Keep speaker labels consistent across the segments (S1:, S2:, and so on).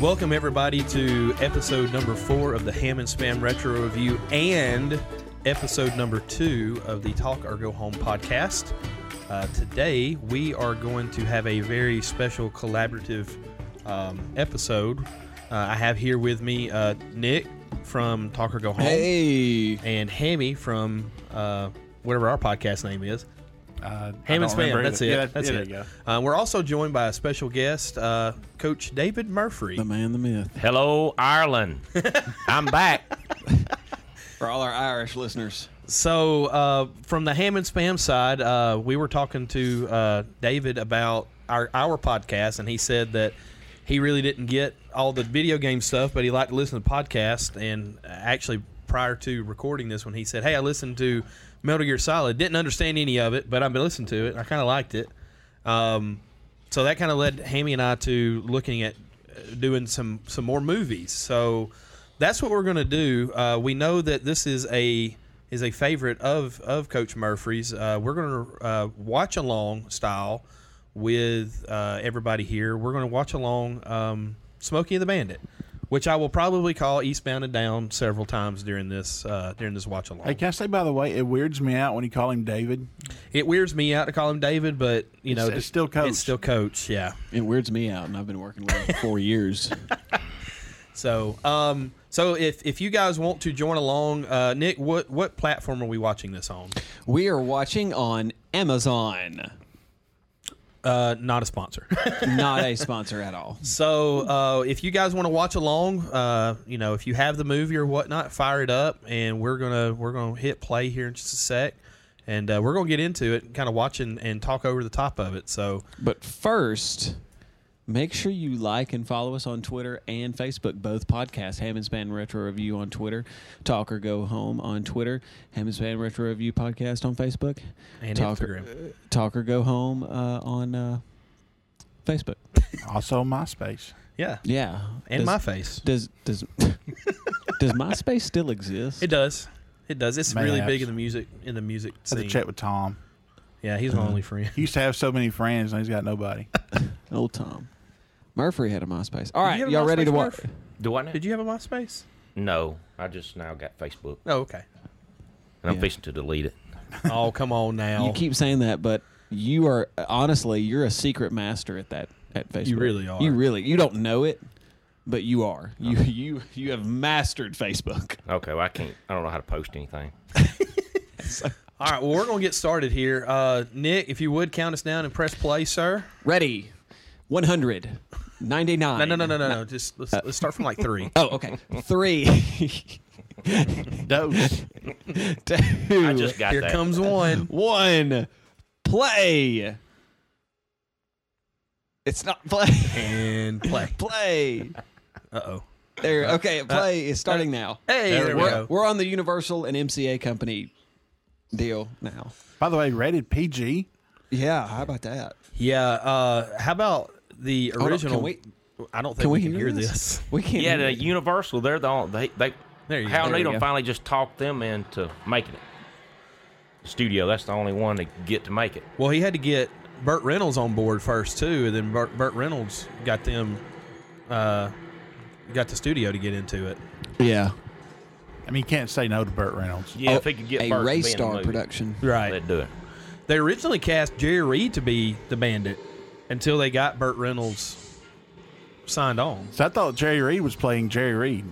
S1: Welcome everybody to episode number four of the Ham and Spam Retro Review and episode number two of the Talk or Go Home podcast. Uh, today we are going to have a very special collaborative um, episode. Uh, I have here with me uh, Nick from Talk or Go Home
S2: Hey.
S1: and Hammy from uh, whatever our podcast name is.
S3: Uh, I
S1: Ham and
S3: don't
S1: Spam.
S3: remember
S1: That's
S3: either.
S1: it.
S3: Yeah,
S1: That's
S3: there
S1: it.
S3: you go.
S1: Uh, we're also joined by a special guest, uh, Coach David Murphy.
S2: The man, the myth.
S4: Hello, Ireland. I'm back.
S2: For all our Irish listeners.
S1: So, uh, from the ham and spam side, uh, we were talking to uh, David about our, our podcast, and he said that he really didn't get all the video game stuff, but he liked to listen to podcasts. And actually, prior to recording this one, he said, Hey, I listened to Metal Gear Solid. Didn't understand any of it, but I've been listening to it. and I kind of liked it. Um, so that kind of led Hammy and I to looking at uh, doing some some more movies. So that's what we're going to do. Uh, we know that this is a is a favorite of of Coach Murphy's. Uh, we're going to uh, watch along style with uh, everybody here. We're going to watch along um, Smokey and the Bandit, which I will probably call Eastbound and Down several times during this uh, during this watch along.
S3: Hey, can I say by the way, it weirds me out when you call him David.
S1: It weirds me out to call him David, but you know
S3: It's- it's still Coach.
S1: It's still Coach, yeah.
S2: It weirds me out, and I've been working with him for four years.
S1: So, um, so if if you guys want to join along, uh, Nick, what what platform are we watching this on?
S2: We are watching on Amazon.
S1: Uh, not a sponsor.
S2: Not a sponsor at all.
S1: so, uh, if you guys want to watch along, uh, you know, if you have the movie or whatnot, fire it up, and we're gonna we're gonna hit play here in just a sec, and uh, we're gonna get into it, and kind of watch and, and talk over the top of it. So,
S2: But first, make sure you like and follow us on Twitter and Facebook, both podcasts, Ham and Span Retro Review on Twitter, Talk or Go Home on Twitter, Ham and Span Retro Review podcast on Facebook,
S1: and
S2: Talk,
S1: Instagram.
S2: Talk or Go Home uh, on uh, Facebook.
S3: Also MySpace.
S1: yeah,
S2: Yeah.
S1: and
S2: Does-
S1: my face.
S2: Does does does MySpace still exist?
S1: It does. It does. It's really
S3: Mayhaps.
S1: big in the music in the music
S3: I had
S1: scene.
S3: to chat with Tom.
S1: Yeah, he's my only friend.
S3: He used to have so many friends, and he's got nobody.
S2: Old Tom. Murphy had a MySpace. All
S1: Did
S2: right,
S1: you have a
S2: y'all ready
S1: MySpace,
S2: to watch?
S1: Murph?
S4: Do I know?
S1: Did you have a MySpace?
S4: No, I just now got Facebook,
S1: Oh, okay.
S4: and I'm
S2: Yeah.
S4: fixing to delete it.
S1: Oh, come on now.
S2: You keep saying that, but you are honestly you're a secret master at that at Facebook.
S1: really are. Oh.
S2: You really you don't know it, but you are. You you you have mastered Facebook.
S4: Okay, well, I can't. I don't know how to post anything.
S1: All right, well, we're going to get started here. Uh, Nick, if you would count us down and press play, sir.
S2: Ready. 199.
S1: No, no, no, no, no, no. Just let's, let's start from like three.
S2: Oh, okay. 3.
S3: Dose.
S2: two,
S4: I just got
S1: Here
S4: that.
S1: comes one.
S2: one. Play. It's not play.
S1: And play.
S2: play.
S1: Uh oh.
S2: There.
S4: Uh,
S2: Okay, play is starting now.
S1: Hey,
S3: There
S1: there we
S3: we
S2: We're,
S1: go.
S4: oh.
S2: we're on the Universal and MCA company deal now.
S3: by the way, rated PG.
S2: Yeah, how about that?
S1: Yeah. Uh, how about the
S2: on,
S1: original?
S2: can we-
S1: I don't think
S2: Can
S1: we,
S2: we
S1: can hear this.
S2: We can't.
S4: Yeah,
S2: hear
S4: the
S2: it.
S4: Universal. They're the only, they they.
S1: There you go.
S4: Hal
S1: There we
S4: Needham
S2: go.
S4: finally just talked them into making it. Studio. That's the only one to get to make it.
S1: Well, he had to get Burt Reynolds on board first too, and then Burt, Burt Reynolds got them, uh, got the studio to get into it.
S2: yeah.
S3: I mean, you can't say no to Burt Reynolds.
S4: Yeah,
S2: Oh,
S4: if they could get
S2: a
S4: Bert to be in
S2: Ray
S4: the
S2: Star
S4: movie,
S2: production.
S1: Right.
S4: They'd do it.
S1: They originally cast Jerry Reed to be the bandit until they got Burt Reynolds signed on.
S3: So I thought Jerry Reed was playing Jerry Reed.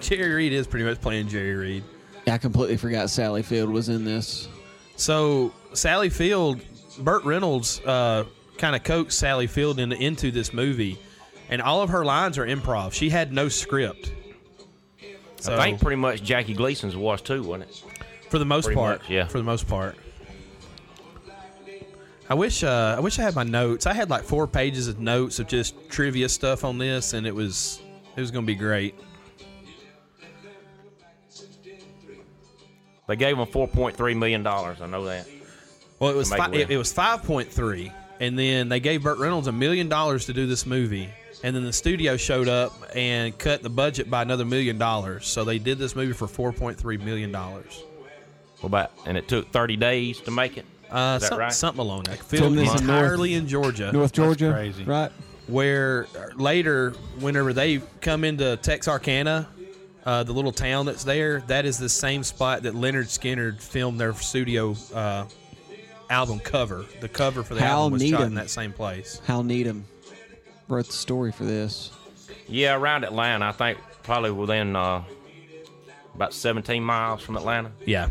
S1: Jerry Reed is pretty much playing Jerry Reed.
S2: I completely forgot Sally Field was in this.
S1: So Sally Field Burt Reynolds uh, kind of coaxed Sally Field into, into this movie, and all of her lines are improv. She had no script. So,
S4: I think pretty much Jackie Gleason's was too, wasn't it?
S1: for the most
S4: pretty
S1: part,
S4: much, yeah.
S1: for the most part. I wish uh, I wish I had my notes. I had like four pages of notes of just trivia stuff on this, and it was it was gonna be great.
S4: They gave him four point three million dollars. I know that.
S1: Well, it was
S4: Make
S1: fi-
S4: way.
S1: it, it was five point three, and then they gave Burt Reynolds a million dollars to do this movie, and then the studio showed up and cut the budget by another million dollars. So they did this movie for four point three million dollars.
S4: What about? And it took thirty days to make it.
S1: Uh,
S4: Is that
S1: some-
S4: right?
S1: Something along that.
S2: Filmed
S1: Filmed
S2: this in North-
S1: entirely in Georgia,
S2: North Georgia,
S3: crazy.
S2: right?
S1: where uh, later, whenever they come into Texarkana, uh, the little town that's there, that is the same spot that Leonard Skinner filmed their studio uh, album cover. The cover for the
S2: Hal
S1: album was shot
S2: Needham.
S1: in that same place.
S2: Hal Needham wrote the story for this.
S4: Yeah, around Atlanta. I think probably within uh, about seventeen miles from Atlanta,
S1: Yeah.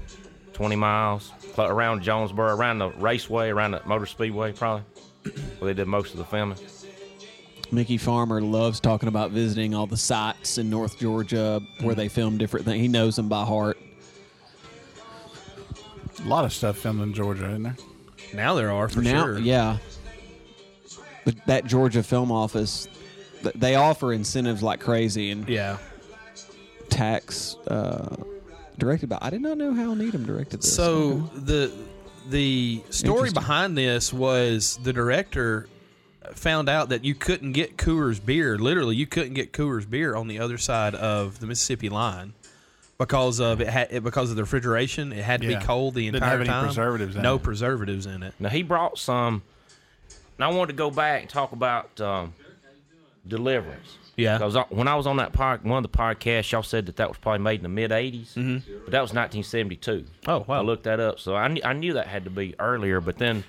S4: twenty miles cl- around Jonesboro, around the raceway, around the motor speedway, probably. Where they did most of the filming.
S2: Mickey Farmer loves talking about visiting all the sites in North Georgia where they film different things. He knows them by heart.
S3: A lot of stuff filmed in Georgia, isn't there?
S1: Now there are for
S2: now,
S1: sure.
S2: yeah. But that Georgia Film Office, th- they offer incentives like crazy and
S1: Yeah.
S2: tax uh, directed by. I did not know Hal Needham directed this.
S1: So
S2: Okay.
S1: the the story
S2: Interesting.
S1: behind this was the director found out that you couldn't get Coors beer. Literally, you couldn't get Coors beer on the other side of the Mississippi line because of it had it, because of the refrigeration. It had to
S3: Yeah.
S1: be cold the
S3: Didn't
S1: entire
S3: have any
S1: time.
S3: preservatives in
S1: no
S3: it.
S1: preservatives in it.
S4: Now he brought some. And I wanted to go back and talk about um, Deliverance.
S1: Yeah.
S4: Because when I was on that pod, one of the podcasts, y'all said that that was probably made in the mid '80s, mm-hmm. but that was 1972.
S1: Oh, wow.
S4: I looked that up, so I, kn- I knew that had to be earlier. But then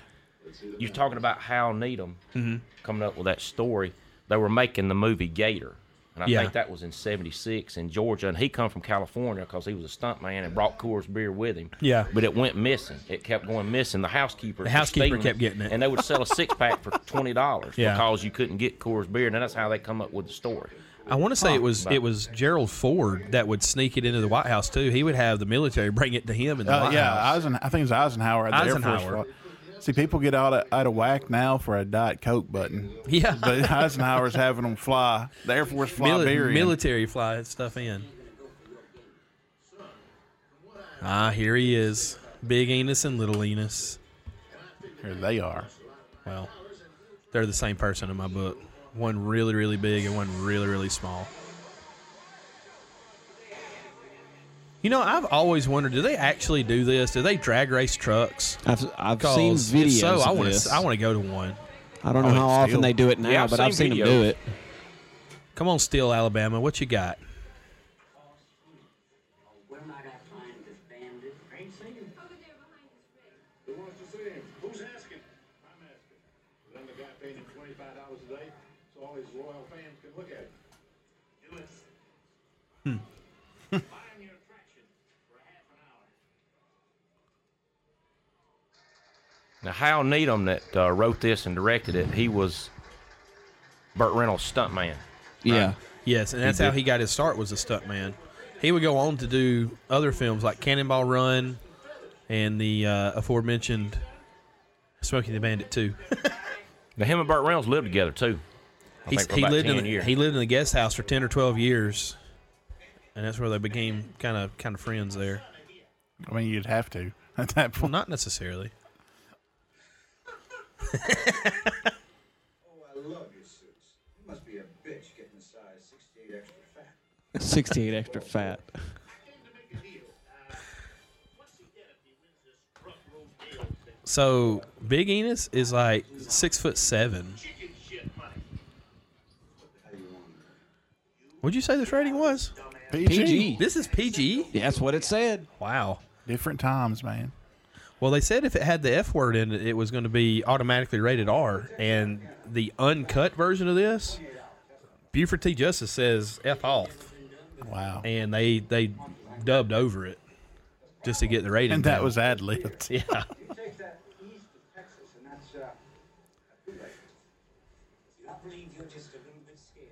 S4: you're talking about Hal Needham
S1: Mm-hmm.
S4: coming up with that story. They were making the movie Gator, and I
S1: Yeah.
S4: think that was in '76 in Georgia. And he come from California because he was a stunt man and brought Coors beer with him.
S1: Yeah.
S4: But it went missing. It kept going missing. The housekeeper.
S1: The housekeeper
S4: stealing
S1: kept getting it.
S4: and they would sell a six pack for twenty dollars
S1: Yeah.
S4: because you couldn't get Coors beer, and that's how they come up with the story.
S1: I want to say it was
S4: about-
S1: it was Gerald Ford that would sneak it into the White House too. He would have the military bring it to him in the
S3: Uh,
S1: White
S3: yeah,
S1: House.
S3: Eisen, I think it's Eisenhower. At the Air
S1: Eisenhower.
S3: Force Flight. See, people get out of, out of whack now for a Diet Coke button.
S1: Yeah.
S3: But Eisenhower's having them fly. The Air Force fly
S1: Mili-
S3: beer in.
S1: military fly stuff in. Ah, here he is, Big Enos and Little Enos.
S3: Here they are.
S1: Well, they're the same person in my book. One really, really big and one really, really small. You know, I've always wondered: Do they actually do this? Do they drag race trucks?
S2: I've, I've
S1: 'Cause
S2: seen
S1: if
S2: videos.
S1: So I
S2: of
S1: want
S2: this.
S1: to. I want to go to one.
S2: I don't know
S3: Oh,
S2: how
S3: it's
S2: often
S3: sealed.
S2: they do it now,
S4: Yeah, I've
S2: but I've seen
S4: seen
S2: them do
S4: videos.
S2: it.
S1: Come on, Steel Alabama, what you got?
S5: Where might I find this bandit? Ain't seen him.
S6: Over there behind his rig.
S7: Who wants to see him? Who's asking? I'm asking. And then the guy paid him twenty-five dollars a day, so all his loyal fans can look at him. Gillis. Find your attraction for half an
S4: Now
S7: hour.
S4: Hal Needham that uh, wrote this and directed it, he was Burt Reynolds' stuntman.
S2: Yeah.
S1: Yes, and that's how he got his start was a stuntman. He would go on to do other films like Cannonball Run and the uh, aforementioned Smoking the Bandit 2.
S4: Now him and Burt Reynolds lived together too. I
S1: He's-
S4: think for
S1: he
S4: about
S1: lived
S4: 10
S1: in the,
S4: years.
S1: he lived in the guest house for 10 or 12 years. And that's where they became kind of kind of friends there.
S3: I mean, you'd have to at that
S1: Well,
S3: point.
S1: not necessarily.
S7: Oh, I love your suits. You must be a bitch getting the size sixty-eight extra fat.
S2: 68 extra fat.
S1: So Big Enos is like six foot seven. What'd you say this rating was?
S2: PG.
S1: This is PG.
S2: Yeah, that's what it said.
S1: Wow.
S3: Different times, man.
S1: Well, they said if it had the F word in it, it was going to be automatically rated R. And the uncut version of this, Buford T. Justice says F off.
S3: Wow. And,
S1: And they, they dubbed over it just to get the rating.
S3: that
S1: down.
S3: was ad libbed.
S1: Yeah.
S5: Take that east of Texas and
S7: That's, uh, too late.
S5: I believe you're just a little bit scared.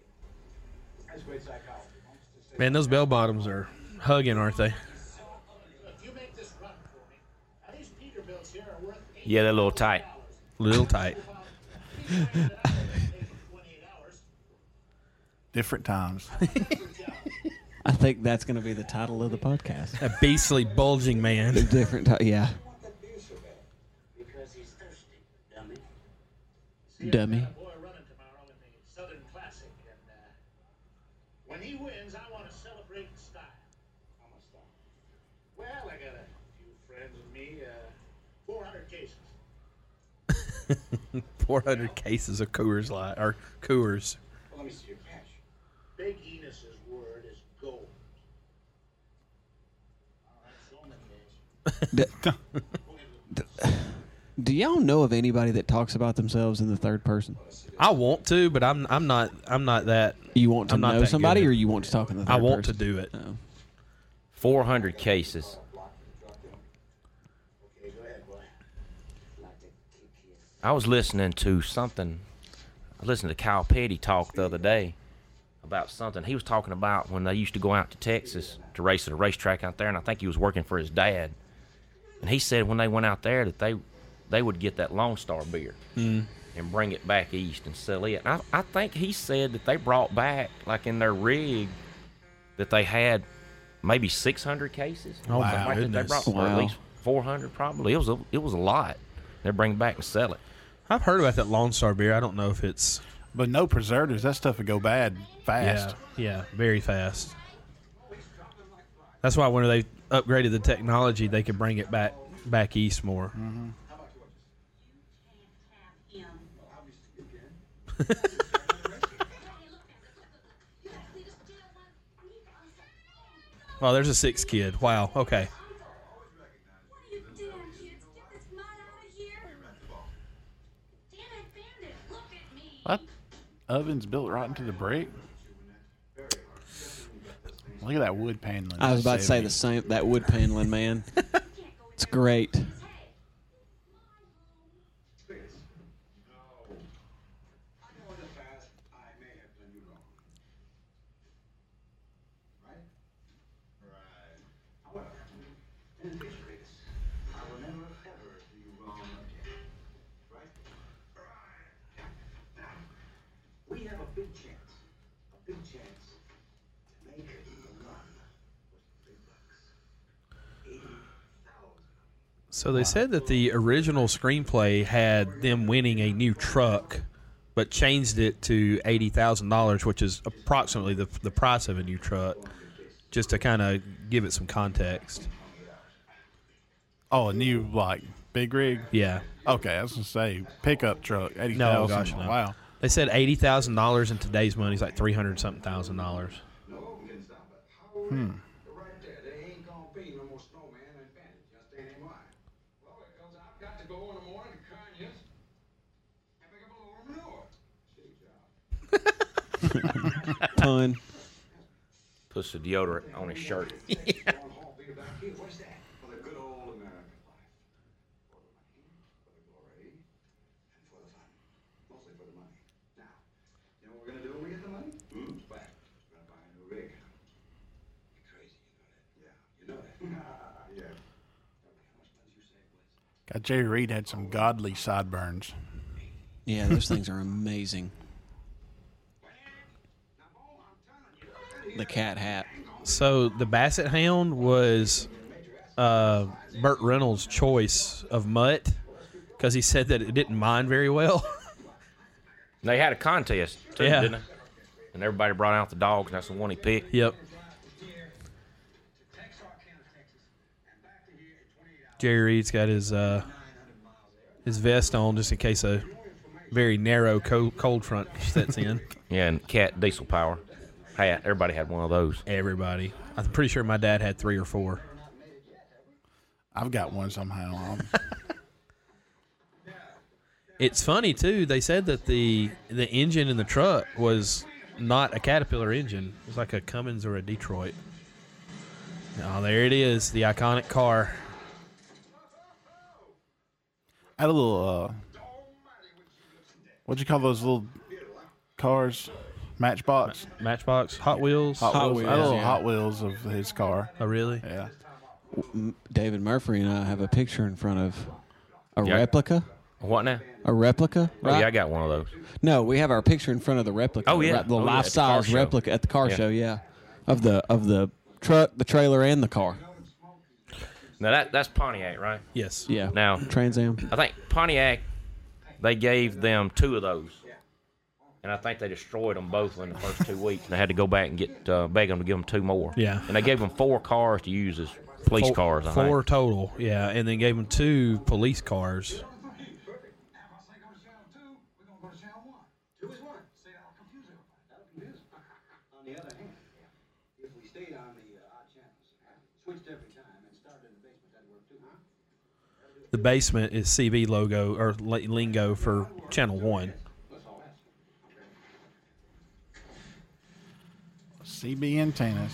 S7: That's great psychology. Monsters say,
S1: Man, those bell bottoms are hugging, aren't they?
S7: If you make this run for me, now these Peterbilts here are worth eight
S4: Yeah, they're a little tight.
S1: Little tight.
S7: twenty-eight hours.
S3: Different times.
S2: I think that's going to be the title of the podcast.
S1: A beastly bulging man.
S2: Different, ti- yeah.
S5: What the beer so bad? Because he's thirsty, dummy.
S2: Dummy.
S7: Got a boy running tomorrow in the Southern Classic, and uh, when he wins, I want to celebrate in style. I'm a style. Well, I got a few friends with me. Uh, 400 cases.
S1: 400 cases of Coors Light or Coors.
S5: Well, let me see your cash.
S7: Big Enos's word is gold. All right, show him the cash.
S2: D- do y'all know of anybody that talks about themselves in the third person?
S1: I want to, but I'm I'm not I'm not that.
S2: You want to
S1: I'm not that
S2: know
S1: good
S2: somebody,
S1: at-
S2: or you want to talk in the third
S1: I
S2: person?
S1: want to do it.
S2: Oh.
S4: 400 cases.
S7: Okay, go ahead, boy.
S5: Like to kick his
S4: I was listening to something. I listened to Kyle Petty talk the other day about something. He was talking about when they used to go out to Texas to race at a racetrack out there, and I think he was working for his dad. And he said when they went out there that they they would get that Lone Star beer and bring it back east and sell it. And I, I think he said that they brought back, like in their rig, that they had maybe 600 cases.
S1: Oh, my
S4: Something like that. They
S1: goodness.
S4: brought, or at
S2: Wow.
S4: least 400 probably. It was a, it was a lot. They bring it back and sell it.
S1: I've heard about that Lone Star beer. I don't know if it's
S3: But no preservatives. That stuff would go bad fast.
S1: Yeah, yeah, very fast. That's why when they upgraded the technology, they could bring it back back east more. Oh, there's a six kid. Wow. Okay.
S6: What are you doing, kids? Get this mud out of here! Damn it, Bandit! Look at me!
S4: What?
S3: Ovens built right into the brick. Look at that wood paneling.
S2: I was about to say the
S3: this.
S2: same. That wood paneling, man. it's great.
S7: I know in the past I may have done you wrong. Right? Right. However, in the future, Vegas, I will never ever do you wrong again. Right? Right. Now, we have a big chance. A big chance to make the run with the big bucks. Eighty thousand.
S1: So they said that the original screenplay had them winning a new truck, but changed it to eighty thousand dollars, which is approximately the the price of a new truck, just to kind of give it some context.
S3: Oh, a new like big rig.
S1: Yeah.
S3: Okay, I was gonna say pickup truck. Eighty
S1: No,
S3: thousand.
S1: gosh, no.
S3: Oh, Wow.
S1: They said eighty thousand dollars in today's money is like three hundred something thousand dollars.
S7: Hmm. Right there, there ain't gonna be no more snowman and bandit. You understand me why? Well, because I've got to go in the morning to Conyers and pick up a load of manure. Cheap
S2: Pun.
S7: job.
S4: puts the deodorant on his shirt.
S7: One whole beer back here. What's that? For the good old American life. For the money, for the glory, and for the fun. Mostly for the money. Now, you know what we're gonna do when we get the money? Hmm? What? We're gonna buy a new rig. You're crazy, you know that? Yeah, you know that. yeah. Tell me, how much money you say it was?
S3: God, Jerry Reed had some godly sideburns.
S2: Yeah, those things are amazing. The cat hat.
S1: So the Basset Hound was uh, Burt Reynolds' choice of mutt because he said that it didn't mind very well.
S4: They had a contest, too,
S1: Yeah.
S4: didn't they? And everybody brought out the dogs, and that's the one he picked.
S1: yep. Jerry Reed's got his uh, his vest on just in case a very narrow cold, cold front sets in.
S4: Yeah, and Cat Diesel Power hat. Everybody had one of those.
S1: Everybody, I'm pretty sure my dad had three or four.
S3: I've got one somehow. Um,
S1: It's funny too. They said that the the engine in the truck was not a Caterpillar engine. It was like a Cummins or a Detroit. Oh, there it is, the iconic car.
S3: I had a little uh, What'd you call those little cars? Matchbox.
S1: Matchbox, Hot Wheels.
S3: Hot,
S2: Hot
S3: Wheels. I
S2: Wheels,
S3: little
S2: yeah.
S3: Hot Wheels of his car.
S1: Oh, really?
S3: Yeah.
S2: M- David Murphy and I have a picture in front of a
S4: Yeah.
S2: replica.
S4: What now?
S2: A replica,
S4: Oh,
S2: right?
S4: yeah, I got one of those.
S2: No, we have our picture in front of the replica.
S4: Oh, yeah.
S2: right, the
S4: Oh, yeah, at the car
S2: life-size
S4: show.
S2: replica at the car
S4: Yeah.
S2: show. Yeah, of the of the truck, the trailer, and the car.
S4: Now that that's Pontiac, right?
S1: Yes.
S2: Yeah.
S4: Now-
S2: Trans Am.
S4: I think Pontiac, they gave them two of those, and I think they destroyed them both in the first two weeks. And they had to go back and get uh, beg them to give them two more.
S1: Yeah.
S4: And they gave them four cars to use as police
S1: Four-
S4: cars. I
S1: Four
S4: think.
S1: total. Yeah, and then gave them two police cars.
S7: If I say go to channel two, we're gonna go to channel one. Two is one. See, that'll confuse everybody. That'll confuse. on the other hand, if we stayed on the uh, odd channels, switched every time, and started in the basement, that'd work too. Huh?
S1: The basement is CB logo or li- lingo for Channel One.
S3: CB antennas.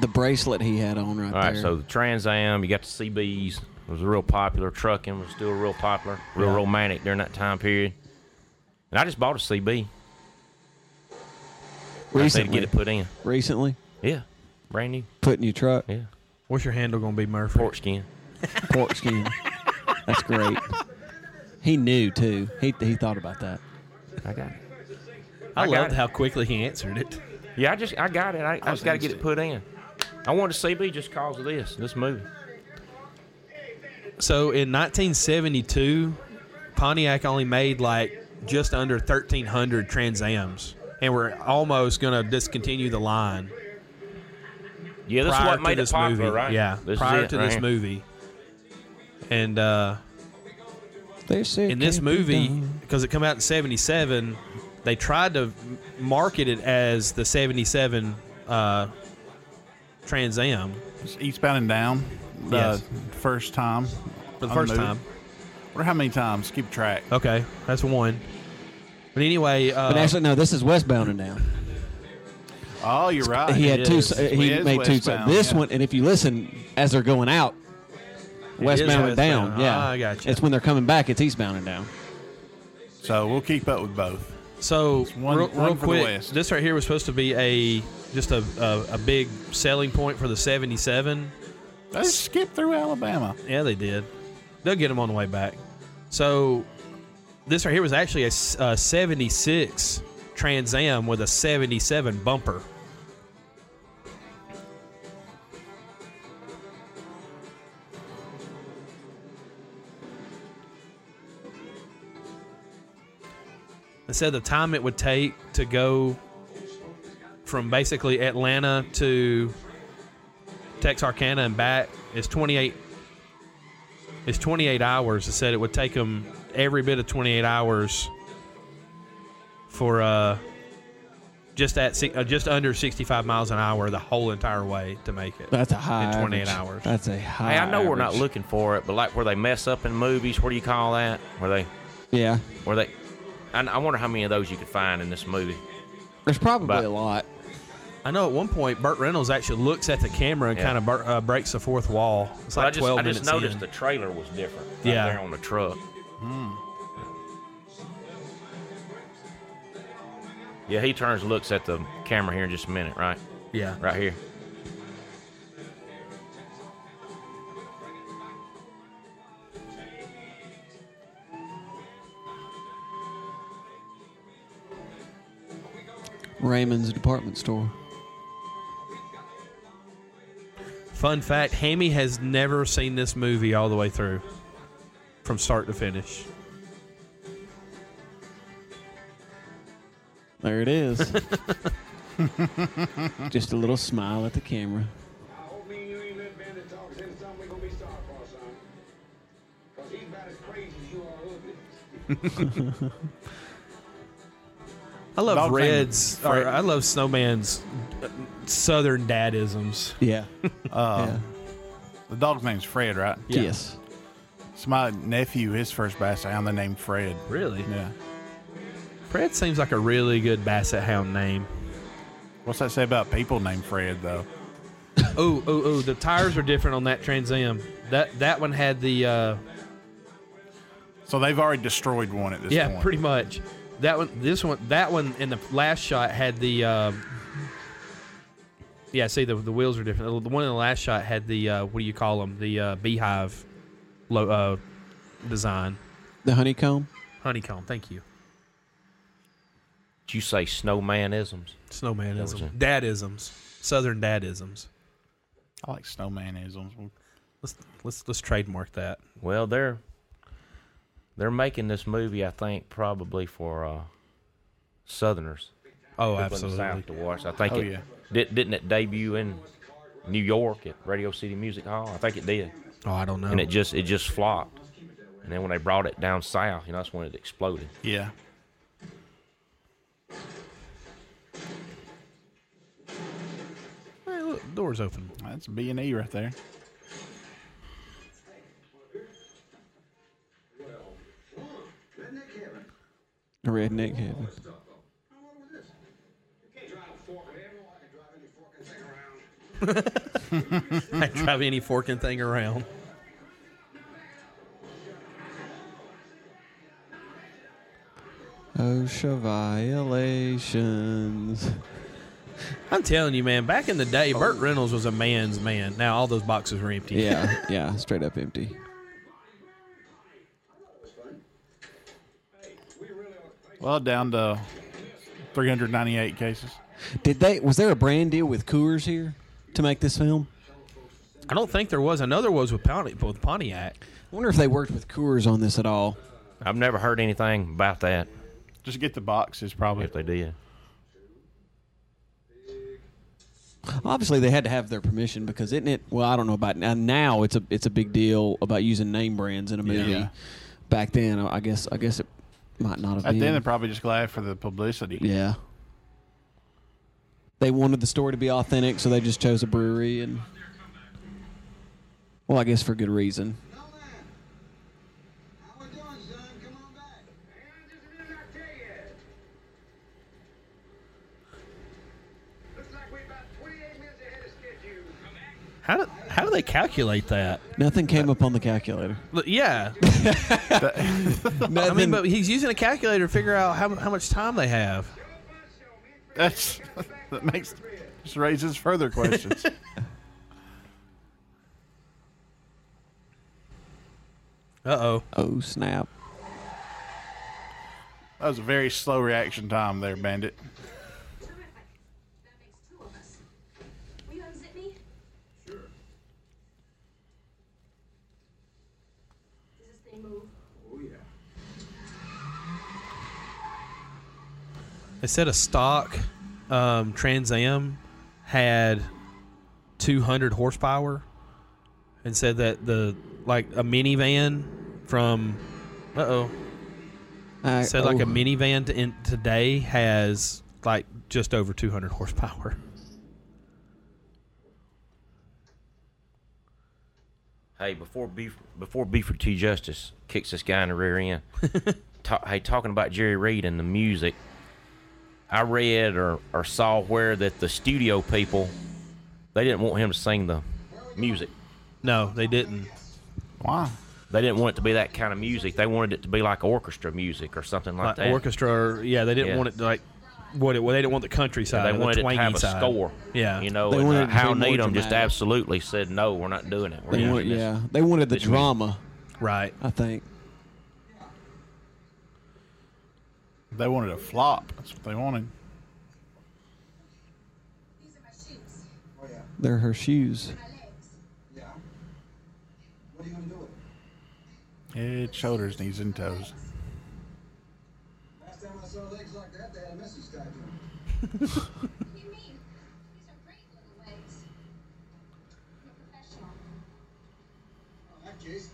S2: The bracelet he had on right
S4: All right,
S2: there.
S4: so the Trans Am, you got the CBs. It was real popular. Trucking was still real popular, real romantic during that time period. And I just bought a CB. I said to
S2: recently,
S4: get it put in.
S2: recently,
S4: Yeah, brand new.
S2: putting your truck
S4: Yeah,
S1: What's your handle gonna be, Murphy?
S4: pork skin.
S2: pork skin. That's great. He knew too. He he thought about that.
S4: I got it.
S1: I,
S4: I got
S1: loved
S4: it.
S1: how quickly he answered it.
S4: Yeah, I just I got it. I, I just got to get it put in. I wanted a CB just cause of this this movie.
S1: So in 1972, Pontiac only made like just under 1,300 Trans Ams, and we're almost gonna discontinue the line
S4: Yeah, this
S1: prior
S4: is what made
S1: to this
S4: it popular,
S1: movie.
S4: right?
S1: Yeah,
S4: this
S1: prior
S4: is it
S1: to
S4: right
S1: this
S4: here.
S1: movie. And uh,
S2: They said
S1: in this
S2: can't be
S1: movie,
S2: done.
S1: because it come out in '77, they tried to m- market it as the '77 uh, Trans Am
S3: It's eastbound and down. The
S1: Yes.
S3: first time.
S1: for the
S3: on
S1: first
S3: movie.
S1: time.
S3: wonder how many times. Keep track.
S1: Okay, that's one. But anyway, uh,
S2: But actually, no. This is westbound and down.
S3: Oh, you're right.
S2: he had
S1: it
S2: two.
S1: is.
S2: s- He
S3: It is
S2: made two. So
S3: westbound,
S2: this
S3: yeah.
S2: one, and if you listen as they're going out, westbound and down.
S1: westbound.
S2: Yeah,
S1: Ah, I gotcha.
S2: It's when they're coming back. It's eastbound and down.
S3: So we'll keep up with both.
S1: so
S3: one-
S1: real,
S3: one
S1: real
S3: for the
S1: quick,
S3: West.
S1: this right here was supposed to be a just a, a, a big selling point for the '77.
S3: They skip through Alabama.
S1: Yeah, they did. They'll get them on the way back. So this right here was actually a, s- a 76 Trans Am with a 77 bumper. They said the time it would take to go from basically Atlanta to Texarkana and back is 28 it's 28 hours. It said it would take them every bit of 28 hours for uh, just at si- uh, just under 65 miles an hour the whole entire way to make it.
S2: That's a high.
S1: In 28
S2: average.
S1: hours.
S2: That's a high.
S4: Hey, I know we're not
S2: average.
S4: looking for it, but like where they mess up in movies, what do you call that? Where they,
S2: Yeah,
S4: where they, I, I wonder how many of those you could find in this movie.
S2: there's probably
S4: But-
S2: a lot.
S1: I know at one point Burt Reynolds actually looks at the camera and
S4: Yeah.
S1: kind of bur- uh, breaks the fourth wall. It's
S4: But
S1: like
S4: I just,
S1: 12
S4: I just
S1: minutes
S4: noticed
S1: in.
S4: the trailer was different. right
S1: Yeah.
S4: there on the truck. Yeah, he turns, and looks at the camera here in just a minute, right?
S1: yeah.
S4: Right here.
S2: Raymond's department store.
S1: Fun fact: Hammy has never seen this movie all the way through, from start to finish.
S2: There it is. Just a little smile at the camera.
S7: I hope me and you ain't let Bandit talk say something we gonna be sorry for, son. Cause he's about as crazy as you are ugly.
S1: I love
S3: Dog finger.
S1: Red's. Or I love Snowman's uh, Southern dadisms.
S2: Yeah.
S3: Uh, The dog's name's Fred, right?
S2: yeah. Yes.
S3: It's my nephew. His first bass hound. They named Fred.
S1: Really?
S3: Yeah.
S1: Fred seems like a really good basset hound name.
S3: What's that say about people named Fred though?
S1: Oh, oh, oh! The tires are different on that Trans Am. That that one had the uh,
S3: So they've already destroyed one at this
S1: yeah,
S3: point.
S1: pretty much. That one, this one, that one in the last shot had the. Um, yeah, see the the wheels are different. The one in the last shot had the uh, what do you call them? The uh, beehive, lo- uh, design
S2: The honeycomb.
S1: honeycomb. Thank you.
S4: Did you say snowmanisms?
S1: Snowmanism,
S4: That was it.
S1: dadisms, southern dadisms.
S3: I like snowmanisms.
S1: Let's let's let's trademark that.
S4: Well, they're they're making this movie, I think, probably for uh, Southerners.
S1: Oh,
S4: people in the
S1: absolutely.
S4: South to watch. I think
S3: Oh,
S4: it
S3: yeah.
S4: did, didn't it debut in New York at Radio City Music Hall. I think it did,
S1: Oh, I don't know.
S4: and it just it just flopped. And then when they brought it down south, you know, that's when it exploded.
S3: Yeah.
S1: Hey, look, doors open.
S3: That's B and E right there.
S2: A redneck head.
S1: I drive any forking thing around.
S2: OSHA violations.
S1: I'm telling you, man. Back in the day, Burt Reynolds was a man's man. Now all those boxes are empty.
S2: Yeah, yeah, straight up empty.
S3: Well, down to 398 cases.
S2: Did they? Was there a brand deal with Coors here to make this film?
S1: I don't think there was. Another was with, Pon- with Pontiac.
S2: I wonder if they worked with Coors on this at all.
S4: I've never heard anything about that.
S3: Just get the boxes, probably.
S4: If they did,
S2: Obviously, they had to have their permission because isn't it? Well, I don't know about now. Now it's a it's a big deal about using name brands in a movie.
S3: Yeah.
S2: Back then, I guess I guess it might not have
S3: At
S2: been.
S3: the end, they're probably just glad for the publicity.
S2: yeah. They wanted the story to be authentic, so they just chose a brewery, and well, I guess for good reason.
S1: How do, how do they calculate that?
S2: Nothing came up on the calculator.
S1: Look, Yeah, I mean,
S2: Nothing-
S1: but he's using a calculator to figure out how, how much time they have.
S3: That's that makes just raises further questions.
S1: Uh oh.
S2: oh snap!
S3: That was a very slow reaction time there, Bandit.
S6: Terrific. That makes two of us. Will you unzip me? Sure. Does this thing move?
S1: They said a stock um, Trans Am had 200 horsepower, and said that the like a minivan from uh oh
S2: I,
S1: said like
S2: oh.
S1: a minivan to in, today has like just over 200 horsepower.
S4: hey, before Buf- before Buford T. Justice kicks this guy in the rear end. ta- hey, talking about Jerry Reed and the music, I read or, or saw where that the studio people they didn't want him to sing the music.
S1: No, they didn't.
S3: Why?
S4: They didn't want it to be that kind of music. They wanted it to be like orchestra music or something like,
S1: Like
S4: that.
S1: orchestra, or, yeah, they didn't
S4: Yeah.
S1: want it to, like what it. Well, they didn't want the countryside.
S4: They
S1: or Uh, the
S4: wanted it to
S1: twangy
S4: have a
S1: side.
S4: score.
S1: Yeah,
S4: You know,
S2: They
S4: and
S2: wanted
S4: uh,
S2: it to be
S4: Hal
S2: more
S4: Needham just
S2: dramatic.
S4: absolutely said, no, we're not doing it. We're
S2: They
S4: using
S2: wanted,
S4: this."
S2: yeah, they wanted the
S4: this music.
S2: drama.
S1: right.
S2: I think.
S3: They wanted a flop. That's what they wanted.
S6: These are my shoes.
S7: Oh,
S2: They're her shoes.
S6: My legs.
S3: Head, shoulders, knees, and toes.
S7: Last time I saw legs like that, they had a message tied to them.
S6: What do you mean? These are great little legs. I'm a professional.
S7: In Oh, that case,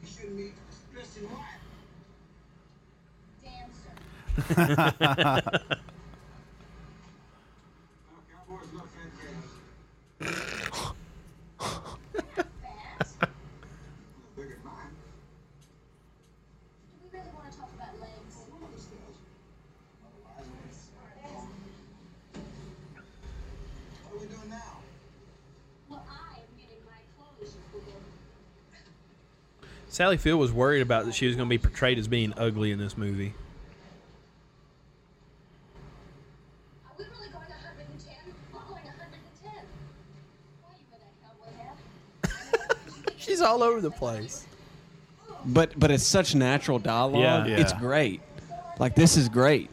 S7: you shouldn't be dressed in white.
S6: Dancer.
S7: Oh, cowboys look fantastic.
S6: Fat.
S7: Bigger than mine.
S6: Do we really want to talk about legs?
S7: One of us does. Otherwise, it's- What are we doing now?
S6: Well, I am getting my clothes, you fool.
S1: Sally Field was worried about that she was going to be portrayed as being ugly in this movie.
S6: Are we really going 110? We're going 110. Why you wear that cowboy hat?
S1: She's all over the place.
S2: But but it's such natural dialogue.
S1: Yeah. Yeah.
S2: It's great. Like this is great.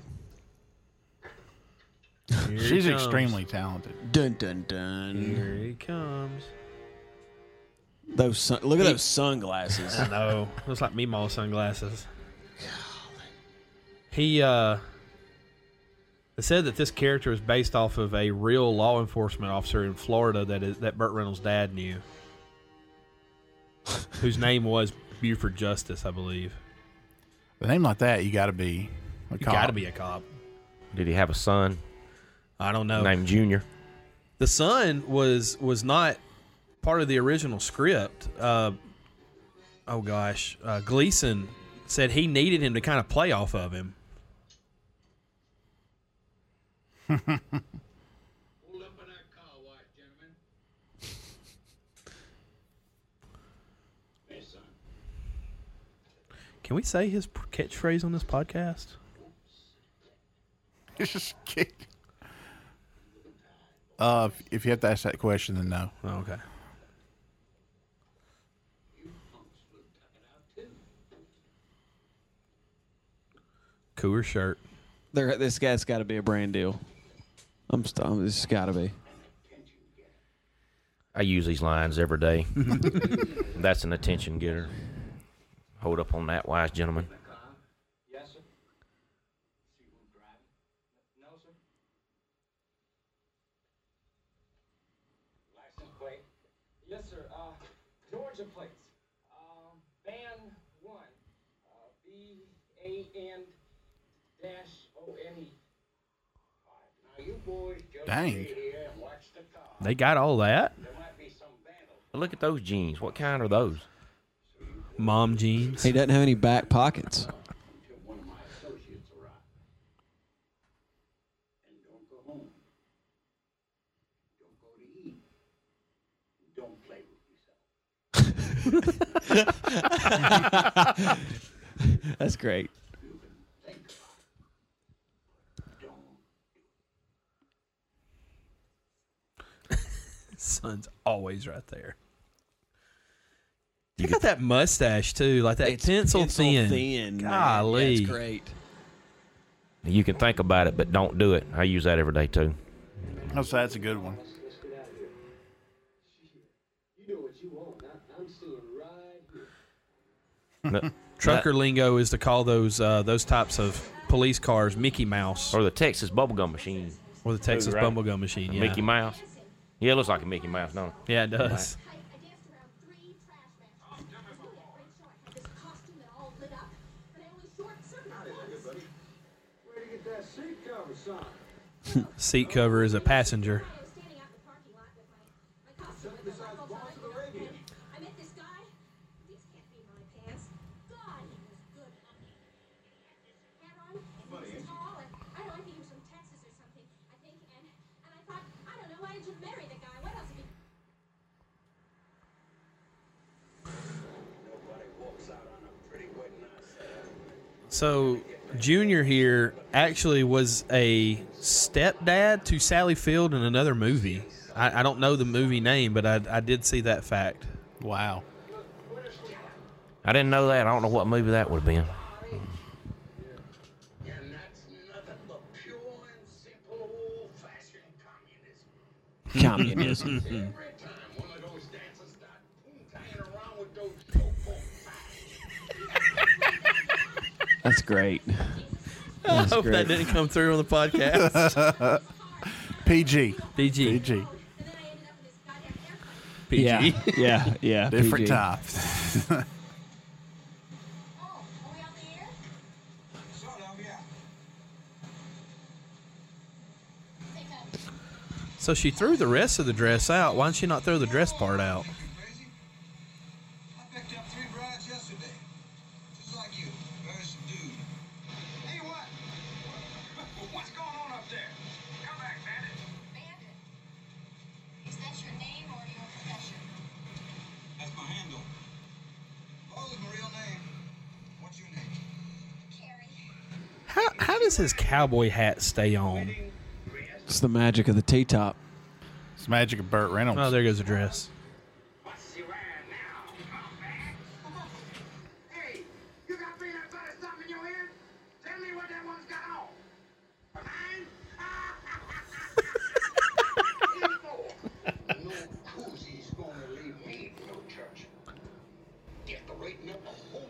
S3: She's extremely talented.
S2: Dun dun dun.
S1: Here he comes.
S2: Those sun- look at those sunglasses.
S1: I know. Looks like Meemaw sunglasses. He uh they said that this character is based off of a real law enforcement officer in Florida that is that Burt Reynolds' dad knew. whose name was Buford Justice, I believe.
S3: With a name like that, you got to be. A
S1: You
S3: cop.
S1: gotta be a cop.
S4: Did he have a son
S1: I don't know.
S4: named Junior?
S1: the son was was not part of the original script. Uh, oh gosh, uh, Gleason said he needed him to kind of play off of him. Can we say his p- catchphrase on this podcast?
S3: It's just kidding. Uh, if- if you have to ask that question, then no.
S1: Oh, okay. Cooler shirt.
S2: There, this guy's got to be a brand deal. I'm stumped. This has got to be.
S4: I use these lines every day. That's an attention getter. Hold up on that, wise gentleman.
S7: Yes, sir. See who drive it? No, sir. License plate? Yes, sir. Uh, Georgia plates. Um, van one. Uh, B A N dash O N E. All right, now you boys just
S3: Dang.
S7: sit here and watch the car.
S1: They got all that.
S7: There might be some vandals.
S4: But look at those jeans. What kind are those?
S1: Mom jeans.
S2: He doesn't have any back pockets.
S7: until one of my associates arrive. And don't go home. Don't go to eat. Don't play with yourself.
S2: That's great.
S1: Son's always right there. You got that mustache too, like that pencil, thin.
S2: man.
S1: Golly.
S2: That's great.
S4: You can think about it, but don't do it. I use that every day too.
S3: Oh, so that's a good one.
S7: Let's get out of here. You know what you want. I, I'm seeing right
S4: No-
S7: here.
S1: Trucker lingo is to call those uh, those types of police cars Mickey Mouse
S4: or the Texas bubblegum machine.
S1: or the Texas
S4: right.
S1: bumblegum machine. Yeah,
S4: Mickey Mouse. Yeah, it looks like a Mickey Mouse, don't it?
S1: yeah, it does.
S6: I, I danced around three trash bags. Juliet Rachel, I had this costume that all lit up, but I was short circuits.
S7: Where to get that seat cover, son?
S1: Seat cover is a passenger.
S6: I was standing out in the parking lot with my, my costume with the Michael Jordan look, and I met this guy. These can't be my pants. God, he was good looking. And he had this hat on, and he was tall, and I don't know, I think he was from Texas or something, I think. And, and I thought, I don't know, why did you marry the guy? What else have you...
S1: So Junior here actually was a stepdad to Sally Field in another movie. I, I don't know the movie name, but I, I did see that fact.
S3: Wow.
S4: I didn't know that. I don't know what movie that would have been.
S7: And that's nothing but pure and simple old-fashioned communism.
S2: Communism.
S7: Every time one of those dancers start poontanging around with those chokehold
S2: That's great.
S1: I hope
S2: great.
S1: that didn't come through on the podcast.
S3: PG.
S1: PG.
S3: PG.
S6: And then I ended up in this goddamn airport.
S1: PG.
S2: Yeah. Yeah. Yeah.
S3: Different
S2: PG.
S3: type.
S6: Oh, are we on the air?
S7: Sort of, yeah.
S6: Take that.
S1: So she threw the rest of the dress out. Why didn't she not throw the dress part out?
S7: You crazy? I picked up three brides yesterday. Just like you. Very subdued. Hey, what? What's going on up there? Come back, bandit.
S6: Bandit. Is that your name or your profession?
S7: That's my handle. Rose Marie
S1: How does his cowboy hat stay on?
S2: It's the magic of the T top.
S3: It's magic of Burt Reynolds.
S1: Oh, there goes the dress.
S5: What's he wearing now?
S7: Hey, you got peanut butter something in your ear? Tell me what that one's got on. Mine? no koozie's gonna leave me in no church. After waiting up a whole town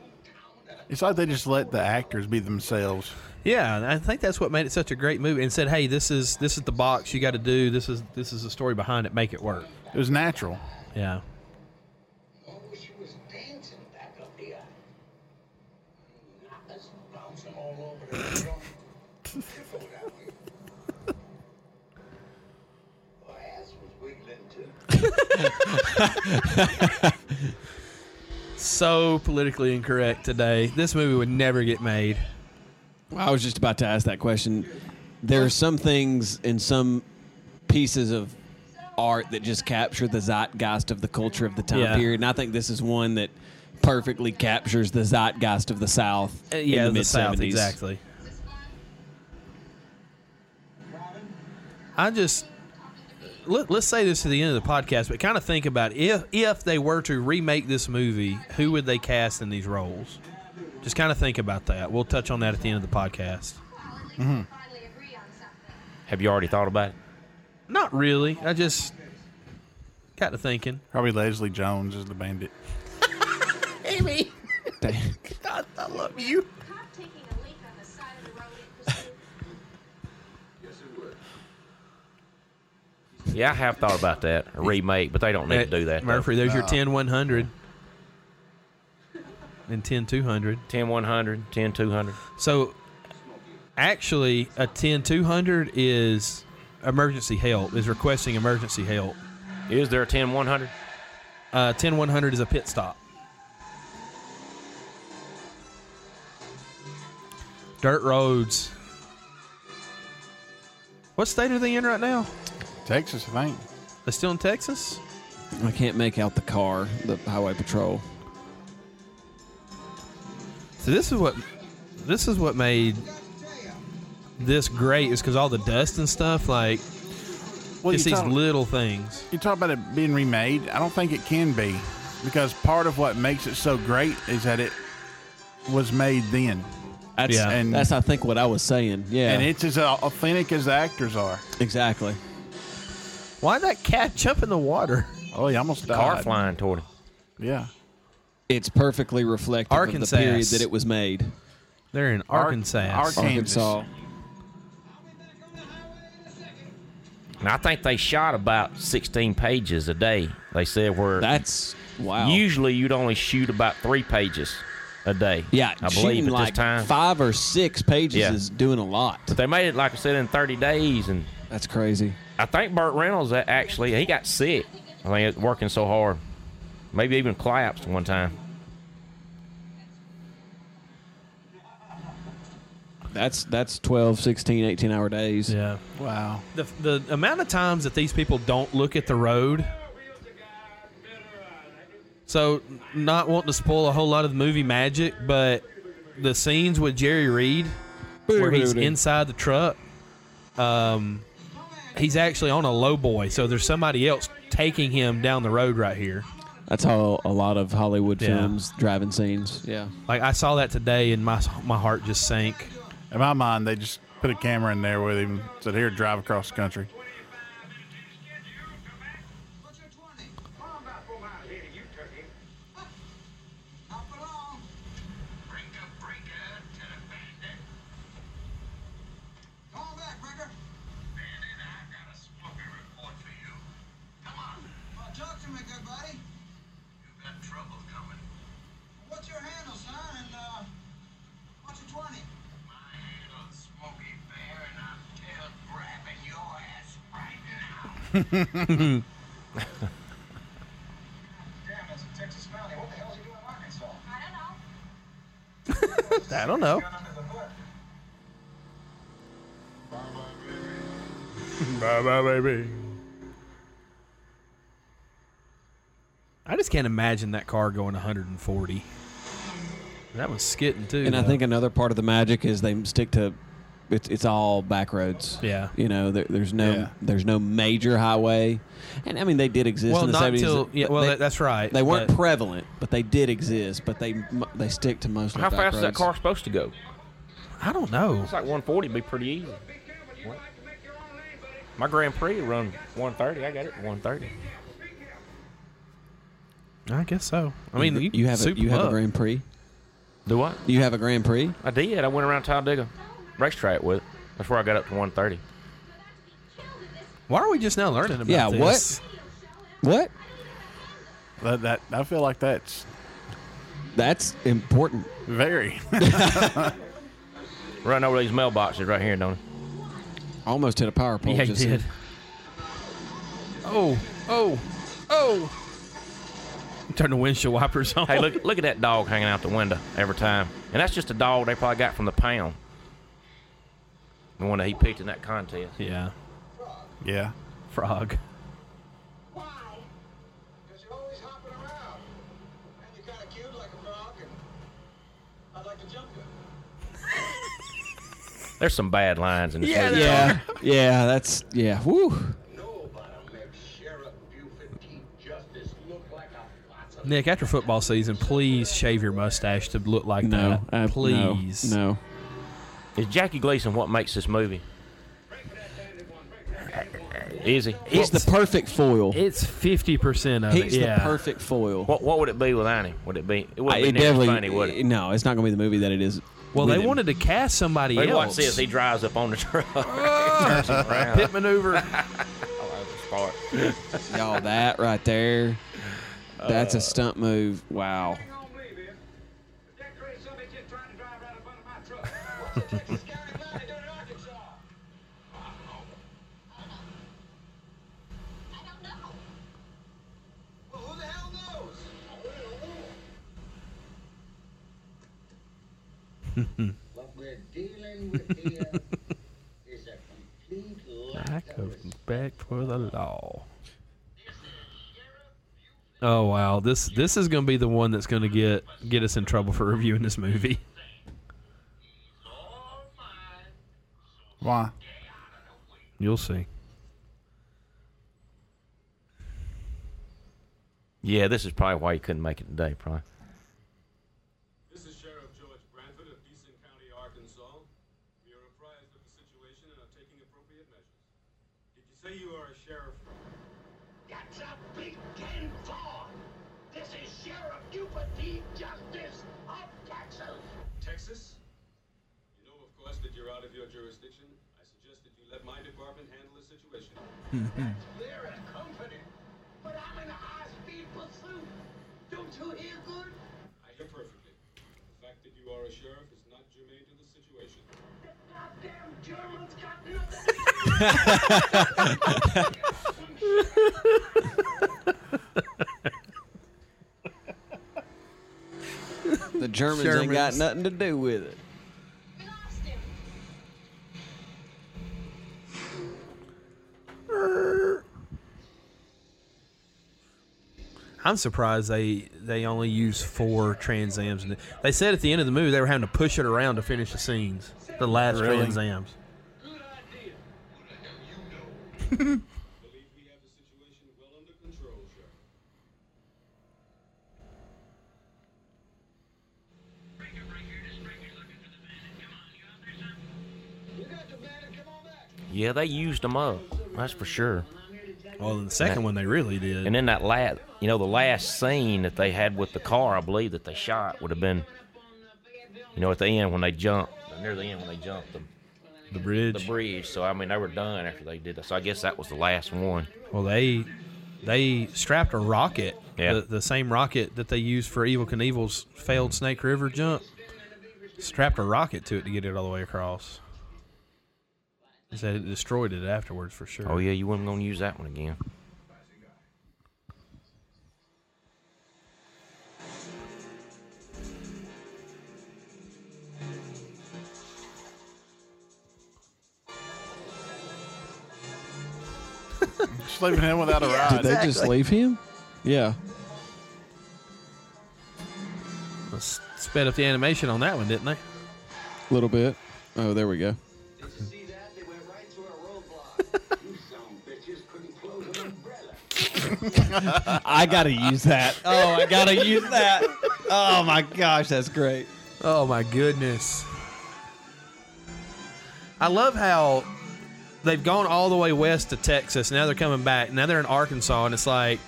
S7: at
S3: It's like they just let the actors be themselves.
S1: Yeah, and I think that's what made it such a great movie. And said, "Hey, this is this is the box you got to do. This is this is the story behind it. Make it work."
S3: It was natural.
S1: Yeah.
S7: I wish you Oh, was dancing back up here. Knockers bouncing all over the floor. Go that way. My ass was wiggling too.
S1: So politically incorrect today. This movie would never get made.
S2: I was just about to ask that question. There are some things and some pieces of art that just capture the zeitgeist of the culture of the time
S1: Yeah.
S2: period, and I think this is one that perfectly captures the zeitgeist of the South.
S1: Uh, yeah,
S2: in the,
S1: the, South
S2: mid-seventies.
S1: exactly. I just let, let's say this to the end of the podcast, but kind of think about if if they were to remake this movie, who would they cast in these roles? Just kind of think about that. We'll touch on that at the end of the podcast.
S6: Well, at least we finally agree on something.
S4: Have you already thought about it?
S1: Not really. I just got to thinking.
S3: Probably Leslie Jones is the bandit.
S1: Amy,
S2: Damn.
S1: I, I love you.
S6: Cop taking a leak on the side of the road in pursuit.
S4: Yeah, I have thought about that. A remake, but they don't need to do that. though.
S1: Murphy. There's your 10 100 and 10 200.
S4: 10 100, 10 200.
S1: So actually, a 10 200 is emergency help, is requesting emergency help.
S4: Is there a 10 100?
S1: Uh, 10 100 is a pit stop. Dirt roads. What state are they in right now?
S3: Texas, I think.
S1: They're still in Texas?
S2: I can't make out the car, the highway patrol.
S1: So this is what this is what made this great is because all the dust and stuff like
S3: Well,
S1: it's
S3: you
S1: these
S3: talk,
S1: little things.
S3: you talk about it being remade. I don't think it can be because part of what makes it so great is that it was made then.
S2: That's
S1: Yeah.
S3: And-
S2: that's I think what I was saying. Yeah,
S3: And it's as authentic as the actors are.
S2: exactly.
S1: Why'd that cat jump in the water?
S3: Oh, he almost died.
S4: Car flying toward him.
S3: Yeah.
S2: It's perfectly reflective
S1: Arkansas.
S2: of the period that it was made.
S1: They're in
S3: Ar-
S1: Arkansas.
S3: Arkansas. Kansas.
S2: Arkansas.
S4: And I think they shot about 16 pages a day. They said where
S2: That's wow.
S4: usually you'd only shoot about three pages a day.
S2: Yeah,
S4: I
S2: shooting
S4: believe at
S2: like
S4: this time.
S2: five or six pages
S4: Yeah.
S2: is doing a lot.
S4: They made it, like I said, in 30 days. And
S2: That's crazy.
S4: I think Burt Reynolds a- actually, he got sick. I think it's working so hard. Maybe even collapsed one time.
S2: That's that's 12, 16, 18 hour days.
S1: Yeah.
S3: Wow.
S1: The, the amount of times that these people don't look at the road. So, not wanting to spoil a whole lot of the movie magic, but the scenes with Jerry Reed, where he's inside the truck, um, he's actually on a low boy. So there's somebody else taking him down the road right here.
S2: That's how a lot of Hollywood
S1: Yeah.
S2: films driving scenes. Yeah.
S1: Like I saw that today, and my my heart just sank.
S3: In my mind, they just put a camera in there with him. Said, "Here, drive across the country."
S7: Well, I'm about four miles ahead of you, turkey. Hop along. Break up, break up to the bandit. Come on back, Breaker. Bandit, I got a smoking report for you. Come on. Well, talk to me, good buddy. You've got trouble coming. What's your handle, son? And, uh, what's your 20? My handle's Smokey Bear, and I'm tail grabbing your ass right now. Damn, that's a Texas Valley. What the hell's he doing in Arkansas?
S6: I don't
S1: I don't know.
S6: know.
S7: Gun under the hood.
S1: I just can't imagine that car going 140. That was skidding too.
S2: And I
S1: though.
S2: think another part of the magic is they stick to it's it's all back roads.
S1: Yeah.
S2: you know, there, there's no
S3: Yeah.
S2: there's no major highway, and I mean they did exist.
S1: Well,
S2: in the
S1: not
S2: 70s.
S1: till yeah. Well,
S2: They-
S1: that- that's right.
S2: They weren't
S1: but-
S2: prevalent, but they did exist. But they m- they stick to most.
S4: How
S2: back
S4: fast is that
S2: roads.
S4: car supposed to go?
S1: I don't know.
S4: It's like 140 would be pretty easy. What? My Grand Prix run 130. I got it 130.
S1: I guess so. I mean, you,
S2: You have a,
S1: soup
S2: you
S1: them
S2: have a
S1: up.
S2: Grand Prix.
S4: Do what?
S2: You have a Grand Prix.
S4: I did. I went around Talladega racetrack with it. That's where I got up to 130.
S1: Why are we just now learning about
S2: Yeah, what?
S1: this?
S2: What?
S3: That, that I feel like that's
S2: That's important.
S3: very.
S4: Run over these mailboxes right here, don't
S2: Almost hit a power
S4: I?
S2: pole. just then.
S1: Oh, oh, oh! Turn the windshield wipers on.
S4: hey, look look at that dog hanging out the window every time. And that's just a dog they probably got from the pound. The one that he picked in that contest.
S1: Yeah,
S3: yeah.
S1: frog.
S6: Why?
S7: Because you're always hopping around. And you're kind of cute like a frog, and I'd like to jump you.
S4: There's some bad lines in this
S1: Yeah,
S4: movie.
S2: Yeah, yeah. That's yeah. Woo.
S7: Nobody makes Sheriff Buford T. Justice look like a lots of
S1: Nick, after football season, please shave your mustache to look like
S2: No,
S1: that.
S2: uh,
S1: please.
S2: No, no.
S4: Is Jackie Gleason what makes this movie? Is he?
S2: He's the perfect foil.
S1: It's fifty percent of
S2: He's
S1: it.
S2: the
S1: yeah.
S2: perfect foil.
S4: What what would it be without him? Would it be? It
S2: I-
S4: wouldn't
S2: it
S4: be nearly
S2: definitely. eh,
S4: funny, would it?
S2: No, it's not going to be the movie that it is.
S1: well,
S2: with
S1: they
S2: him.
S1: wanted to cast somebody
S4: But watch
S1: else.
S4: this. He drives up on the truck.
S1: Pit maneuver.
S2: y'all that right there. That's a stunt move. Wow.
S7: Hang on, believe it. But that crazy somebody just tried to drive right up under my truck. What's the Texas County line to go to Arkansas?
S6: I don't know.
S7: Well, who the hell knows? What we're dealing with here is a complete lack
S1: Lack of respect for the law. Oh wow, this this is gonna be the one that's gonna get get us in trouble for reviewing this movie.
S7: Oh,
S3: Why?
S1: You'll see.
S4: yeah, this is probably why he couldn't make it today. Probably.
S8: This is Sheriff George Branford of Deason County, Arkansas. We are apprised of the situation and are taking appropriate measures. Did you say you are a sheriff?
S7: That's a big ten four. This is Sheriff Hubert D. Justice of Texas.
S8: Texas? You know, of course, that you're out of your jurisdiction. I suggest that you let my department handle the situation.
S7: They're in company, but I'm in a high-speed pursuit. Don't you hear good?
S8: I hear perfectly. The fact that you are a sheriff is not germane to the situation.
S7: The goddamn Germans got nothing. to do with
S2: The Germans, ain't got
S1: Shermans.
S2: nothing to do with it.
S6: We lost him.
S1: I'm surprised they they only used four Transams. in it. They said at the end of the movie they were having to push it around to finish the scenes. The last
S3: Really?
S1: Transams.
S8: Believe we have the situation well under control, Sheriff.
S7: it. You got the man. Come on back.
S4: Yeah, they used him up. That's for sure.
S1: Well, in the second one they really did.
S4: And then that last, you know, the last scene that they had with the car, I believe that they shot would have been, you know, at the end when they jumped near the end when they jumped the,
S1: the bridge.
S4: the bridge. So I mean, they were done after they did that. So I guess that was the last one.
S1: Well, they they strapped a rocket,
S4: Yeah.
S1: the, the same rocket that they used for Evil Knievel's failed Snake River jump. Strapped a rocket to it to get it all the way across. They said it destroyed it afterwards for sure.
S4: Oh yeah, you weren't gonna use that one again.
S3: Just leaving him without a ride.
S2: Did they just leave him? Yeah.
S1: Let's sped up the animation on that one, didn't they?
S2: A little bit. Oh, there we go.
S7: Did you see that? They went right through our roadblock. you some bitches couldn't close an umbrella.
S2: I gotta use that. Oh, I gotta use that. Oh my gosh, that's great.
S1: Oh my goodness. I love how they've gone all the way west to Texas. Now they're coming back. Now they're in Arkansas, and it's like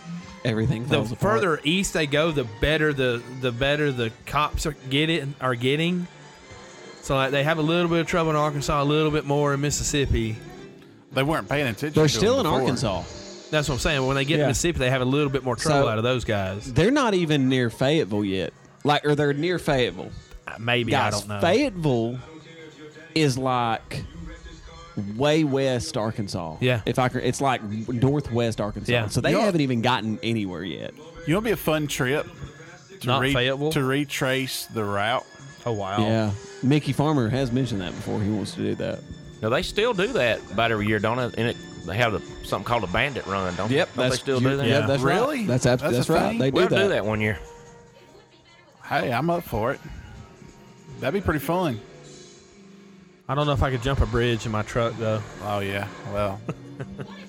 S2: Everything
S1: the
S2: falls apart.
S1: further east they go, the better the the better the cops are getting are getting. So like they have a little bit of trouble in Arkansas, a little bit more in Mississippi.
S3: They weren't paying attention.
S2: They're
S3: to them
S2: still in
S3: before.
S2: Arkansas.
S1: That's what I'm saying. When they get
S2: Yeah.
S1: to Mississippi, they have a little bit more trouble
S2: So-
S1: out of those guys.
S2: They're not even near Fayetteville yet. Like, or they're near Fayetteville.
S1: Maybe
S2: uh, Guys,
S1: I don't know.
S2: Fayetteville is like way west Arkansas.
S1: Yeah.
S2: If I could, it's like northwest Arkansas.
S1: Yeah.
S2: So they
S3: You know-
S2: haven't even gotten anywhere yet.
S3: You know, it'd be a fun trip to,
S1: Not Fayetteville?
S3: to retrace the route.
S1: oh wow.
S2: Yeah. Mickey Farmer has mentioned that before. He wants to do that.
S4: No, they still do that about every year, don't they? And it, they have the, something called a bandit run, don't they? Don't they
S2: that's
S4: still
S2: you-
S4: do that?
S2: Yeah, that's
S3: Really?
S2: Right. That's ab-
S3: That's a
S2: that's, right.
S3: thing?
S2: They do
S4: We'll
S2: that.
S4: do that one year.
S3: Hey, I'm up for it. That'd be pretty fun.
S1: I don't know if I could jump a bridge in my truck though.
S3: Oh yeah. Well,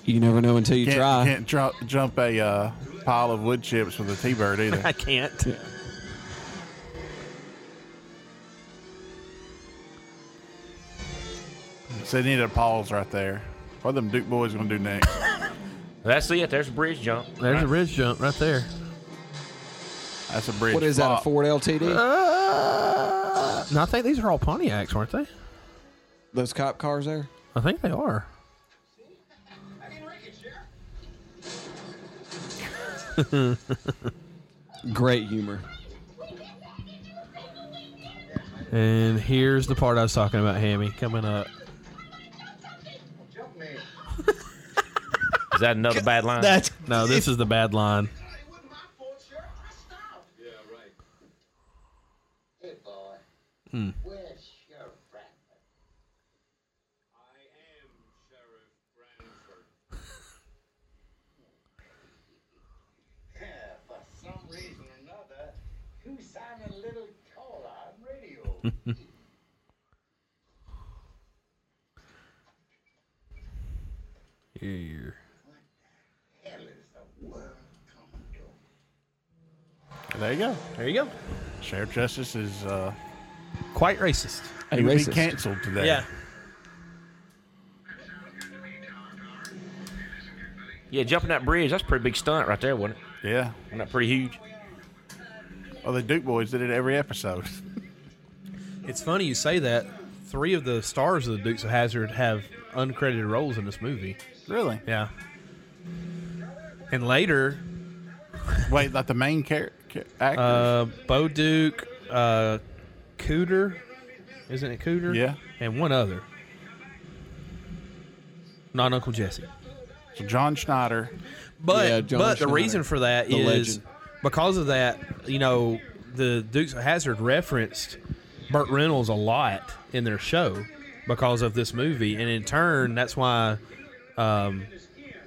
S2: You never know until you
S3: can't,
S2: try.
S3: can't jump, jump a uh, pile of wood chips with a T-bird either.
S1: I can't.
S3: so they needed a pause right there. What are them Duke boys gonna do next?
S4: That's it. There's a bridge jump.
S1: There's a bridge jump right there.
S3: That's a bridge.
S2: What is that? A
S3: flop.
S2: Ford LTD?
S1: Uh, No, I think these are all Pontiacs, weren't they?
S2: Those cop cars there?
S1: I think they are.
S2: Great humor.
S1: And here's the part I was talking about, Hammy, coming up.
S4: Is that another bad line?
S1: No, this is the bad line.
S8: Yeah, right.
S7: Hey, boy. Where's Sheriff Bradford?
S8: I am Sheriff Branford.
S7: Yeah, for some reason or another, you sound a little taller on radio.
S1: Here.
S7: Hell is the world coming to?
S3: There you go.
S1: There you go.
S3: Sheriff Justice is uh,
S1: Quite racist.
S2: A
S3: he would be
S2: racist.
S3: canceled today.
S4: Yeah, jumping that bridge. That's a pretty big stunt right there, wasn't it?
S3: Yeah.
S4: Wasn't that pretty huge?
S3: Well, the Duke boys did it every episode.
S1: It's funny you say that. Three of the stars of the Dukes of Hazard have uncredited roles in this movie.
S3: really?
S1: Yeah. And later,
S3: Wait, like the main character actors?
S1: uh, Bo Duke, uh, Cooter, isn't it Cooter?
S3: Yeah.
S1: And one other. Not Uncle Jesse.
S3: so John Schneider.
S1: But
S2: Yeah, John
S1: but the
S2: Schneider.
S1: reason for that is
S2: The legend.
S1: because of that, you know, the Dukes of Hazard referenced Burt Reynolds a lot in their show because of this movie, and in turn, that's why um,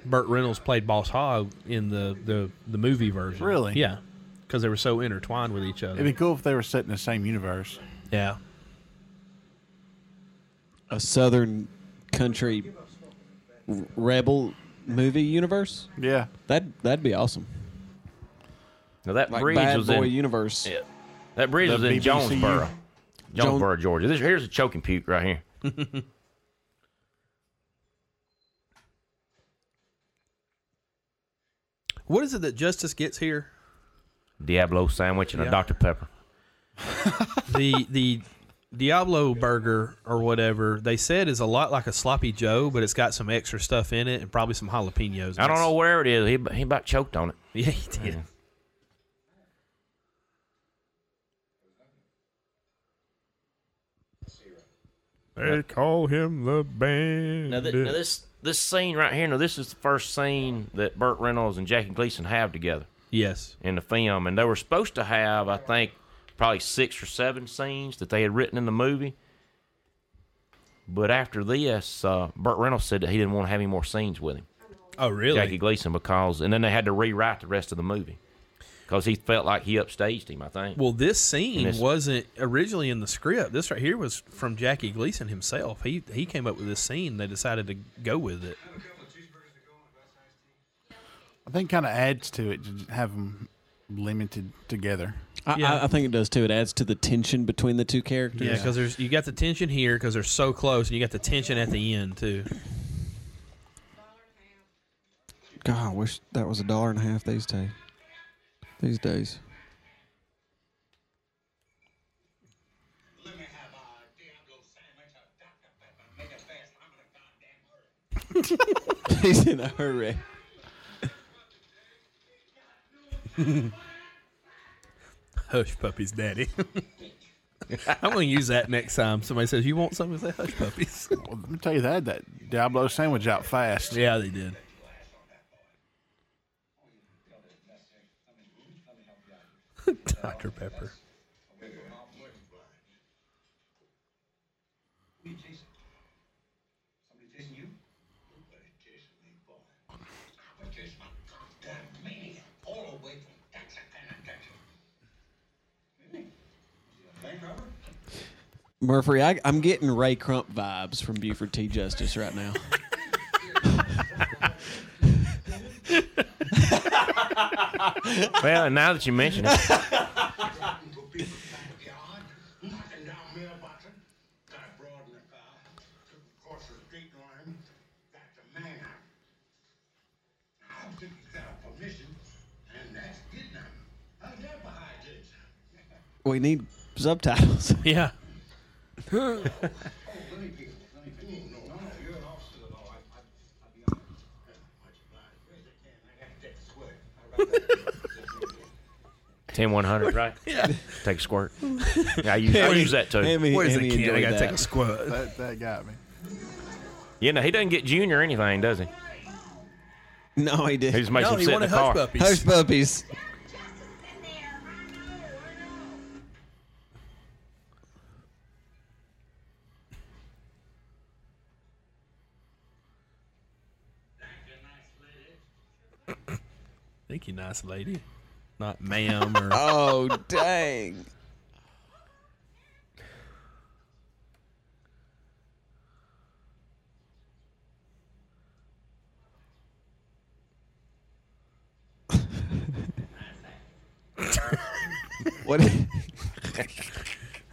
S1: Burt Reynolds played Boss Hogg in the the, the movie version.
S3: Really?
S1: Yeah, because they were so intertwined with each
S3: It'd
S1: other.
S3: be cool if they were set in the same universe.
S1: yeah.
S2: A southern country r- rebel movie universe?
S3: Yeah.
S2: That that'd be awesome.
S4: Now that
S2: Like
S4: bridge
S2: Bad
S4: was
S2: Boy
S4: in
S2: universe.
S4: Yeah. That bridge
S3: The
S4: was in
S3: BBCU.
S4: Jonesboro.
S2: Jones-
S4: Jonesboro, Georgia. This, here's a choking puke right here.
S1: What is it that Justice gets here?
S4: Diablo sandwich and
S1: Yeah.
S4: a Dr. Pepper.
S1: the the Diablo burger or whatever they said is a lot like a sloppy Joe, but it's got some extra stuff in it and probably some jalapenos.
S4: I don't know where it is. He, he about choked on it.
S1: Yeah, he did.
S9: They call him the band.
S4: Now, thi- now this this scene right here, now this is the first scene that Burt Reynolds and Jackie Gleason have together
S1: Yes.
S4: in the film, and they were supposed to have, I think, probably six or seven scenes that they had written in the movie. But after this, uh, Burt Reynolds said that he didn't want to have any more scenes with him,
S1: Oh, really?
S4: Jackie Gleason, because, and then they had to rewrite the rest of the movie. because he felt like he upstaged him. I think.
S1: Well, this
S4: And
S1: scene
S4: it's-
S1: wasn't originally in the script. This right here was from Jackie Gleason himself. He he came up with this scene. They decided to go with it.
S3: I think kind of adds to it to have them limited together.
S2: I, I, I think it does too. It adds to the tension between the two characters.
S1: Yeah, because there's you got the tension here because they're so close, and you got the tension at the end too.
S2: God, I wish that was a dollar and a half these days. These days.
S7: Let me have a Diablo sandwich, a Dr. Pepper, make it fast. I'm in a goddamn hurry.
S2: He's in a hurry.
S1: Hush puppies, daddy. I'm going to use that next time somebody says you want something. Say hush puppies.
S3: Well, let me tell you, they had that Diablo sandwich out fast.
S1: yeah, they did. Dr Pepper.
S7: Who you chasing? Somebody chasing you? Nobody chasing me, boy. I was chasing my goddamn maniac all the way from Texarkana, Texas. Really? You think, Robert?
S2: Murphy, I, I'm getting Ray Crump vibes from Buford T. Justice right now.
S4: well, and now that you mention it,
S7: Go beat the back yard, knocking down mailboxes. Got a broad in the car, took the course of street on him. That's a man. I don't think he's got permission, and that's getting him. How's that behind this?
S2: We need subtitles.
S1: Yeah.
S7: Oh, let me be, let me be. No, no, you're an officer of the law. I, I, I'll be honest. Much obliged. Raise your hand. I got that sweat. I'd rather-
S4: 10 100, right? Yeah. Take a squirt. Yeah, I use, I use that too.
S2: Hammy,
S1: What is
S2: Hammy
S1: the kid? I
S2: enjoyed
S1: got to
S2: that.
S1: take a squirt.
S3: That, that got me.
S4: You know, he doesn't get junior or anything, does he?
S2: No, he
S4: He
S2: did.
S4: just makes
S1: No,
S4: him
S1: he
S4: sit in the
S1: wanted hush
S4: car.
S1: puppies.
S2: Hush puppies.
S6: Justice in there. I know, I know.
S1: Thank you, nice lady. Not ma'am or
S2: Oh, dang. what?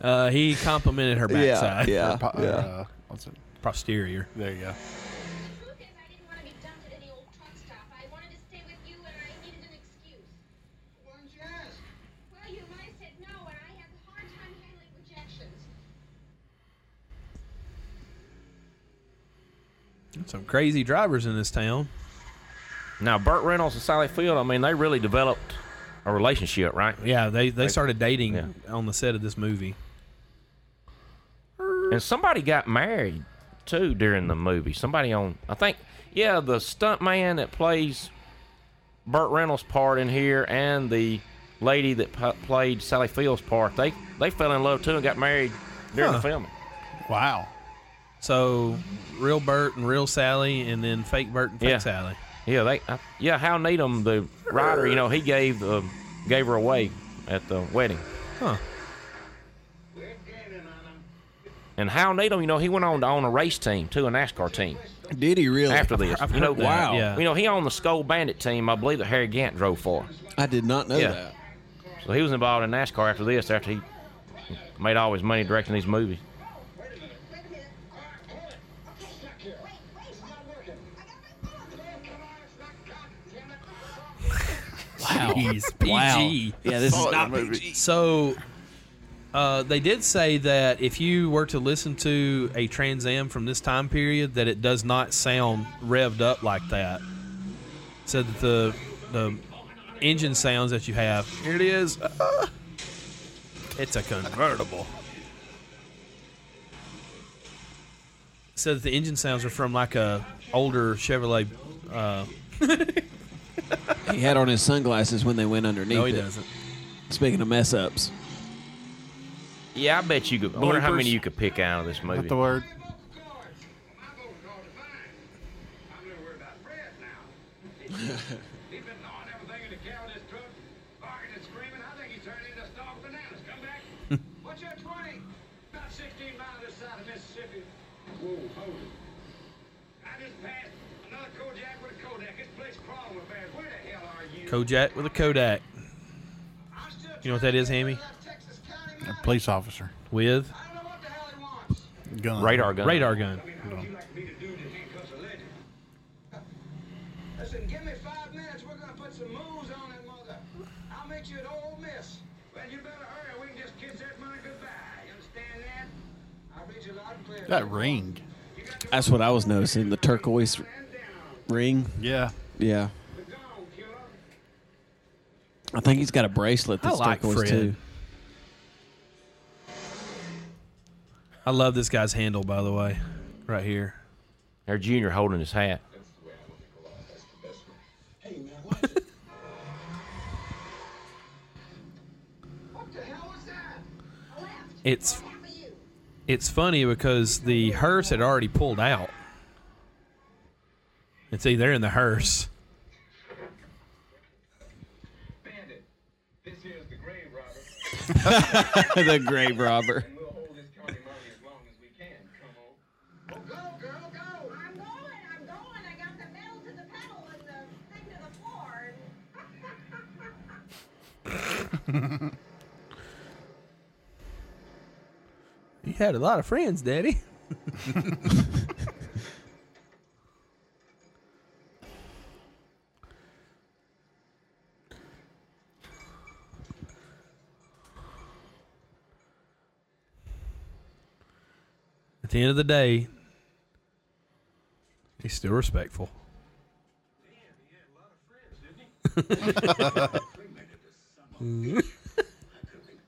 S1: Uh, he complimented her
S2: Yeah,
S1: backside.
S2: yeah,
S3: Pa-
S2: yeah.
S3: uh, what's it?
S1: Posterior.
S3: There you go.
S6: Truth is, I didn't want to be dumped at any old truck stop. I wanted to stay with you, and I needed an excuse.
S7: Why didn't you ask?
S6: Well, your wife said no, and I have a hard time handling rejections.
S1: Some crazy drivers in this town.
S4: Now, Burt Reynolds and Sally Field, I mean, they really developed a relationship, right?
S1: Yeah, they, they started dating
S4: Yeah.
S1: on the set of this movie.
S4: And somebody got married, too, during the movie. Somebody on, I think, yeah, the stunt man that plays Burt Reynolds' part in here and the lady that p- played Sally Field's part, they, they fell in love, too, and got married during
S1: Huh.
S4: the filming.
S3: Wow.
S1: So, real Bert and real Sally, and then fake Bert and fake
S4: Yeah.
S1: Sally.
S4: Yeah, they. I, yeah, Hal Needham, the writer, you know, he gave the gave her away at the wedding.
S1: Huh.
S7: We're gaining on him.
S4: And Hal Needham, you know, he went on to own a race team, too, a NASCAR team
S2: Did he really?
S4: after this.
S1: I've
S4: you know,
S1: heard that, Wow. yeah.
S4: You know, he owned the Skull Bandit team, I believe, that Harry Gant drove for.
S2: I did not know
S4: Yeah.
S2: that.
S4: So he was involved in NASCAR after this, after he made all his money directing these movies.
S7: Wait a minute. Wait a minute. All right, hold it. I'm stuck here. Wait, wait. It's not working. I got my phone. Damn, come on. It's not goddamn it.
S2: Wow.
S1: Jeez,
S2: Wow.
S1: PG.
S2: Yeah, this is
S3: Saw it in
S2: not
S3: Oh, the movie.
S2: PG.
S1: So, uh, they did say that if you were to listen to a Trans Am from this time period, that it does not sound revved up like that. Said that the the engine sounds that you have. Here it is. Ah. it's a convertible. Said that the engine sounds are from like a older Chevrolet. Uh,
S2: He had on his sunglasses when they went underneath.
S1: no, he
S2: it.
S1: doesn't.
S2: Speaking of mess ups,
S4: Yeah, I bet you could. I wonder how
S3: Bloopers.
S4: many you could pick out of this
S3: Not
S4: movie.
S3: the word.
S7: I'm going to go to mine. I'm going to worry about bread now. He's been gnawing everything in the cow in this truck. Barking Pacific. Whoa, hold it. I just passed another Kojak with a Kodak. This place crawling with bad. Where the hell are you?
S1: Kojak with a Kodak.
S7: I'm still
S1: You know what that is, Hammy?
S7: trying to Texas County
S3: A
S7: Mountain.
S3: police officer.
S1: With
S7: I don't know what the hell he wants.
S3: Gun.
S4: Radar gun.
S1: radar gun.
S7: I mean, how would you like to be the dude that handcuffs a legend? Listen, give me five minutes. We're gonna put some moves on it, mother. I'll make you an old miss. Well, you better hurry. We can just kiss that money goodbye. You understand that? I'll read you loud and clear.
S3: That ring.
S7: You got to
S2: That's what I was noticing. The turquoise
S7: stand down.
S2: ring.
S3: Yeah.
S2: Yeah.
S7: Be gone, killer.
S2: I think he's got a bracelet
S1: I
S2: that's
S1: like
S2: turquoise
S1: Fred.
S2: too.
S1: I love this guy's handle, by the way, right here.
S4: Their junior holding his hat.
S7: What the hell was that?
S6: I left.
S1: It's
S6: Half of you.
S1: it's funny because the hearse had already pulled out. And see, they're in the hearse.
S7: Bandit. This here's the grave robber,
S2: the grave robber.
S7: and we'll hold this county money as long as we can. Come on. Oh, go, girl, go.
S6: I'm going, I'm going. I got the metal to the pedal and the thing to the floor.
S1: You had a lot of friends, Daddy. At the end of the day, he's still respectful.
S7: Could have been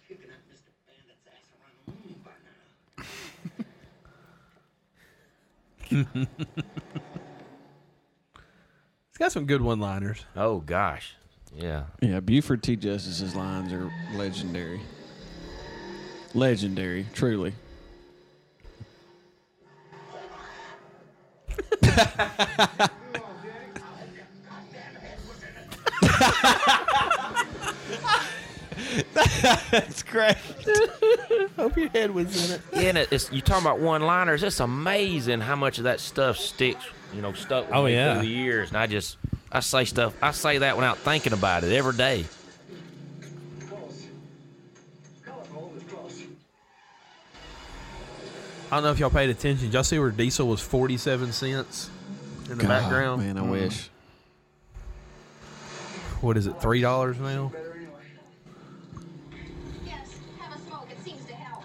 S7: kicking up Mr. Bandit's ass around the moon by now.
S1: He's got some good one-liners.
S4: Oh gosh. Yeah.
S2: Yeah, Buford T. Justice's lines are legendary. Legendary, truly. That's great.
S1: Hope your head was in it.
S4: Yeah, and it- it's, you talking about one-liners. It's amazing how much of that stuff sticks. You know, stuck with
S1: Oh,
S4: me
S1: yeah.
S4: through the years. And I just, I say stuff. I say that without thinking about it every day.
S7: Close. Colorful is close.
S1: I don't know if y'all paid attention. Did y'all see where diesel was 47 cents in the background?
S2: Oh, man, I wish.
S1: What is it, $3 now?
S7: Better anyway.
S6: Yes, have a smoke. It seems to help.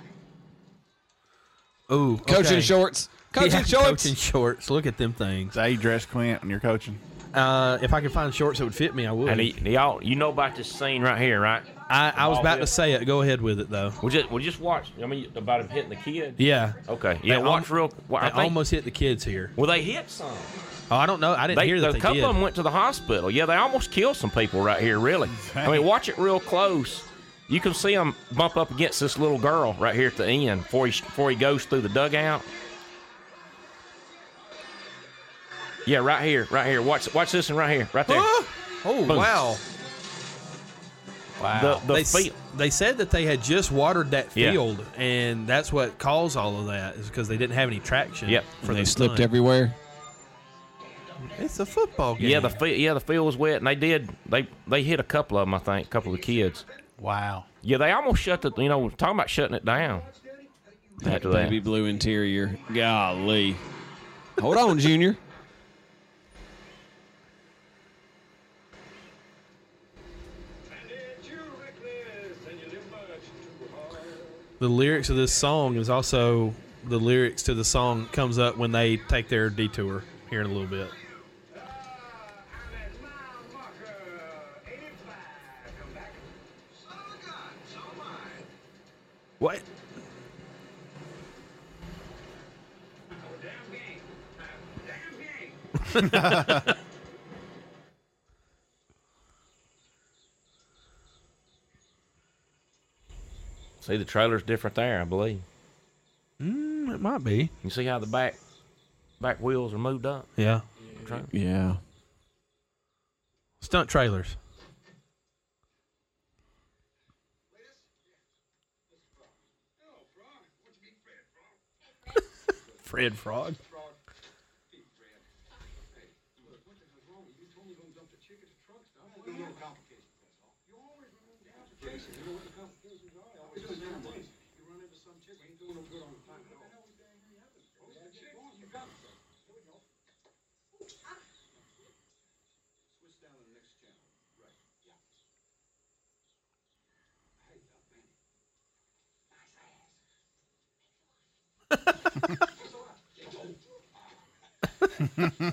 S1: Ooh,
S2: Coaching
S1: okay.
S2: shorts. Coaching
S1: Yeah,
S2: shorts.
S1: Coaching shorts. Look at them things.
S3: It's how you dress Clint when you're coaching.
S1: Uh, if I could find shorts that would fit me, I would.
S4: And he, they all, you know about this scene right here, right?
S1: I, I was
S4: Ball
S1: about to
S4: bit.
S1: say it. Go ahead with it though.
S4: We just, we just watch. I mean, about him hitting the kid.
S1: Yeah.
S4: Okay. Yeah.
S1: They
S4: watch
S1: al-
S4: real. Well, Oh, I
S1: I
S4: think,
S1: almost hit the kids here.
S4: Well, they hit some.
S1: Oh, I don't know. I didn't
S4: They,
S1: hear
S4: a
S1: that they
S4: couple
S1: did.
S4: of them went to the hospital. Yeah, they almost killed some people right here. Really. I mean, watch it real close. You can see him bump up against this little girl right here at the end before he before he goes through the dugout. Yeah, right here, right here. Watch, watch this one right here, right there.
S1: Huh? Oh
S4: Boom.
S1: wow!
S4: The, the
S1: they s-
S4: field.
S1: they said that they had just watered that
S4: Yeah.
S1: field, and that's what caused all of that is because they didn't have any traction.
S4: Yep.
S1: For
S2: they
S1: the
S2: slipped
S1: stunt.
S2: everywhere.
S1: It's a football game.
S4: Yeah, the field. Yeah, the field was wet, and they did. They they hit a couple of them, I think, a couple of the kids.
S3: Wow.
S4: Yeah, they almost shut the. You know, talking about shutting it down.
S2: That
S4: After that.
S2: baby blue interior. Golly. Hold on, Junior.
S1: the lyrics of this song is also the lyrics to the song comes up when they take their detour here in a little bit. What?
S4: See, the trailer's different there, I believe.
S1: Mm, it might be.
S4: You see how the back back wheels are moved up.
S1: Yeah.
S2: Yeah.
S1: Stunt trailers. Fred Frog.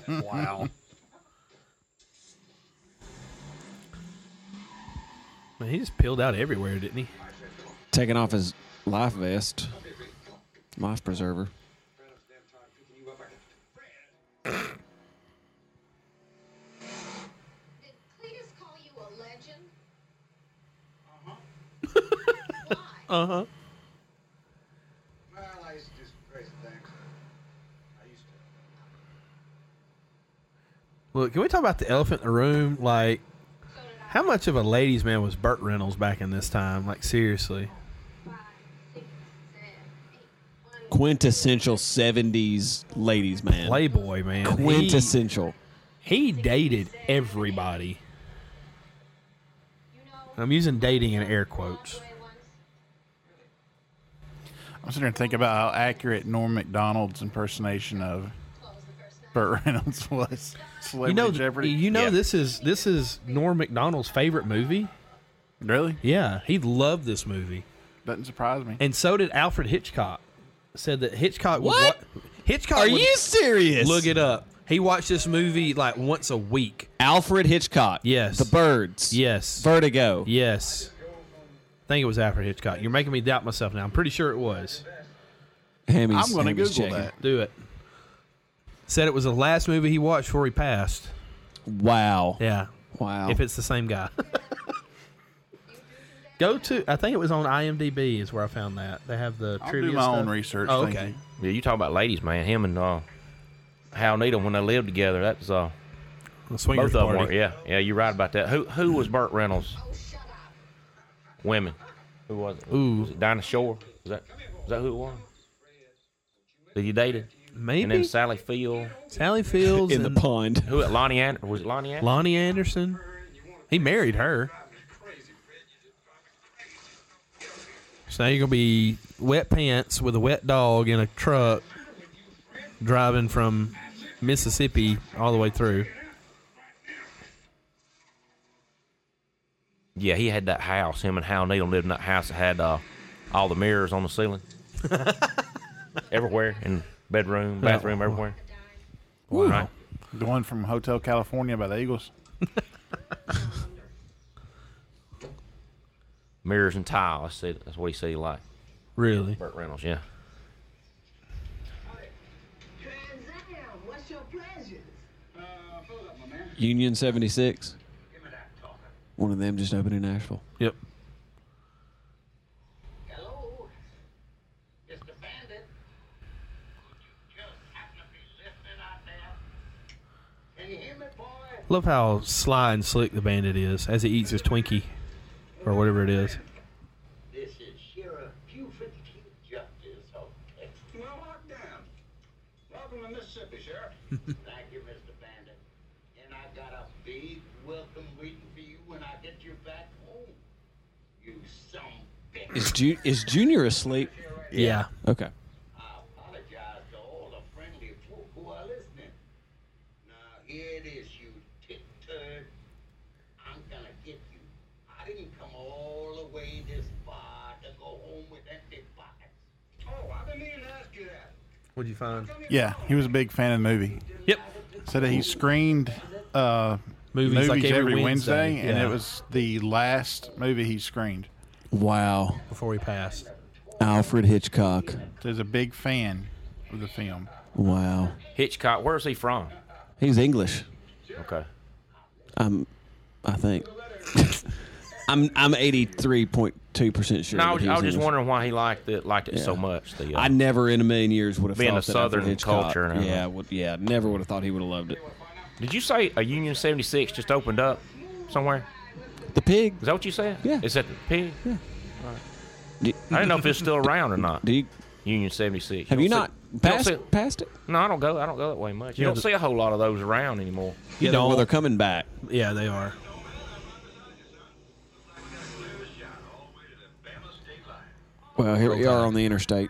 S3: Wow.
S1: Man, he just peeled out everywhere, didn't he?
S2: Taking off his life vest, life preserver.
S6: Did Cletus call you a legend? Uh-huh. Why?
S7: Well, I used to do some crazy things. I used to.
S1: Look, can we talk about the elephant in the room? Like,
S6: So did I
S1: how much of a ladies' man was Burt Reynolds back in this time? Like, seriously.
S6: five, six, seven, eight, one,
S2: Quintessential 70s ladies, man.
S1: Playboy, man. He-
S2: Quintessential.
S1: He, dated everybody.
S6: you know,
S1: I'm using dating in air quotes.
S6: Broadway once.
S3: I'm sitting here thinking about how accurate Norm McDonald's impersonation of Burt Reynolds was. Celebrity
S1: You know,
S3: Jeopardy.
S1: you know
S3: Yeah.
S1: this is this is Norm Macdonald's favorite movie.
S3: Really?
S1: Yeah, he loved this movie,
S3: Doesn't surprise me.
S1: and so did Alfred Hitchcock. Said that Hitchcock would
S2: What?
S1: wa- Hitchcock
S2: Are
S1: would-
S2: you serious?
S1: look it up. He watched this movie like once a week.
S2: Alfred Hitchcock.
S1: Yes.
S2: The Birds.
S1: Yes.
S2: Vertigo.
S1: Yes. I think it was Alfred Hitchcock. You're making me doubt myself now. I'm pretty sure it was.
S2: Hammy's,
S3: I'm going to
S2: Hammy's
S3: Google
S2: checking.
S3: that.
S1: Do it. Said it was the last movie he watched before he passed.
S2: Wow.
S1: Yeah.
S2: Wow.
S1: If it's the same guy. Go to I think it was on IMDb is where I found that. They have the
S3: I'll
S1: trivia
S3: do my own
S1: stuff.
S3: research.
S1: Oh,
S3: thank
S1: okay.
S3: you.
S4: Yeah, you talk about ladies, man. Him and uh, Hal Needham when they lived together. That was uh,
S1: The swingers
S4: both of them.
S1: party.
S4: Were, yeah, yeah, you're right about that. Who who was Burt Reynolds? Women. Who was it?
S1: Ooh.
S4: was it Dinah Shore? Was that was that who it was? That you dated? And
S1: Maybe
S4: then Sally Field.
S1: Sally Fields
S2: in the
S1: and
S2: pond.
S4: Who at Lonnie Anderson? Was it Lonnie Anderson?
S1: Lonnie Anderson. He married her. So now you're gonna be wet pants with a wet dog in a truck, driving from Mississippi all the way through.
S4: Yeah, he had that house. Him and Hal Needham lived in that house that had uh, all the mirrors on the ceiling, everywhere in bedroom, bathroom, everywhere. Right.
S3: The one from Hotel California by the Eagles.
S4: Mirrors and tile. That's, it. That's what he said he liked.
S1: Really?
S4: Burt Reynolds. Yeah.
S5: Transair, what's your pleasures?
S2: Union 76. One of them just opened in Nashville.
S1: Yep.
S5: Hello? Mr. Bandit? Could you just happen to be listening out there? Can you hear me, boy?
S1: Love how sly and slick the bandit is as he eats his Twinkie or whatever it is.
S5: This is Sheriff Buford Chief Justice of Texas. Well, lock down. Welcome to Mississippi, Sheriff. Thank you, Mr. Bandit. And I got a big welcome waiting for you when I get you back home. You some bitch.
S2: Is, Ju- is Junior asleep?
S1: Yeah.
S2: Okay.
S5: I apologize to all the friendly folk who are listening. Now, here it is, you tit turd. I'm gonna get you. I didn't come all the way this far to go home with empty pockets. Oh, I've been meaning to ask you that.
S1: What'd you find?
S3: Yeah, he was a big fan of the movie.
S1: Yep.
S3: Said that he screened uh,
S1: Movies,
S3: movies,
S1: like every,
S3: every, Wednesday, and
S1: yeah,
S3: it was the last movie he screened.
S2: Wow.
S1: before he passed.
S2: Alfred Hitchcock.
S3: So he's a big fan of the film.
S2: Wow.
S4: Hitchcock. Where's he from?
S2: He's English.
S4: Okay.
S2: I'm, I think. I'm I'm 83.2% sure.
S4: No, I
S2: that
S4: was,
S2: he
S4: I was just
S2: English.
S4: wondering why he liked it liked it so
S2: Yeah.
S4: much. The uh,
S2: I never in a million years would have
S4: Being
S2: thought
S4: a
S2: that
S4: Southern
S2: Alfred Hitchcock-
S4: culture and everything.
S2: yeah, would, yeah, never would have thought he would have loved it.
S4: did you say a Union seventy six just opened up somewhere?
S2: The pig.
S4: Is that what you said?
S2: Yeah.
S4: Is that the pig?
S2: Do,
S4: I didn't know if it's still around or not.
S2: do you
S4: Union 76.
S2: Have
S4: don't
S2: you
S4: see-
S2: not
S4: don't
S2: passed,
S4: see-
S2: passed it?
S4: No, I don't go. I don't go that way much. You
S1: Yeah,
S4: don't
S1: the-
S4: see a whole lot of those around anymore.
S1: You
S2: yeah,
S1: don't.
S2: Well, they're coming back.
S1: Yeah, they are.
S5: Oh,
S2: Well, here we are on the interstate.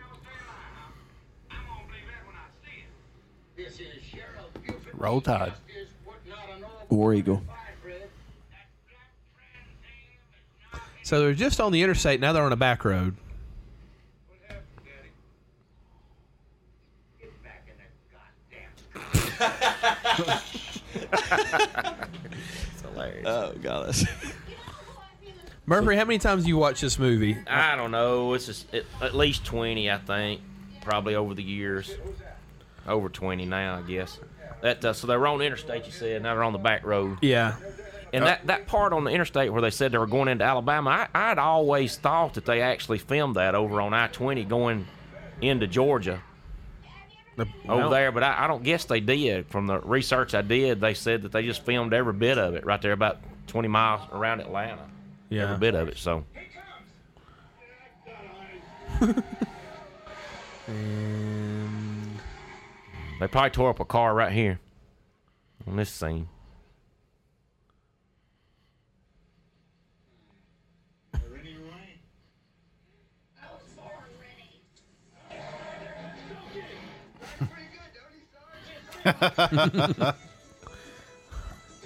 S5: This is Sheriff Buford.
S3: Roll Tide.
S5: Justice would not an all
S2: War Eagle.
S5: hybrid
S1: So they're just on the interstate. Now they're on a back road.
S5: get back in that goddamn
S4: It's hilarious.
S2: Oh god, that's
S1: Murphy, how many times you watch this movie?
S4: I don't know. It's just at, at least 20, I think. Probably over the years. Over 20 now, I guess. That uh, so they were on the interstate, you said. Now they're on the back road.
S1: Yeah,
S4: And that, that part on the interstate where they said they were going into Alabama, I, I'd always thought that they actually filmed that over on I 20 going into Georgia over there, but I, I don't guess they did. From the research I did, they said that they just filmed every bit of it right there about 20 miles around Atlanta.
S1: yeah.
S4: Every bit of it, so. They probably tore up a car right here on this scene.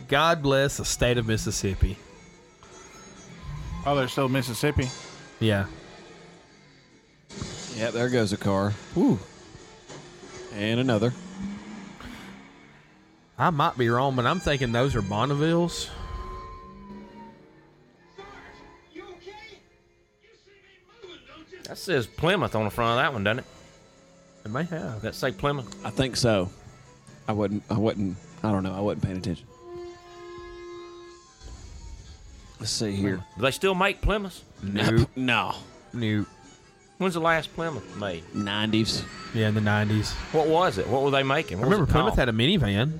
S1: God bless the state of Mississippi.
S3: Oh, they're still Mississippi.
S1: Yeah.
S2: yeah. There goes a car. Woo. And another.
S1: I might be wrong, but I'm thinking those are Bonnevilles.
S4: That says Plymouth on the front of that one, doesn't it?
S1: It may have.
S4: That say Plymouth.
S2: I think so. I wasn't. I wasn't. I don't know. I wasn't paying attention. Let's see here.
S4: Do they still make Plymouths?
S1: New,
S2: No.
S1: new.
S4: When's the last Plymouth made?
S2: Nineties.
S1: Yeah, in the '90s.
S4: What was it? What were they making?
S1: I
S4: What was
S1: remember
S4: it
S1: Plymouth had
S4: called?
S1: a minivan.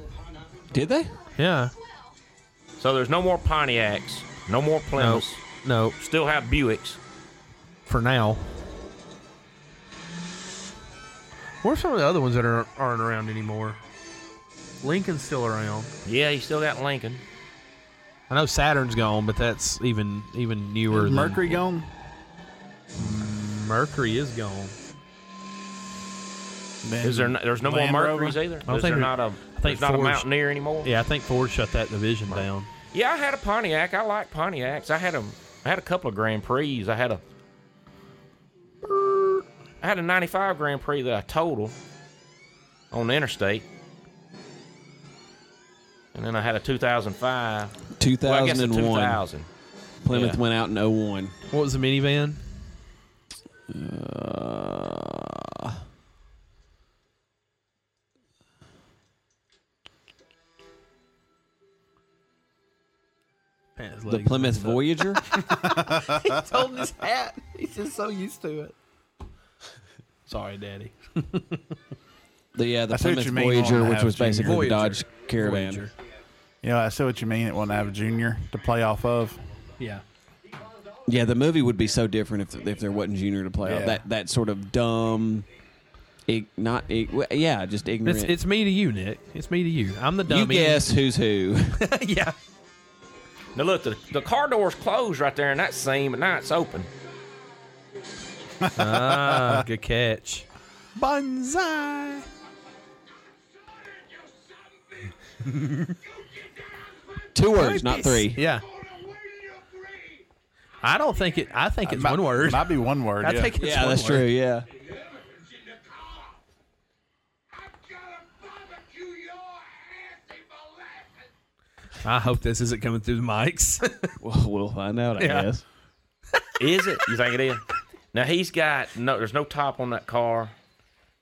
S2: Did they?
S1: Yeah.
S4: So there's no more Pontiacs, no more
S1: No.
S4: Plymouths.
S1: No.
S4: Still have Buicks.
S1: For now. What are some of the other ones that are, aren't around anymore? Lincoln's still around.
S4: Yeah, you still got Lincoln.
S1: I know Saturn's gone, but that's even even newer.
S3: Is
S1: than-
S3: Mercury gone?
S1: Mercury is gone.
S3: Then
S4: Is there? No, there's no
S3: Land
S4: more
S3: Rover?
S4: Mercuries either. I
S1: don't
S4: is
S1: think
S4: there
S1: it-
S4: not a.
S1: I think
S4: there's not a
S1: Ford's-
S4: Mountaineer anymore.
S1: Yeah, I think Ford shut that division down.
S4: Yeah, I had a Pontiac. I like Pontiacs. I had a, I had a couple of Grand Prix. I had a, I had a '95 Grand Prix that I totaled on the interstate, and then I had a 2005.
S2: Two
S4: Well, I guess
S2: thousand
S4: a
S2: and one.
S4: 2000.
S2: Plymouth
S4: yeah.
S2: went out in 01.
S1: What was the minivan?
S2: Uh, the Plymouth Voyager.
S1: He's holding his hat. He's just so used to it. Sorry, Daddy.
S2: the yeah, the
S3: I see what
S2: Plymouth
S3: you mean,
S2: Voyager,
S3: won't
S2: which
S3: have
S2: was basically
S1: junior.
S2: the Dodge
S1: Voyager.
S2: Caravan.
S3: You know, I see what you mean. It won't have a junior to play off of.
S1: Yeah.
S2: Yeah, the movie would be so different if if there wasn't Junior to play off.
S3: Yeah.
S2: That that sort of dumb, ig, not ig, well, yeah, just ignorant.
S1: It's, it's me to you, Nick. It's me to you. I'm the
S2: you
S1: dummy.
S2: guess who's who?
S1: yeah.
S4: Now look, the, the car door's closed right there in that scene, but now it's open.
S1: Ah, good catch. Bonsai.
S2: Two words, not three.
S1: Yeah. I don't think it. I think it's
S3: Might-
S1: one word.
S3: Might be one word.
S1: I
S3: yeah.
S1: think it's
S2: Yeah,
S1: one
S2: that's
S1: word.
S2: true. Yeah,
S1: I hope this isn't coming through the mics.
S2: well, we'll find out. I
S1: Yeah.
S2: guess.
S4: Is it? You think it is? Now he's got no. There's no top on that car.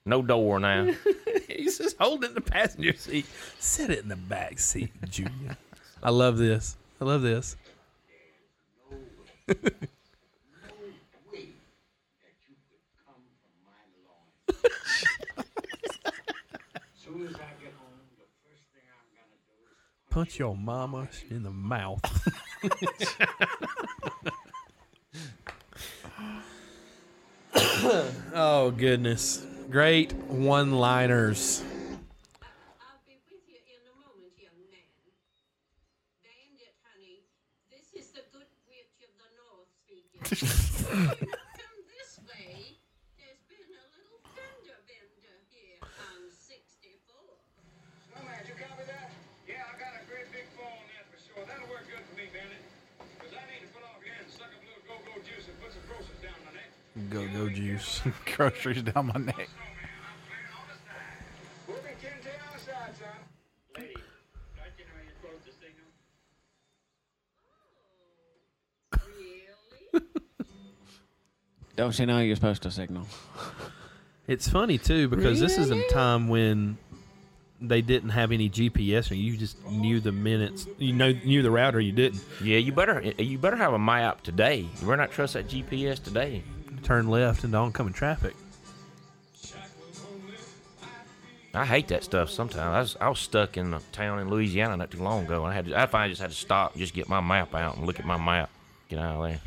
S4: No door now.
S1: He's just holding the passenger seat. Sit it in the back seat, Junior. I love this. I love this. Punch your mama in the mouth. Oh goodness. Great one-liners.
S6: I'll be with you in a moment, young man. Bandit, honey, this is the good witch of the north speaking. Come this way. There's been a little fender bender here on 64.
S5: Snowman, you copy that? Yeah, I got a great big fall on that for sure. That'll work good for me, Bandit. Because I need to put off here and suck up a little go-go juice and put some groceries down my neck.
S1: Go go juice.
S3: Groceries down my neck.
S5: Snowman, I'm playing on the side. We'll be getting to the side, son. Lady, don't you know you close the signal?
S6: Really?
S2: Don't you know you're supposed to signal?
S1: It's funny too because this is a time when they didn't have any GPS and you just knew the minutes. You know knew the route or you didn't.
S4: Yeah, you better you better have a map today. You better not trust that GPS today.
S1: Turn left into oncoming traffic.
S4: I hate that stuff sometimes. I was, I was stuck in a town in Louisiana not too long ago, and I had to, I finally just had to stop and just get my map out and look at my map. Get out of there.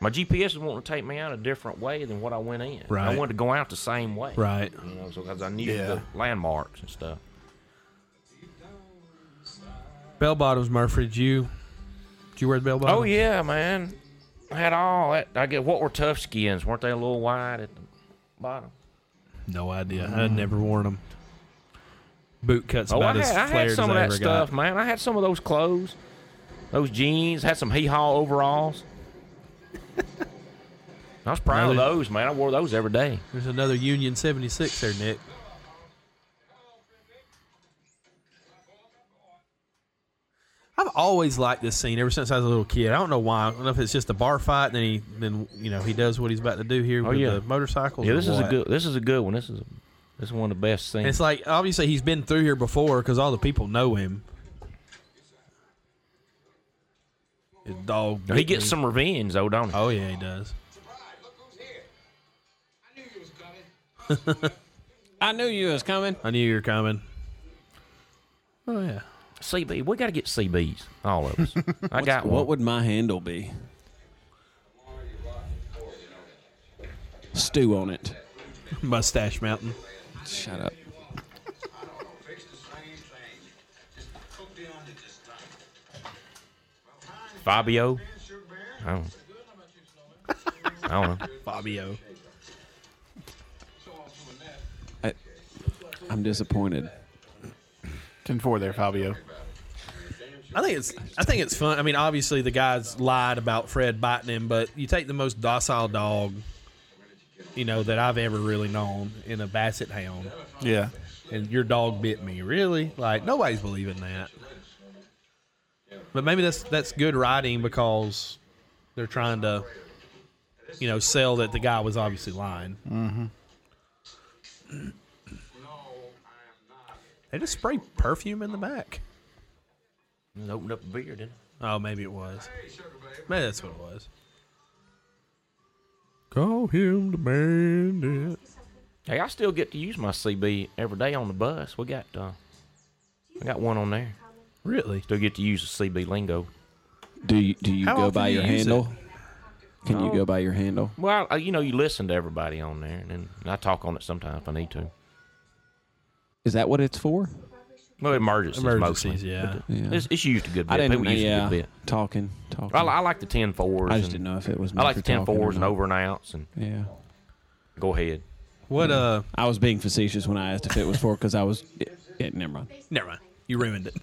S4: My GPS is wanting to take me out a different way than what I went in. I
S1: Right.
S4: wanted to go out the same way.
S1: Right.
S4: You know, so because I knew the landmarks and stuff.
S1: Bell bottoms, Murphy. Did you did you wear the bell bottoms?
S4: Oh yeah, man. I had all that. I get what were tough skins? Weren't they a little wide at the bottom?
S1: No idea. I'd never worn them. Boot cuts
S4: Oh, I
S1: about
S4: had,
S1: as
S4: I
S1: flared
S4: had
S1: as
S4: some of
S1: I
S4: that
S1: ever
S4: stuff,
S1: got.
S4: man. I had some of those clothes, those jeans. Had some hee haw overalls. I was proud
S1: Another-
S4: of those, man. I wore those every day.
S1: There's another Union 76 there, Nick. I've always liked this scene ever since I was a little kid. I don't know why. I don't know if it's just a bar fight, and then he, then you know, he does what he's about to do here with
S4: Oh, yeah.
S1: the motorcycles.
S4: Yeah,
S1: or
S4: this is a
S1: what.
S4: good. This is a good one. This is a, this is one of the best
S1: And
S4: scenes.
S1: it's like obviously he's been through here before because all the people know him. His dog.
S4: he
S1: bit
S4: gets
S1: me.
S4: some revenge though, don't he?
S1: Oh yeah, he does.
S5: Surprise, look who's here. I knew you was
S2: I knew you was
S5: coming.
S2: coming.
S1: I knew you were coming. Oh yeah.
S4: CB, we got to get CBs, all of us. I got one.
S2: What would my handle be? Stew on it.
S1: Mustache Mountain.
S2: Shut up.
S5: Fix the same thing. Just cook the onion this time.
S4: Fabio. I don't, I don't know.
S1: Fabio.
S2: I, I'm disappointed.
S3: 10 4 there, Fabio.
S1: I think it's I think it's fun. I mean, obviously the guys lied about Fred biting him, but you take the most docile dog, you know, that I've ever really known in a basset hound,
S3: Yeah.
S1: and your dog bit me. Really? Like nobody's believing that. But maybe that's that's good writing because they're trying to, you know, sell that the guy was obviously lying. Mm-hmm. They just spray perfume in the back.
S4: It opened up a beer, didn't it?
S1: Oh, maybe it was. Maybe that's what it was.
S9: Call him the bandit.
S4: Hey, I still get to use my CB every day on the bus. We got, uh, I got one on there.
S1: Really?
S4: Still get to use the CB lingo.
S2: Do you do you
S1: How
S2: go
S1: often
S2: by
S1: do you
S2: your
S1: use it?
S2: handle? Can you
S4: No.
S2: go by your handle?
S4: Well, I, you know, you listen to everybody on there, and, then I talk on it sometimes if I need to.
S2: Is that what it's for?
S4: Well, emergencies,
S1: Emergencies,
S4: mostly.
S1: yeah.
S4: But
S2: Yeah.
S4: It's, it's used a good bit.
S2: I didn't.
S4: People use it
S2: yeah,
S4: a good bit.
S2: talking, talking.
S4: I, li- I like the 10 fours.
S2: I just
S4: and-
S2: didn't know if it was.
S4: I
S2: meant
S4: like
S2: for
S4: the 10
S2: talking or
S4: fours and
S2: not.
S4: over an ounce, and
S2: Yeah.
S4: go ahead.
S1: What? Uh,
S2: I was being facetious when I asked if it was for because I was. It, it, never mind.
S1: never mind. You ruined it.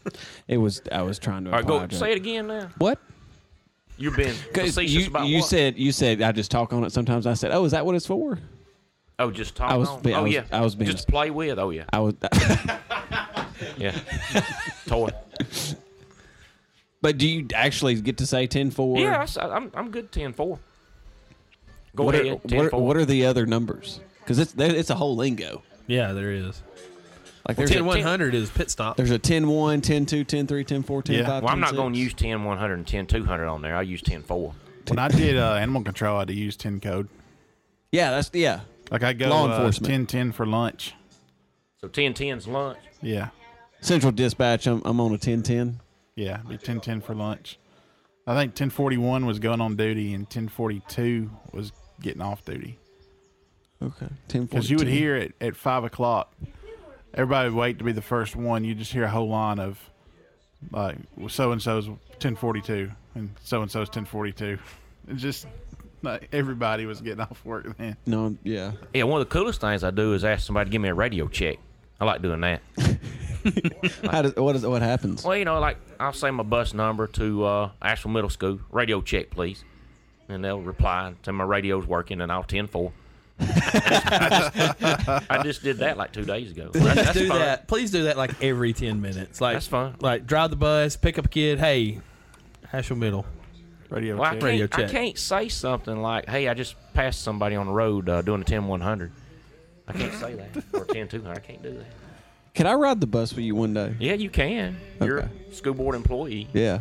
S2: It was. I was trying to.
S4: All right,
S2: imply
S4: go
S2: a joke.
S4: say it again now.
S2: What?
S4: You're being
S2: 'Cause
S4: facetious
S2: you
S4: about
S2: you
S4: what?
S2: said you said I just talk on it sometimes. I said, oh, is that what it's for?
S4: oh, just talk.
S2: I was
S4: on.
S2: be- I
S4: oh
S2: was-
S4: yeah,
S2: I was being-
S4: just play with. Oh yeah,
S2: I was.
S4: yeah. Toy.
S2: but do you actually get to say ten four?
S4: Yeah, I s- I, am I'm good 10 4. Go
S2: What are,
S4: ahead. 10
S2: what, are, what are the other numbers? Because it's there- it's a whole lingo.
S1: yeah, there is.
S2: Like
S1: Ten
S2: there's
S1: one hundred
S2: a,
S1: is pit stop.
S2: there's a 10 1, 10 2, 10 3, 10 4, 10
S3: Yeah.
S2: 5.
S4: Well, I'm not
S2: 10
S4: going to
S2: 6.
S4: use 10 100 and 10 200 on there. I use 10 4.
S3: When I did uh, animal control, I had to use 10 code.
S2: Yeah, that's yeah.
S3: Like I go
S2: Law
S3: uh,
S2: enforcement.
S3: 10 10 for lunch.
S4: So 10 10's lunch.
S3: Yeah.
S2: Central dispatch. I'm, I'm on a 10 10.
S3: Yeah. Be 10 10 for lunch. I think 1041 was going on duty and 1042 was getting off duty
S2: Okay. Ten
S3: because you would hear it at five o'clock. Everybody would wait to be the first one. You just hear a whole line of like so and so's ten forty two and so and so's ten forty two. Just like everybody was getting off work then.
S2: No. Yeah.
S4: Yeah, one of the coolest things I do is ask somebody to give me a radio check. I like doing that.
S2: How does what is what happens?
S4: Well, you know, like I'll say my bus number to uh, Asheville Middle School, radio check, please. And they'll reply to my radio's working, and I'll 10 4. I, just, I just did that like two days ago. That's,
S1: Please
S4: that's
S1: do
S4: fun.
S1: that. Please do that like every ten minutes. Like
S4: That's fine.
S1: Like drive the bus, pick up a kid. Hey, Hashel Middle.
S3: Radio
S4: Well, I
S3: check.
S4: can't,
S1: Radio
S4: I
S1: check.
S4: can't say something like, hey, I just passed somebody on the road uh, doing a 10 100. I can't say that. Or 10 200. I can't do that.
S2: Can I ride the bus with you one day?
S4: Yeah, you can. You're a
S2: Okay.
S4: school board employee.
S2: Yeah.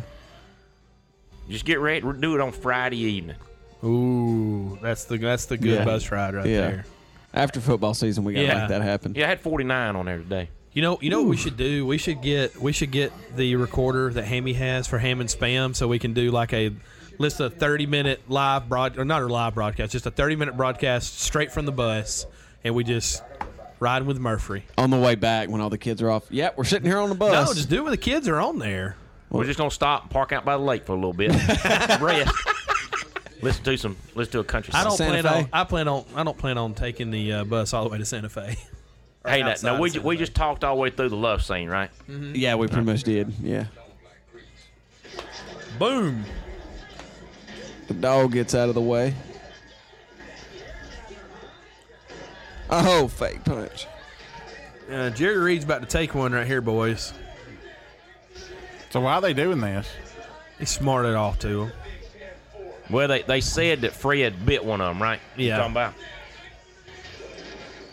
S4: Just get ready. Do it on Friday evening.
S1: Ooh, that's the that's the good
S2: Yeah.
S1: bus ride right
S2: yeah.
S1: there.
S2: After football season, we gotta
S1: Yeah.
S2: make that happen.
S4: Yeah, I had 49 on there today.
S1: You know, you know what we should do? We should get we should get the recorder that Hammy has for ham and spam, so we can do like a list of thirty minute live broad or not a live broadcast, just a thirty minute broadcast straight from the bus, and we just riding with Murphy.
S2: On the way back, when all the kids are off. Yeah, we're sitting here on the bus.
S1: No, just do it when the kids are on there.
S4: We're just gonna stop and park out by the lake for a little bit. Breath. listen to some. Listen to a country.
S1: I don't
S4: song.
S2: Santa
S1: plan on.
S2: Fe?
S1: I plan on. I don't plan on taking the uh, bus all the way to Santa Fe.
S4: Hey, now,
S1: outside
S4: now we
S1: of
S4: ju- we
S1: Santa Fe.
S4: just talked all the way through the love scene, right?
S2: yeah, we pretty much did. Yeah.
S1: Boom.
S2: The dog gets out of the way. Oh, fake punch.
S1: Uh, Jerry Reed's about to take one right here, boys.
S3: So why are they doing this?
S1: He smarted off to him.
S4: Well, they, they said that Fred bit one of them, right? You
S1: Yeah.
S4: Talking about.
S1: Oh,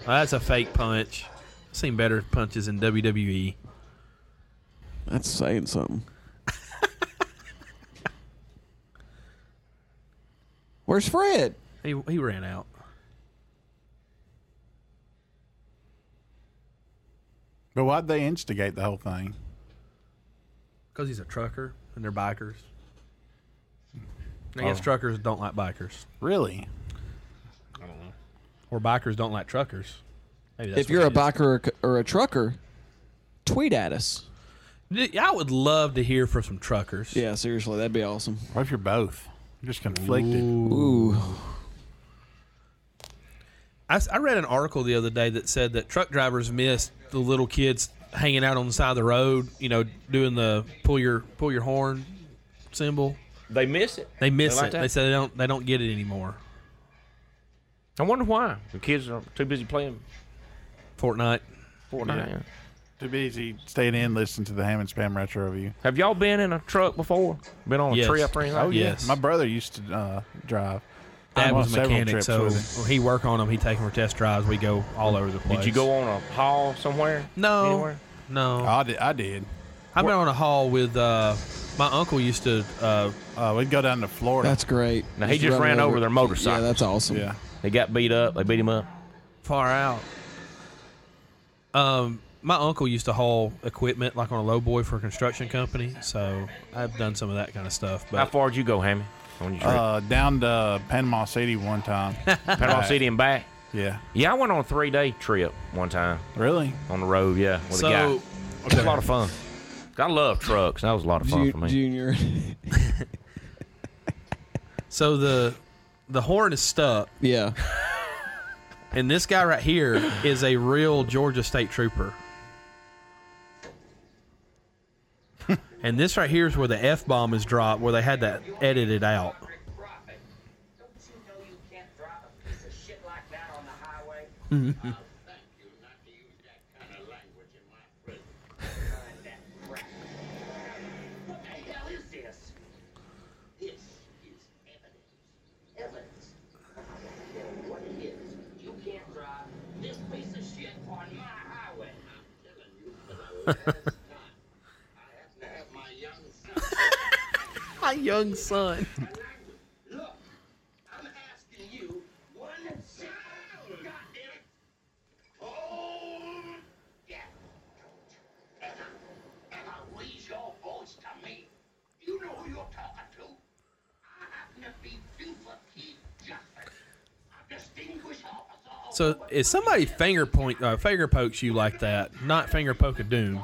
S1: that's a fake punch. I've seen better punches in E. WWE.
S2: That's saying something. Where's Fred?
S1: He he ran out.
S3: But why'd they instigate the whole thing?
S1: Because he's a trucker and they're bikers. I guess
S4: Oh.
S1: truckers don't like bikers.
S3: Really?
S1: Or bikers don't like truckers. Maybe that's
S2: if you're a
S1: what
S2: biker or, a c- or a trucker, tweet at us.
S1: it is. D- I would love to hear from some truckers.
S2: Yeah, seriously, that'd be awesome.
S3: What if you're both? You're just conflicted.
S2: Ooh,
S1: I, s- I read an article the other day that said that truck drivers miss the little kids hanging out on the side of the road, you know, doing the pull your pull your horn symbol.
S4: They miss it.
S1: They miss
S4: like
S1: it.
S4: that?
S1: They said they don't they don't get it anymore.
S4: I wonder why. The kids are too busy playing
S1: Fortnite.
S4: Fortnite.
S3: Yeah. Too busy staying in, listening to the Ham and Spam Retro Review.
S4: Have y'all been in a truck before? Been on a
S1: Yes.
S4: trip or anything?
S1: Oh, yeah. Yes.
S3: My brother used to uh, drive.
S1: Dad
S3: I'm on
S1: was a
S3: several
S1: mechanic,
S3: trips
S1: so
S3: with him.
S1: well, he work on them. He take them for test drives. We go all over the place.
S4: Did you go on a haul somewhere?
S1: No,
S4: Anywhere?
S1: no.
S3: I did. I did.
S1: I've been on a haul with uh, my uncle. Used to uh,
S3: Uh, we'd go down to Florida.
S2: that's great.
S4: Now, he just
S2: run
S4: ran over their motorcycle.
S2: Yeah, that's awesome.
S3: yeah.
S4: They got beat up. They beat him up.
S1: far out. Um, my uncle used to haul equipment like on a low boy for a construction company. So I've done some of that kind of stuff.
S4: How
S1: But
S4: far did you go, Hammy? On your trip?
S3: Uh, down to Panama City one time.
S4: Panama City and back.
S3: yeah.
S4: Yeah, I went on a three day trip one time.
S3: Really?
S4: on the road, yeah, with
S1: So-
S4: a guy. It was a lot of fun. I love trucks. That was a lot of fun
S2: Ju-
S4: for me.
S2: Junior.
S1: so the the horn is stuck,
S2: yeah.
S1: and this guy right here is a real Georgia State Trooper. and this right here is where the f bomb is dropped, where they had that edited out.
S5: Don't you know you can't drop a piece of shit like that on the highway? Uh,
S7: Thank you not to use that kind of language in my presence. Find that crap. What the hell is this? This is evidence. Evidence. I don't care what it is. You can't drive this piece of shit on my highway. I'm telling you for the last time. I have to have my young son.
S1: My young son.
S7: Look, I'm asking you one sound. God damn it. Hold yeah. Don't ever, ever raise your voice to me. You know who you're talking to. I happen to be Buford Keith Justice.
S1: So if somebody finger point uh, finger pokes you like that, not finger poke a doom.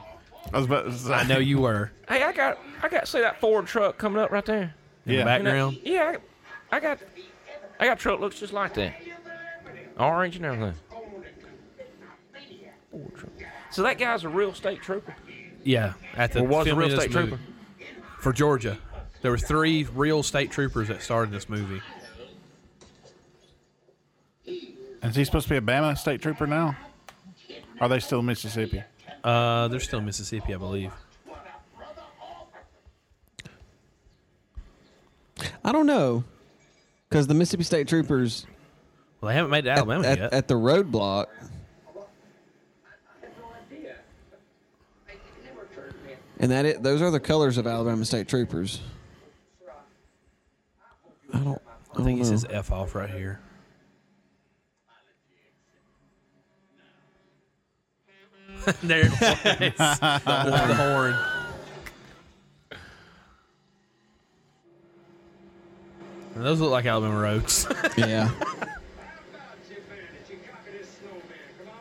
S3: I was about to say.
S1: I know you were
S4: Hey, I got I got see that Ford truck coming up right there.
S1: in the
S3: Yeah.
S4: You know,
S1: background.
S4: yeah, I, I got I got truck looks just like that, orange and everything. Ford truck. So that guy's a real state trooper,
S1: Yeah, at the
S4: or was a real
S1: filming
S4: state
S1: this movie.
S4: trooper.
S1: for Georgia. There were three real state troopers that started this movie.
S3: Is he supposed to be a Bama state trooper now? Are they still in Mississippi?
S1: Uh, they're still in Mississippi, I believe.
S2: I don't know, because the Mississippi State Troopers
S1: Well, they haven't made it to
S2: at,
S1: Alabama
S2: at-
S1: yet.
S2: at the roadblock. And that it, those are the colors of Alabama State Troopers. I don't. I,
S1: I
S2: don't
S1: think he
S2: know.
S1: says F off right here. there it was. the,
S2: Um,
S1: the horn. And those look like Alabama roads.
S2: yeah.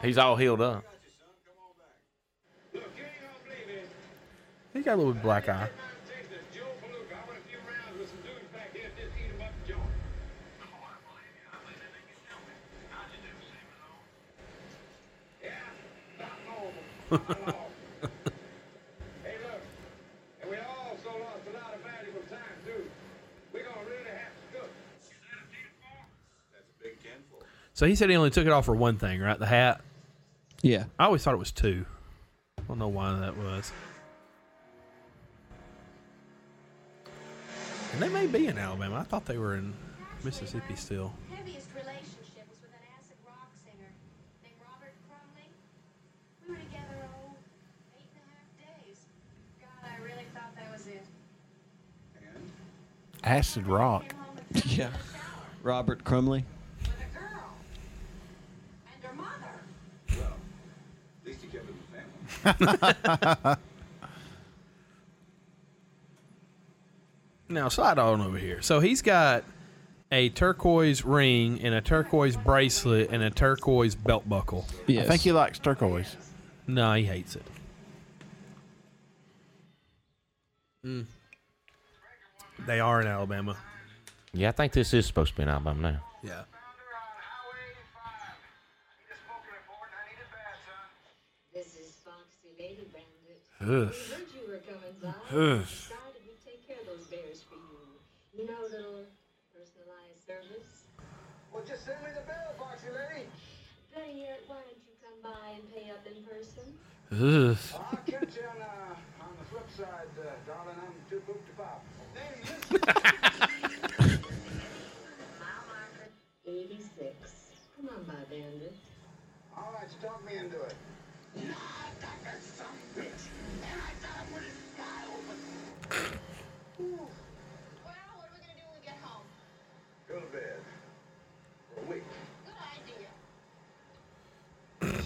S4: He's all healed up.
S1: he got a little black eye. So he said he only took it off for one thing, right? The hat.
S2: Yeah.
S1: I always thought it was two. I don't know why that was. And they may be in Alabama. I thought they were in Mississippi still.
S6: Heaviest relationship was with an acid rock singer named Robert Crumley. We were together, oh, eight and a half days. God, I really thought that was it.
S3: Acid Rock.
S6: Came home and took
S2: Yeah.
S6: a shower
S2: Robert Crumley.
S6: with a girl and her mother.
S7: least you kept it in the family.
S1: Now slide on over here. So he's got a turquoise ring and a turquoise bracelet and a turquoise belt buckle.
S2: Yes.
S3: I think he likes turquoise.
S1: No, he hates it. They are in Alabama.
S4: Yeah, I think this is supposed to be an album now.
S1: Yeah.
S6: This is Foxy Lady Bandit.
S3: Ugh.
S6: We heard you were coming by.
S3: Ugh.
S6: Decided we'd take care of those bears for you. You know, little personalized service.
S7: Well, just send me the bill, Foxy Lady.
S6: Better yet, why don't you come by and pay up in person?
S7: I'll catch you on, uh, on the flip side, uh, darling. I'm too pooped to pop. Lady, listen.
S6: Mile marker 86. Come on by, Bandit.
S7: All right, you talk me into it.
S6: Well, what are we going to do when we get home?
S7: Go to bed. For a week.
S6: Good idea.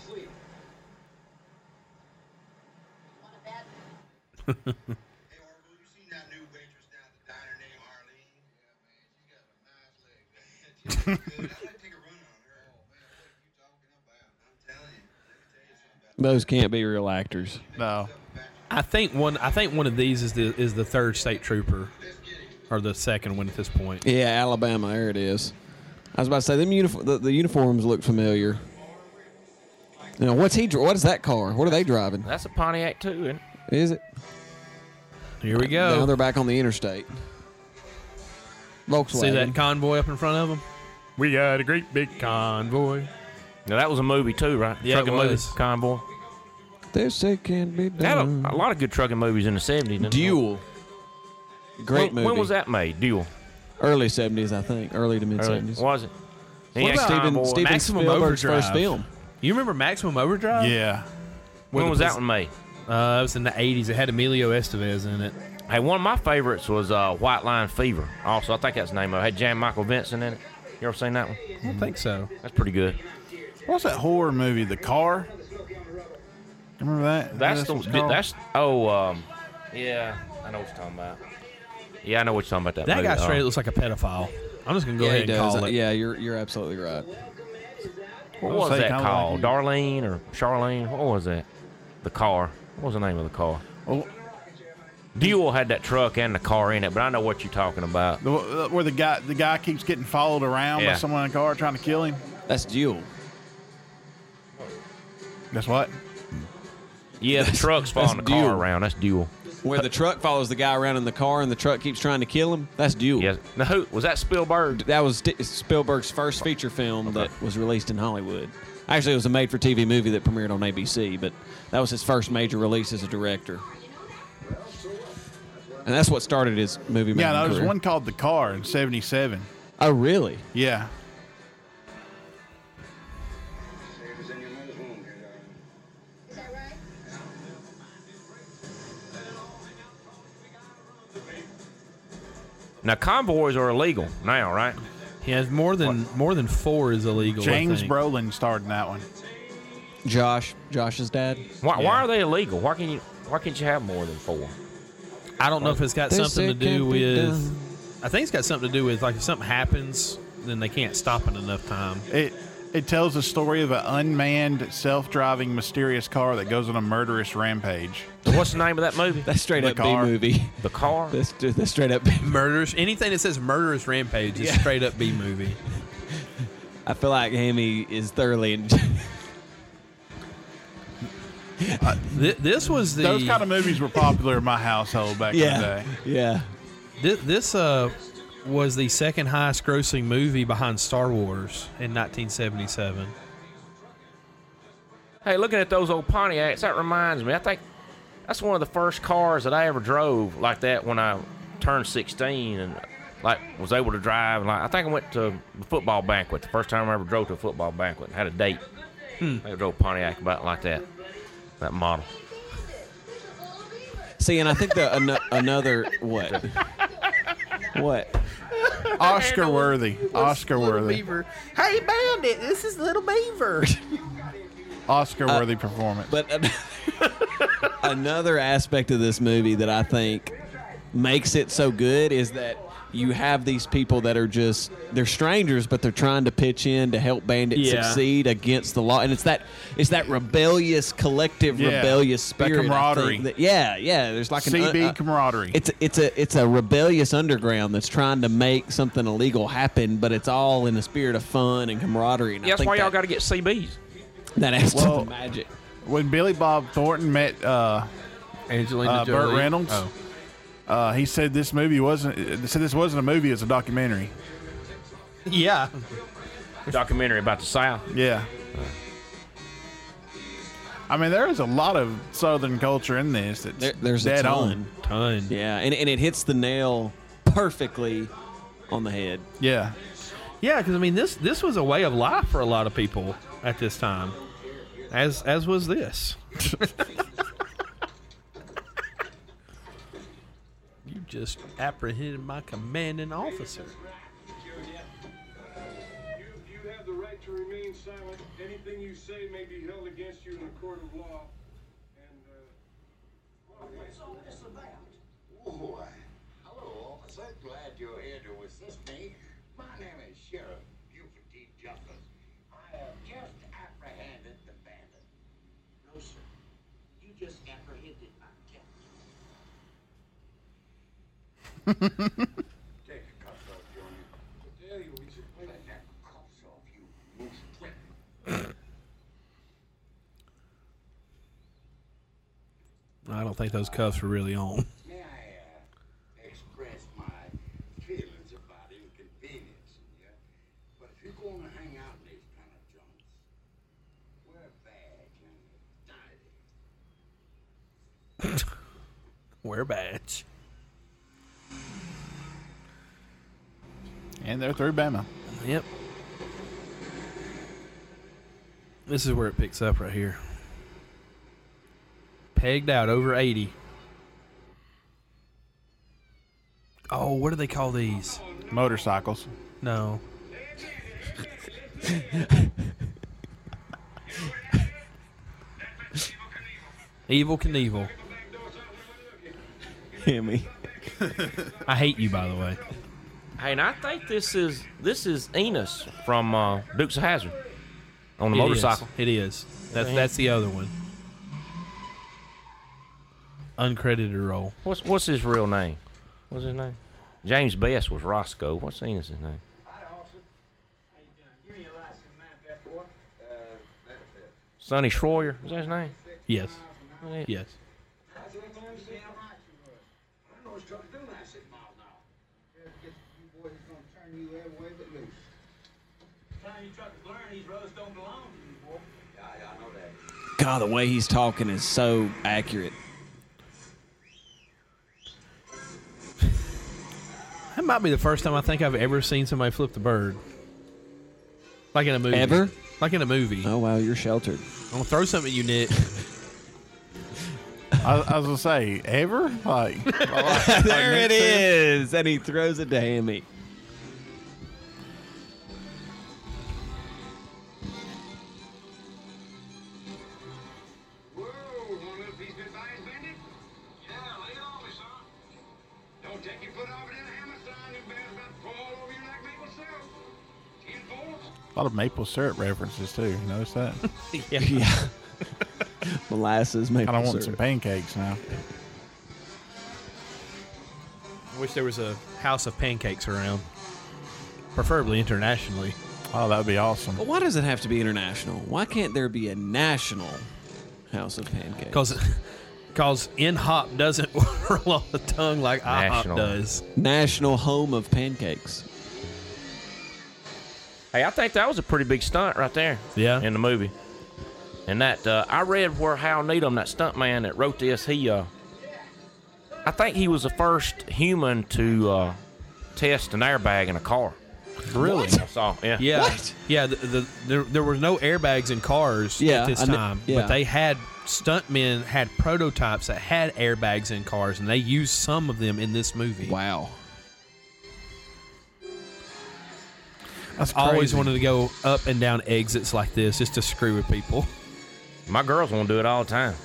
S7: Sleep.
S6: Want a bed?
S7: Hey, Orville, you seen that new waitress down at the diner named Arlene? Yeah, man, she's got a nice leg, man. She's good. I'd like to take a run on her. Oh, man, what are you talking about? I'm telling you. Let me tell you something about
S2: Those can't be real actors.
S3: No.
S1: I think one. I think one of these is the is the third state trooper, or the second one at this point.
S2: Yeah, Alabama. There it is. I was about to say them uniform. The, the uniforms look familiar. You know what's he? dri- What is that car? What are they driving?
S4: That's a Pontiac too, isn't it?
S2: Is it?
S1: Here we
S2: Now
S1: go.
S2: they're back on the interstate. Volkswagen.
S1: See that convoy up in front of them?
S9: We got a great big
S1: Convoy.
S4: Now that was a movie too, right?
S1: Yeah, it
S4: trucking
S1: was.
S4: movie, Convoy.
S2: This they can be
S4: Had a,
S2: done.
S4: a lot of good trucking movies in the seventies.
S2: Duel. Great
S4: when,
S2: movie.
S4: When was that made? Duel.
S2: Early seventies, I think. Early to mid
S4: Early-
S2: seventies.
S4: Was it?
S1: What
S4: Yeah,
S1: about-
S4: Convoy.
S2: Steven, Steven
S1: Maximum
S2: Spielberg's
S1: Overdrive.
S2: first film.
S1: You remember Maximum Overdrive?
S3: Yeah.
S1: Where
S4: when
S1: the
S4: was that
S1: police-
S4: one made?
S1: Uh, it was in the '80s. It had Emilio Estevez in it.
S4: Hey, one of my favorites was uh, White Line Fever. Also, I think that's the name of it. Had Jan Michael Vincent in it. You ever seen that one?
S1: I don't think so.
S4: That's pretty good.
S3: What's that horror movie? The Car? Remember that?
S4: That's the
S3: what it's called?
S4: that's oh um yeah I know what you're talking about. Yeah, I know what you're talking about. That,
S1: That
S4: movie.
S1: guy
S4: Uh,
S1: straight looks like a pedophile. I'm just gonna go
S2: yeah,
S1: ahead
S2: he
S1: and call
S2: does.
S1: it.
S2: Yeah, you're you're absolutely right.
S4: What
S3: I'll
S4: was
S3: say
S4: that
S3: kinda
S4: call?
S3: like-
S4: Darlene or Charlene? What was that? The car. What was the name of the car?
S3: Well,
S4: Duel had that truck and the car in it, but I know what you're talking about.
S3: the, where the guy the guy keeps getting followed around
S4: Yeah.
S3: by someone in a car trying to kill him.
S2: That's Duel.
S3: That's what.
S4: Yeah, the
S2: That's-
S4: truck's following the
S2: that's
S4: car
S2: Duel.
S4: around. That's Duel.
S2: Where the truck follows the guy around in the car and the truck keeps trying to kill him. That's Duel.
S4: Yes. Now, who was that? Spielberg.
S2: That was Sti- Spielberg's first feature film that was released in Hollywood. Actually, it was a made for TV movie that premiered on ABC, but that was his first major release as a director. And that's what started his movie making
S3: Yeah, no, there was
S2: career.
S3: one called the car in '77.
S2: Oh, really?
S3: Yeah,
S6: Is that right?
S4: Now convoys are illegal now, right?
S1: Yeah, it's more than more than four is illegal. I
S3: James
S1: think.
S3: Brolin starred in that one.
S2: Josh, Josh's dad.
S4: Why, why are they illegal? Why can you? Why can't you have more than four?
S1: I don't know if it's got
S2: They
S1: something to
S2: said can't
S1: do
S2: be
S1: with.
S2: done.
S1: I think it's got something to do with like if something happens, then they can't stop in enough time.
S3: It it tells the story of an unmanned, self-driving, mysterious car that goes on a murderous rampage.
S4: What's the name of that movie?
S2: That's straight
S3: The
S2: up
S3: car.
S2: B movie.
S4: The car.
S2: That's, that's straight up. B-
S1: Murderous. Anything that says murderous rampage is straight up B movie.
S2: I feel like Hammy is thoroughly. In-
S1: Th- this was the
S3: Those kind of movies were popular in my household back in the
S2: yeah,
S3: day.
S2: yeah.
S1: This, this uh, was the second highest grossing movie behind Star Wars in 1977.
S4: Hey, looking at those old Pontiacs, that reminds me. I think that's one of the first cars that I ever drove like that when I turned 16 and like was able to drive. And like, I think I went to a football banquet the first time I ever drove to a football banquet and had a date.
S2: Hmm.
S4: I drove a Pontiac about like that, that model.
S2: See, and I think the an- another what? what?
S3: Oscar worthy. Oscar worthy.
S4: Hey, Bandit, this is Little Beaver.
S3: Oscar worthy performance.
S2: But an- another aspect of this movie that I think makes it so good is that you have these people that are just they're strangers but they're trying to pitch in to help bandit
S1: Yeah.
S2: succeed against the law and it's that it's that rebellious collective
S3: Yeah.
S2: rebellious
S3: That
S2: spirit I think,
S3: camaraderie.
S2: that- yeah yeah there's like an
S3: CB
S2: uh,
S3: camaraderie.
S2: it's a, it's a it's a rebellious underground that's trying to make something illegal happen but it's all in the spirit of fun and camaraderie and I
S4: Yeah, that's
S2: think
S4: why y'all
S2: that,
S4: got to get CBs.
S2: that adds to
S3: Well,
S2: the magic
S3: when Billy Bob Thornton met uh,
S1: Angelina
S3: Uh, Burt
S1: Jolie.
S3: Reynolds?
S1: Oh.
S3: uh, he said this movie wasn't uh, said this wasn't a movie, it's a documentary.
S1: Yeah.
S4: Documentary about the South.
S3: Yeah. I mean, there is a lot of Southern culture in this. That's
S2: There, there's
S3: dead
S2: a ton.
S3: on.
S1: Ton.
S2: Yeah, and, and it hits the nail perfectly on the head.
S3: Yeah.
S1: Yeah, because I mean this this was a way of life for a lot of people at this time, as as was this. you just apprehended my commanding officer.
S8: You, you have the right to remain silent. Anything you say may be held against you in a court of law. And, uh,
S5: What's all this about? Why, hello, officer. Glad you're here to assist me. My name is Sheriff Buford D. Justice. I have just apprehended the bandit. No, sir. You just apprehended my captain. Take the cuffs off, Junior.
S8: yeah, you, we should play
S5: Take the cuffs off, you moose prick.
S1: I don't think those cuffs were really on.
S5: May I uh, express my feelings about inconvenience, yeah? But if you're going to hang out in these kind of junks, wear a badge and tie it.
S1: Wear a badge.
S3: And they're through Bama.
S1: Yep. This is where it picks up right here. Pegged out over 80. Oh, what do they call these?
S3: Motorcycles.
S1: No. Evil Knievel.
S2: Hammy.
S1: I hate you, by the way.
S4: Hey, and I think this is this is Enos from uh, Dukes of Hazard. on the
S1: It is.
S4: motorcycle.
S1: It is. That's that's the other one. Uncredited role.
S4: What's what's his real name? What's his name? James Best was Roscoe. What's his name?
S7: Hi, officer. How you doing? Give me your license, man, that boy. Uh, that's it.
S4: Sonny Schroyer. Was that his name?
S1: Yes.
S4: What is it?
S1: Yes.
S7: How's your time, Sam? I don't know what you're trying to do, and I said, miles an hour. you boys is gonna turn you every way but loose. Time you try to learn, these roads don't belong to you, boy. Yeah, yeah, I know that.
S2: God, the way he's talking is so accurate.
S1: That might be the first time I think I've ever seen somebody flip the bird. Like in a movie.
S2: Ever?
S1: Like in a movie.
S2: Oh wow, you're sheltered.
S1: I'm gonna throw something at you, Nick.
S3: I, I was gonna say, ever like,
S2: there it is, and he throws it to Hammy.
S7: Whoa, one of these goodbyes, bandit? Yeah, lay it on me, son. Don't take your foot off it in a hammer, son. You better about to fall over you like maple syrup. Ten bolts.
S3: a lot of maple syrup references too. You notice that?
S2: Yeah. Molasses maple
S3: Kind of want
S2: syrup.
S3: some pancakes now.
S1: I wish there was a house of pancakes around. Preferably internationally.
S3: Oh, that'd be awesome.
S2: But why does it have to be international? Why can't there be a national House of Pancakes?
S1: Cause Cause in hop doesn't roll off the tongue like IHOP
S4: National.
S1: does.
S2: national home of pancakes.
S4: Hey, I think that was a pretty big stunt right there.
S1: Yeah.
S4: In the movie. And that uh, I read where Hal Needham, that stunt man that wrote this, he uh, I think he was the first human to uh, test an airbag in a car.
S2: Really?
S4: I saw. Yeah.
S1: Yeah,
S2: What?
S1: yeah. The, the, there, there were no airbags in cars
S2: Yeah,
S1: at this
S2: I kn-
S1: time,
S2: yeah.
S1: but they had stuntmen had prototypes that had airbags in cars, and they used some of them in this movie.
S2: Wow.
S3: That's
S1: I always
S3: crazy.
S1: wanted to go up and down exits like this just to screw with people.
S4: My girls want to do it all the time.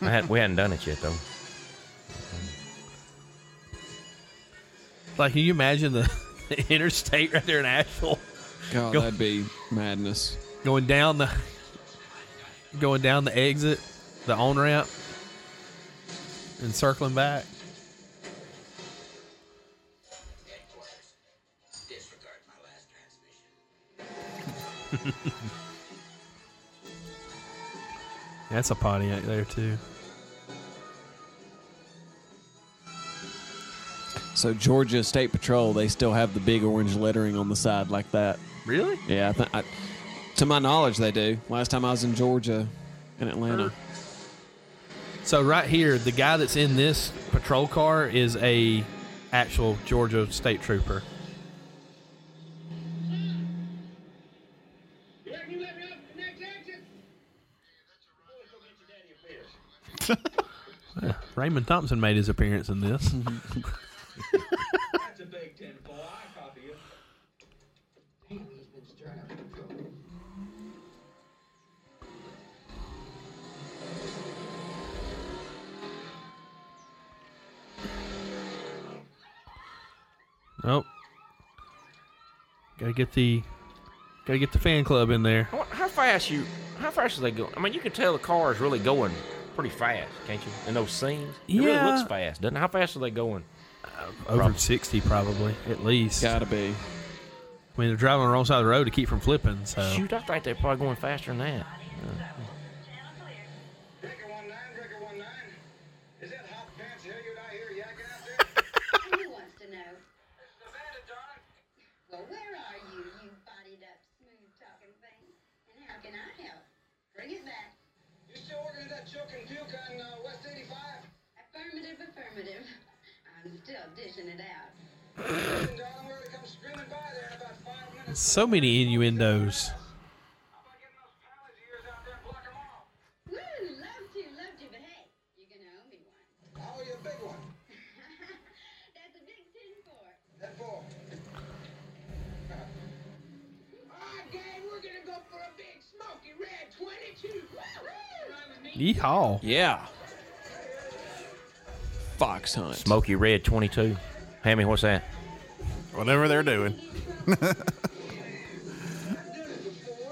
S4: I had, we hadn't done it yet though.
S1: Like, can you imagine the, the interstate right there in Asheville
S2: God,
S1: Go-
S2: that'd be madness.
S1: going down the going down the exit, the on ramp, and circling back?
S7: Headquarters. Disregard my last transmission.
S1: That's a Pontiac there too.
S2: So Georgia State Patrol, they still have the big orange lettering on the side like that.
S1: Really?
S2: Yeah, I th- I, to my knowledge, they do. Last time I was in Georgia, in Atlanta.
S1: So right here, the guy that's in this patrol car is a actual Georgia state trooper.
S7: You reckon you let me off the next exit? Boys, go get your daddy a beer.
S1: Raymond Thompson made his appearance in this.
S7: That's a big tin boy. I copy you. Damn, he's been stirring up the trouble.
S1: oh, gotta get the gotta get the fan club in there.
S4: I wonder How fast you? How fast are they going? I mean, you can tell the car is really going pretty fast, can't you? In those scenes, it
S1: Yeah.
S4: really looks fast, doesn't it? How fast are they going?
S1: Over
S4: Probably.
S1: sixty, probably at least.
S2: Gotta be.
S1: I mean, they're driving on the wrong side of the road to keep from flipping. So
S4: Shoot, I think they're probably going faster than that.
S7: Breaker one nine, breaker one nine. Is that hot pants Hilliard I hear yakking out there?
S6: And who wants to know?
S7: the bandit, darling.
S6: Well, where are you, you bodied up, smooth talking thing? And how can I help? Bring it back.
S7: You still working at that choke and puke on uh, West 85?
S6: Affirmative, affirmative. I'm still dishing it out.
S7: Listen, darling, we're uh, gonna come screaming by there in about five minutes.
S1: so many innuendos.
S7: How about getting those pal of yours out there and block 'em off?
S6: Woo, love to, love to, but hey, you're gonna owe me one.
S7: I'll owe Oh, you a big one.
S6: That's a big tin for.
S7: That four. Alright, gang, we're gonna go for a big smoky red 22.
S1: Yeehaw!
S2: Yeah. Fox Hunt.
S4: Smoky Red 22. Hammy, what's that?
S3: Whatever they're doing.
S7: I've done it before.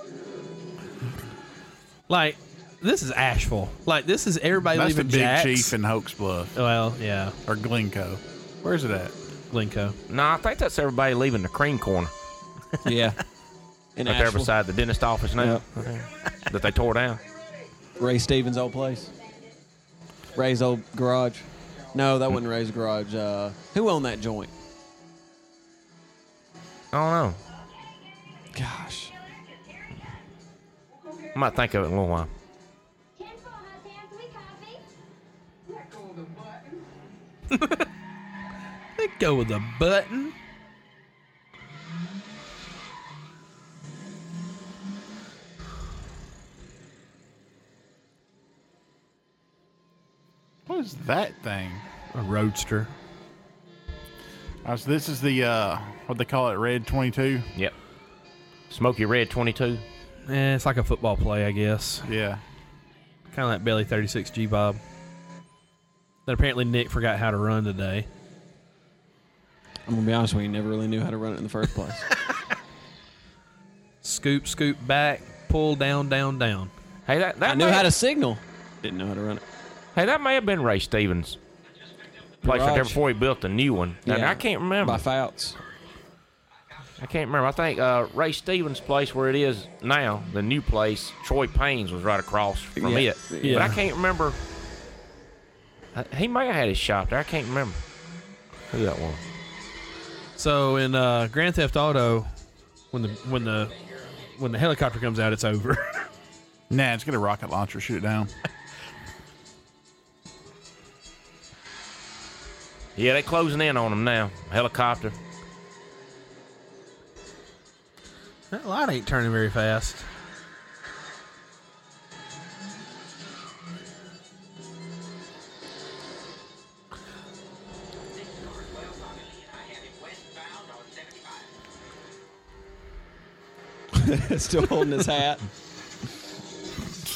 S1: Like this is Asheville. Like this is everybody
S3: That's the
S1: leaving
S3: big
S1: Jack's.
S3: chief in Hoax Bluff
S1: well, yeah,
S3: or Glencoe. Where's it at?
S1: Glencoe.
S4: No, I think that's everybody leaving the cream corner
S2: Yeah. In
S4: right there
S2: Asheville.
S4: beside the dentist office now that they tore down.
S2: Ray Stevens' old place. Ray's old garage. No, that wasn't Ray's garage. Uh, who owned that joint?
S4: I don't know.
S2: Gosh.
S4: I might think of it in a little while.
S6: Ten farmhouse hands, we copy.
S1: They go with a button.
S3: What is that thing?
S1: A roadster.
S3: Uh, so this is the uh, what they call it, Red Twenty Two.
S4: Yep. Smoky Red 22.
S1: Eh, it's like a football play, I guess.
S3: Yeah,
S1: Kind of like Belly 36 G Bob. That apparently Nick forgot how to run today.
S2: I'm going to be honest with you, never really knew how to run it in the first place.
S1: Scoop, scoop back, pull down, down, down.
S4: Hey, that, that
S2: I knew
S4: may-
S2: how to signal, didn't know how to run it.
S4: Hey, that may have been Ray Stevens' place right there
S2: Garage.
S4: before he built the new one. Now,
S2: Yeah.
S4: I can't remember.
S2: By Fouts.
S4: I can't remember. I think uh, Ray Stevens' place where it is now, the new place, Troy Payne's was right across from
S2: Yeah.
S4: it.
S1: Yeah.
S4: But I can't remember. I, he may have had his shop there. I can't remember who that was.
S1: So in uh, Grand Theft Auto, when the when the when the helicopter comes out, it's over.
S3: nah, it's got a rocket launcher shoot it down.
S4: Yeah, they closing in on him now. Helicopter.
S1: that light ain't turning very fast.
S2: Still holding his hat.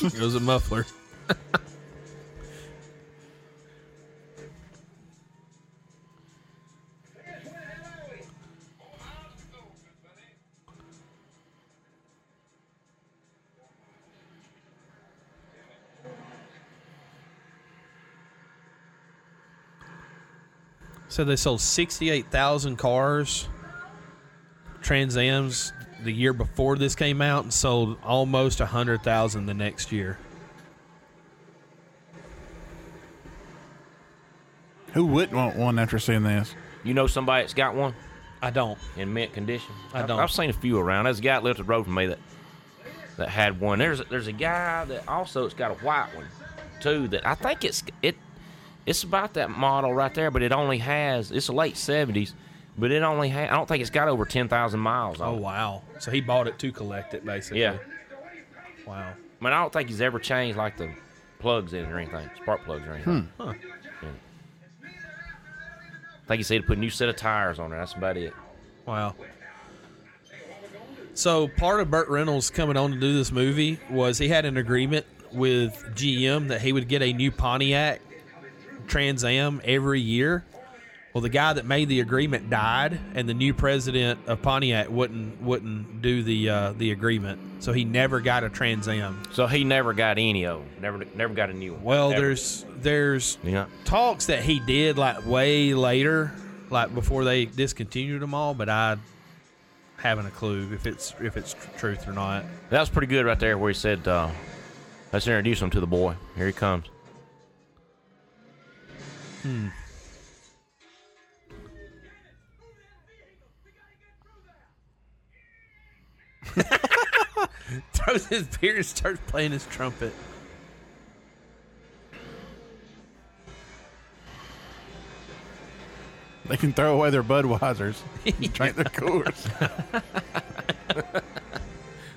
S1: It was a muffler. So they sold 68,000 cars, Trans Am's, the year before this came out, and sold almost 100,000 the next year.
S3: Who wouldn't want one after seeing this?
S4: You know somebody that's got one
S1: I don't.
S4: in mint condition?
S1: I
S4: I've-
S1: don't.
S4: I've seen a few around. There's a guy that lived the road from me that that had one. There's there's a guy that also has got a white one too. That I think it's it it's about that model right there, but it only has it's the late seventies, but it only ha I don't think it's got over ten thousand miles.
S1: Oh,
S4: On it.
S1: wow. So he bought it to collect it, basically.
S4: yeah.
S1: Wow.
S4: I mean, I don't think he's ever changed like the plugs in it or anything, spark plugs or anything.
S1: Huh.
S4: Yeah. I think he said to put a new set of tires on there. That's about it.
S1: Wow. So part of Burt Reynolds coming on to do this movie was he had an agreement with GM that he would get a new Pontiac Trans Am every year. Well, the guy that made the agreement died, and the new president of Pontiac wouldn't wouldn't do the uh, the agreement, so he never got a Trans Am.
S4: So he never got any of them. Never, never got a new one.
S1: Well,
S4: Ever.
S1: there's there's
S4: you know.
S1: talks that he did like way later, like before they discontinued them all, but I haven't a clue if it's if it's tr- truth or not.
S4: That was pretty good right there where he said, uh, let's introduce him to the boy. Here he comes.
S1: Throws his beer and starts playing his trumpet.
S3: They can throw away their Budweisers, and drink their Coors.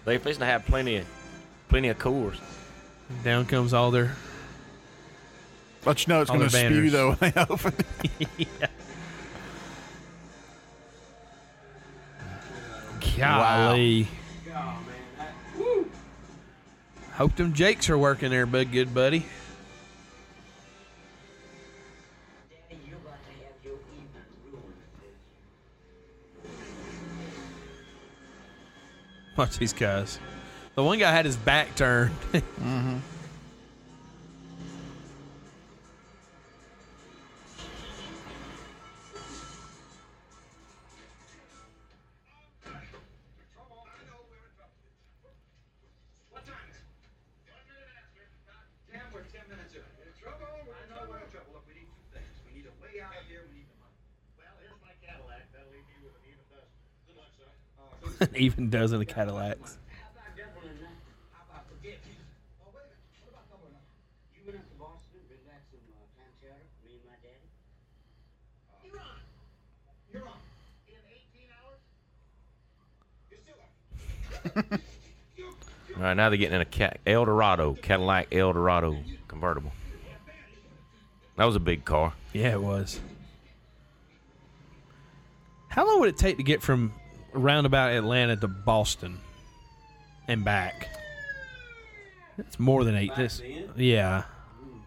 S4: They fixing to have plenty of plenty of coors.
S1: Down comes all their
S3: But you know it's
S1: All
S3: going to
S1: their
S3: spew
S1: banners.
S3: though when they open. it.
S1: golly. Hope them Jakes are working there, bud. Good buddy.
S5: Daddy, you're about to have your evening ruined.
S1: Watch these guys. The one guy had his back turned.
S7: Damn, we're ten minutes in. In trouble? I know we're in trouble. Look, we need two things. We need a way out of here. We need the money. Well, here's my Cadillac. That'll leave you with an even Uh, dust. Good luck, sir.
S1: Even does in the Cadillacs.
S7: How about doubling up? How about forget? Oh, wait a minute. What about doubling up? You went up to Boston, relaxed some uh, Pantera, me and my daddy. You're on. You're on. In 18 hours? You're still on.
S4: All right, now they're getting in a ca- Eldorado, Cadillac Eldorado convertible. That was a big car.
S1: Yeah, it was. How long would it take to get from roundabout Atlanta to Boston and back? It's more than eight. This, yeah. It's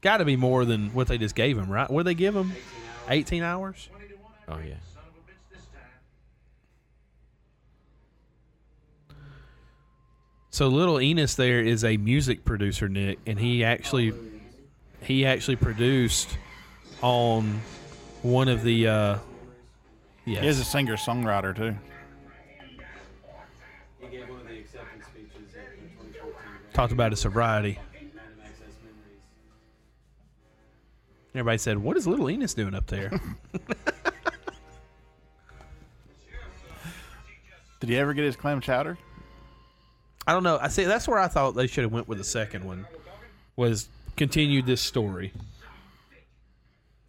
S1: got to be more than what they just gave him, right? What did they give him? 18 hours?
S4: Oh yeah.
S1: So little Enos there is a music producer, Nick, and he actually he actually produced on one of the uh yes.
S3: He is a singer songwriter too.
S2: He gave one of the acceptance speeches at the 2014
S1: talked about his sobriety.
S2: Random Access Memories.
S1: Everybody said, "What is little Enos doing up there?"
S3: Did he ever get his clam chowder?
S1: I don't know. I see. That's where I thought they should have went with the second one, was continued this story,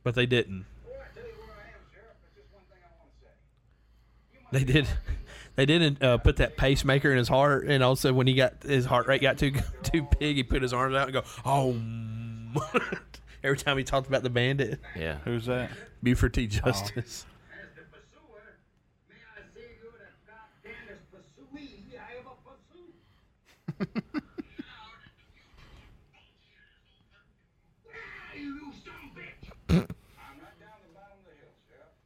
S1: but they didn't. They did. They didn't uh, put that pacemaker in his heart, and also when he got his heart rate got too too big, he put his arms out and go, "Oh!" Every time he talked about the bandit,
S4: Yeah.
S3: Who's that?
S1: Buford T. Justice.
S7: As the pursuer, may I say you're the goddamnest pursuee I ever pursued. Ah, you son of a bitch! I'm right down the bottom of the hill, Sheriff.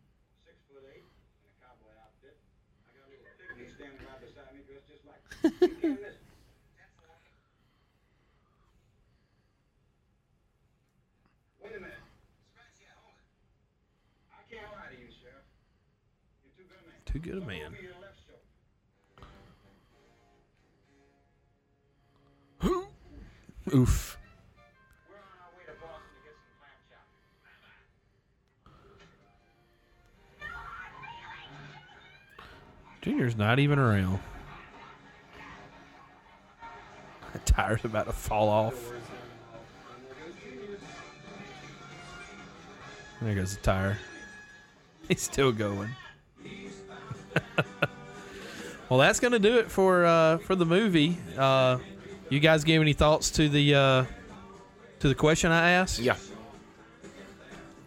S7: Six foot eight, in a cowboy outfit. I got a little picnic standing right beside me, dressed just like me. You can't listen. Wait a minute. Scratch that, hold it. I can't lie to you, Sheriff. You're too good a man.
S1: Too good a man.
S7: Over your left shoulder.
S1: Oof.
S7: We're on our way to Boston to get some clam chowder.
S1: Junior's not even around. Tire's about to fall off. There goes the tire. He's still going. well, that's gonna do it for uh, for the movie. Uh, you guys gave any thoughts to the uh, to the question I asked?
S4: Yeah.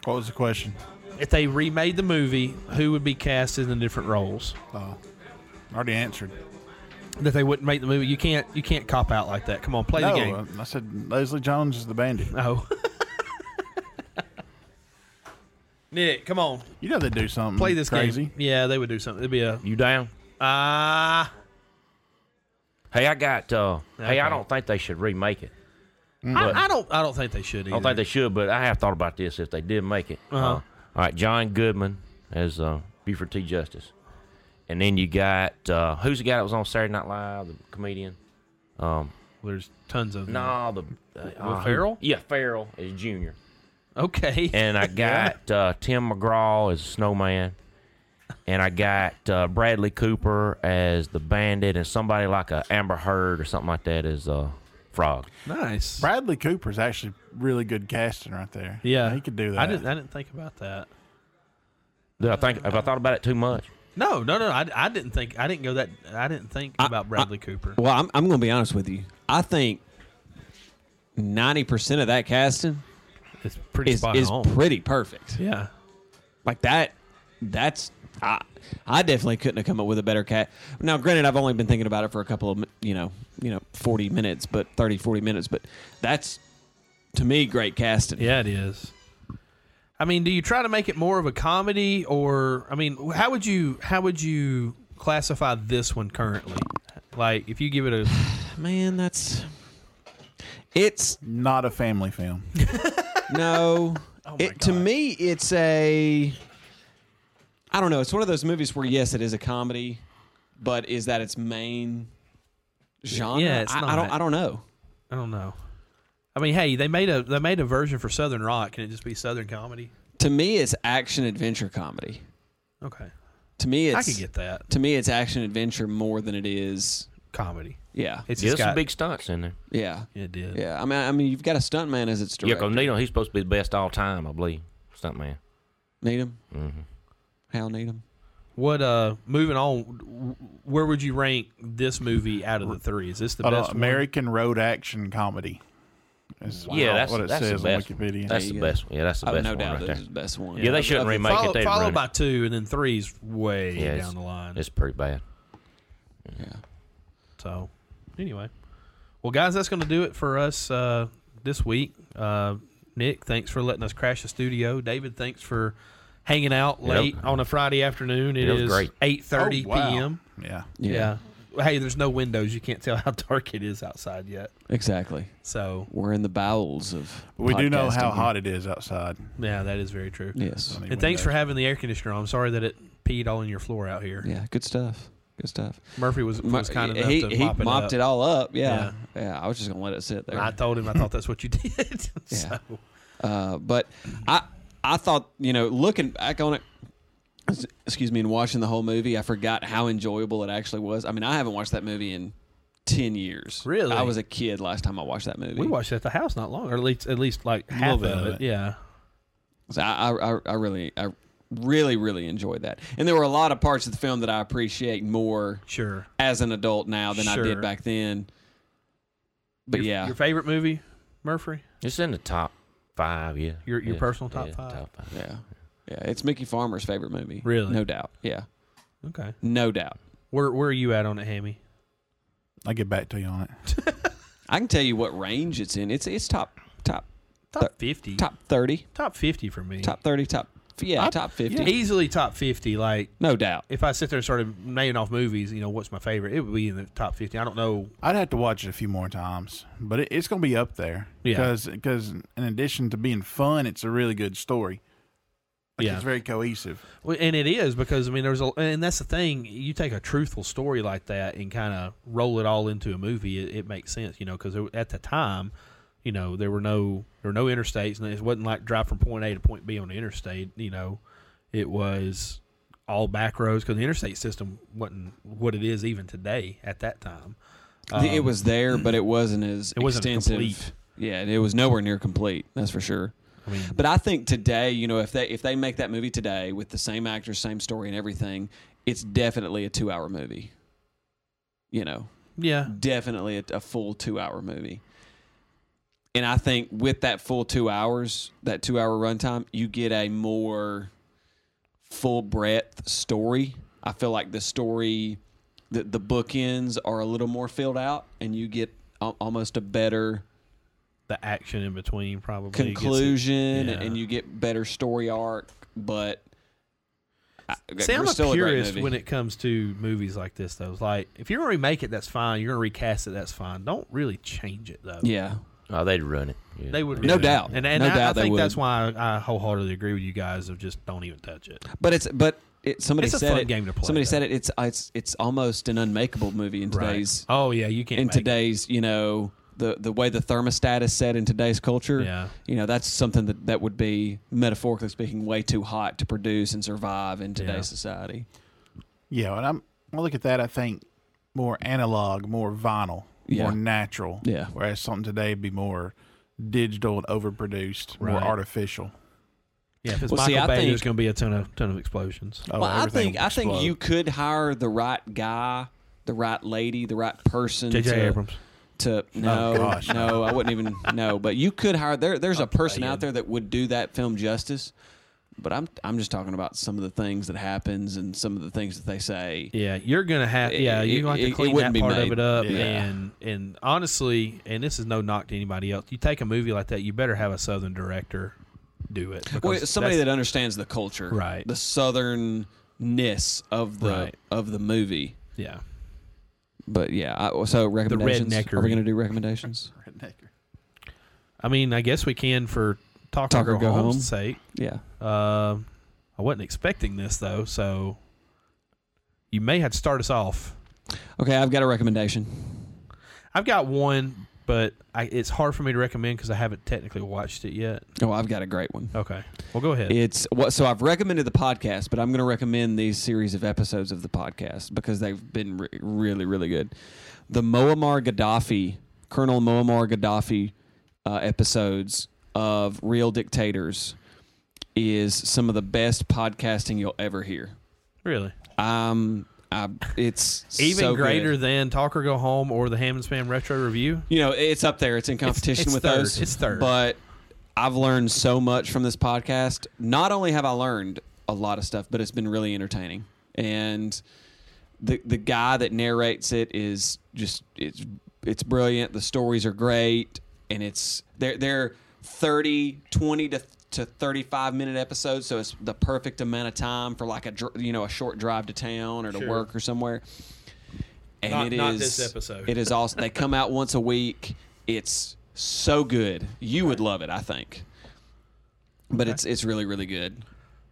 S3: What was the question?
S1: If they remade the movie, who would be cast in the different roles?
S3: Oh, already answered.
S1: That they wouldn't make the movie. You can't you can't cop out like that. Come on, play
S3: no,
S1: the game.
S3: uh, I said Leslie Jones is the bandit.
S1: No. Nick, come on,
S3: You know they do something
S1: play this
S3: crazy.
S1: game. Yeah, they would do something. It'd be a
S4: You down?
S1: ah.
S4: Hey, I got. Uh, Hey,
S1: Okay.
S4: I don't think they should remake it.
S3: Mm.
S1: I, I don't. I don't think they should. Either.
S4: I don't think they should, but I have thought about this. If they did make it, Uh,
S1: Uh-huh.
S4: all right, John Goodman as uh, Buford T. Justice, and then you got uh, who's the guy that was on Saturday Night Live, the comedian? Um,
S1: There's tons of them.
S4: no, the uh, uh, who-
S1: Ferrell?
S4: Yeah, Farrell is Junior,
S1: Okay.
S4: and I
S1: Yeah.
S4: got uh, Tim McGraw as Snowman, and I got uh, Bradley Cooper as the Bandit, and somebody like a Amber Heard or something like that as uh, Frog.
S1: nice.
S3: Bradley Cooper's actually really good casting right there.
S1: Yeah,
S3: he could do that.
S1: I didn't. I didn't think about that.
S4: Did I think? Have I thought about it too much?
S1: No, no, no. I, I didn't think. I didn't go that. I didn't think about Bradley Cooper.
S2: Well, I'm, I'm going to be honest with you. I think 90% of that casting
S1: It's pretty
S2: is,
S1: spot
S2: is
S1: on.
S2: pretty perfect.
S1: yeah.
S2: Like that, that's. I, I definitely couldn't have come up with a better cat. Now, granted, I've only been thinking about it for a couple of, mi- you know, you know, 40 minutes, but 30, 40 minutes, but that's, to me, great casting.
S1: Yeah, it is. I mean, do you try to make it more of a comedy, or I mean, how would you how would you classify this one currently? Like if you give it a
S2: Man, that's it's
S3: Not a family film.
S2: no. it, to
S1: Oh God.
S2: me, it's a I don't know. It's one of those movies where yes, it is a comedy, but is that its main genre?
S1: Yeah, it's
S2: I, I
S1: not.
S2: don't. I don't know.
S1: I don't know. I mean, hey, they made a they made a version for Southern Rock. Can it just be Southern comedy?
S2: To me, it's action adventure comedy.
S1: Okay,
S2: To me, it's
S1: I could get that
S2: To me, it's action adventure more than it is.
S1: comedy.
S2: Yeah,
S1: It's
S4: Yeah,
S1: just
S4: there's some
S1: got,
S4: big stunts in there.
S2: yeah,
S1: It did.
S2: yeah. I mean, I mean, you've got a stuntman as its director.
S4: Yoko Needham, he's supposed to be the best all time, I believe. Stuntman.
S2: Needham.
S4: Mm-hmm.
S2: Hal Needham.
S1: What uh, moving on? w- Where would you rank this movie out of the three? Is this the
S3: Hold on,
S1: best? one?
S3: American road action comedy. Is
S4: Yeah, that's,
S3: what it
S4: that's
S3: says
S4: the
S3: on
S4: best. one.
S3: Wikipedia.
S4: That's the
S2: Yeah.
S4: best one. Yeah, that's the
S2: Oh,
S4: best
S2: no
S4: one
S2: doubt,
S4: right
S2: this
S4: there.
S2: is the best one.
S4: Yeah, they shouldn't remake
S1: Follow-
S4: it. They'd
S1: followed
S4: ruin
S1: by
S4: it.
S1: two, and then three's way
S4: Yeah, it's-
S1: down the line.
S4: It's pretty bad.
S2: Yeah.
S1: So, anyway, well, guys, that's going to do it for us uh, this week. Uh, Nick, thanks for letting us crash the studio. David, thanks for hanging out
S4: Yep.
S1: late on a Friday afternoon. It
S4: It was
S1: is
S4: great.
S1: eight thirty
S3: Oh, wow.
S1: p.m.
S3: Yeah.
S2: yeah,
S1: Hey, there's no windows. You can't tell how dark it is outside yet.
S2: exactly.
S1: So,
S2: We're in the bowels of.
S3: We do know how
S2: podcasting.
S3: hot it is outside.
S1: yeah, that is very true.
S2: Yes.
S1: And thanks for having the air conditioner on. I'm sorry that it peed all in your floor out here.
S2: Yeah. Good stuff. Good stuff.
S1: Murphy was, was kind enough
S2: he
S1: to
S2: he
S1: mop it
S2: mopped
S1: up.
S2: it all up. Yeah. yeah. I was just gonna let it sit there.
S1: I told him I thought that's what you did.
S2: Yeah.
S1: so,
S2: Uh, but I I thought you know looking back on it, s- excuse me, and watching the whole movie, I forgot how enjoyable it actually was. I mean, I haven't watched that movie in ten years.
S1: Really?
S2: I was a kid last time I watched that movie.
S1: We watched it at the house not long, or at least at least like half of
S3: bit of
S1: it.
S3: it.
S1: Yeah,
S2: So I, I I- I really I really really enjoyed that, and there were a lot of parts of the film that I appreciate more
S1: sure.
S2: as an adult now than I
S1: Sure.
S2: did back then. But
S1: your,
S2: yeah,
S1: your favorite movie, Murphy?
S4: It's in the top five, yeah.
S1: Your- your
S4: Yeah,
S1: personal top
S4: yeah,
S1: five?
S4: Top five.
S2: yeah, yeah, it's Mickey Farmer's favorite movie.
S1: Really?
S2: no doubt. Yeah,
S1: Okay,
S2: no doubt.
S1: where where are you at on it, Hammy?
S3: I'll get back to you on it.
S2: I can tell you what range it's in. It's it's top top
S1: Top fifty,
S2: top thirty,
S1: top fifty for me.
S2: top thirty, top yeah, top fifty,
S1: Yeah, easily top fifty. Like
S2: no doubt.
S1: if I sit there and started naming off movies, you know what's my favorite? It would be in the top fifty. I don't know.
S3: I'd have to watch it a few more times, but it, it's going to be up there.
S1: Yeah.
S3: Because in addition to being fun, it's a really good story. Like,
S1: Yeah.
S3: It's very cohesive.
S1: Well, and it is because I mean there's a and that's the thing. You take a truthful story like that and kind of roll it all into a movie. It, it makes sense, you know, because at the time, you know, there were no there were no interstates, and it wasn't like drive from point A to point B on the interstate. You know, it was all back roads because the interstate system wasn't what it is even today at that time. Um,
S2: it was there, but it wasn't as
S1: It wasn't
S2: extensive.
S1: complete.
S2: Yeah, and it was nowhere near complete. That's for sure.
S1: I mean,
S2: But I think today, you know, if they if they make that movie today with the same actors, same story, and everything, it's definitely a two hour movie. You know,
S1: yeah,
S2: definitely a, a full two hour movie. And I think with that full two hours, that two hour runtime, you get a more full breadth story. I feel like the story, the, the bookends are a little more filled out, and you get al- almost a better
S1: the action in between probably gets it.
S2: conclusion
S1: yeah.
S2: and you get better story arc. But I,
S1: See, I'm
S2: we're
S1: a
S2: still
S1: purist
S2: a
S1: when it comes to movies like this, though. It's like, if you're going to remake it, that's fine. You're going to recast it, that's fine. Don't really change it, though.
S2: yeah,
S4: Oh, they'd ruin it. Yeah.
S1: They would
S2: no
S1: ruin it.
S2: doubt,
S1: And, and
S2: no
S1: I,
S2: doubt
S1: I
S2: they
S1: think
S2: would.
S1: that's why I I wholeheartedly agree with you guys of just don't even touch it.
S2: But it's but it, somebody
S1: It's a
S2: said
S1: fun
S2: it.
S1: game to play,
S2: somebody
S1: though.
S2: said it. It's it's it's almost an unmakeable movie in today's
S1: Right. Oh, yeah, you can't.
S2: in
S1: make it.
S2: today's you know the the way the thermostat is set in today's culture.
S1: Yeah.
S2: you know that's something that that would be metaphorically speaking way too hot to produce and survive in today's
S1: Yeah.
S2: society.
S3: Yeah. And I'm, I look at that, I think more analog, more vinyl,
S2: Yeah.
S3: more natural.
S2: Yeah.
S3: Whereas something today would be more digital and overproduced, more
S1: Right.
S3: artificial.
S1: Yeah, if it's
S2: Well, see,
S1: Michael
S2: I
S1: Bay,
S2: think- Uh,
S1: there's going to be a ton of ton of explosions.
S3: Oh,
S2: well, I
S3: everything
S2: think
S3: will
S2: I think
S3: explode.
S2: you could hire the right guy, the right lady, the right person.
S1: J.J.
S2: to-
S1: Abrams.
S2: to
S1: Oh,
S2: no,
S3: gosh,
S2: no, I wouldn't even know. But you could hire there. There's a person out there that would do that film justice. But I'm I'm just talking about some of the things that happens and some of the things that they say.
S1: Yeah, you're gonna have.
S2: It-
S1: Yeah, you're gonna
S2: it-
S1: have
S2: it
S1: to clean
S2: wouldn't
S1: that
S2: be
S1: part
S2: made.
S1: of it up.
S2: Yeah.
S1: And and honestly, and this is no knock to anybody else. You take a movie like that, you better have a Southern director do it.
S2: Well,
S1: because
S2: somebody
S1: that's-
S2: that understands the culture,
S1: Right.
S2: The southernness of the
S1: Right.
S2: of the movie.
S1: Yeah.
S2: But yeah, I, so recommendations. Are
S1: rednecker.
S2: we going to do recommendations?
S3: Rednecker.
S1: I mean, I guess we can for Talk,
S2: Talk
S1: or Go, Home's
S2: Home.
S1: sake.
S2: yeah.
S1: Um, I wasn't expecting this though, so you may have to start us off.
S2: Okay, I've got a recommendation.
S1: I've got one, but I, it's hard for me to recommend because I haven't technically watched it yet.
S2: Oh, I've got a great one.
S1: Okay, well, go ahead.
S2: It's what so I've recommended the podcast, but I'm going to recommend these series of episodes of the podcast because they've been re- really, really good. The Muammar Gaddafi, Colonel Muammar Gaddafi uh, episodes of Real Dictators is some of the best podcasting you'll ever hear.
S1: really,
S2: Um, I, it's
S1: even
S2: so good.
S1: greater than Talk or Go Home or the Ham and Spam Retro Review.
S2: you know, it's up there. It's in competition
S1: it's
S2: with
S1: third.
S2: those.
S1: It's third.
S2: But I've learned so much from this podcast. Not only have I learned a lot of stuff, but it's been really entertaining. And the the guy that narrates it is just it's it's brilliant. The stories are great, and it's they're they're 30, 20 to to 35 minute episodes so it's the perfect amount of time for like a dr- you know a short drive to town or to work or somewhere and
S1: Not-
S2: it is
S1: not this episode.
S2: it is awesome. They come out once a week. It's so good. You would love it, I think. But it's it's really really good,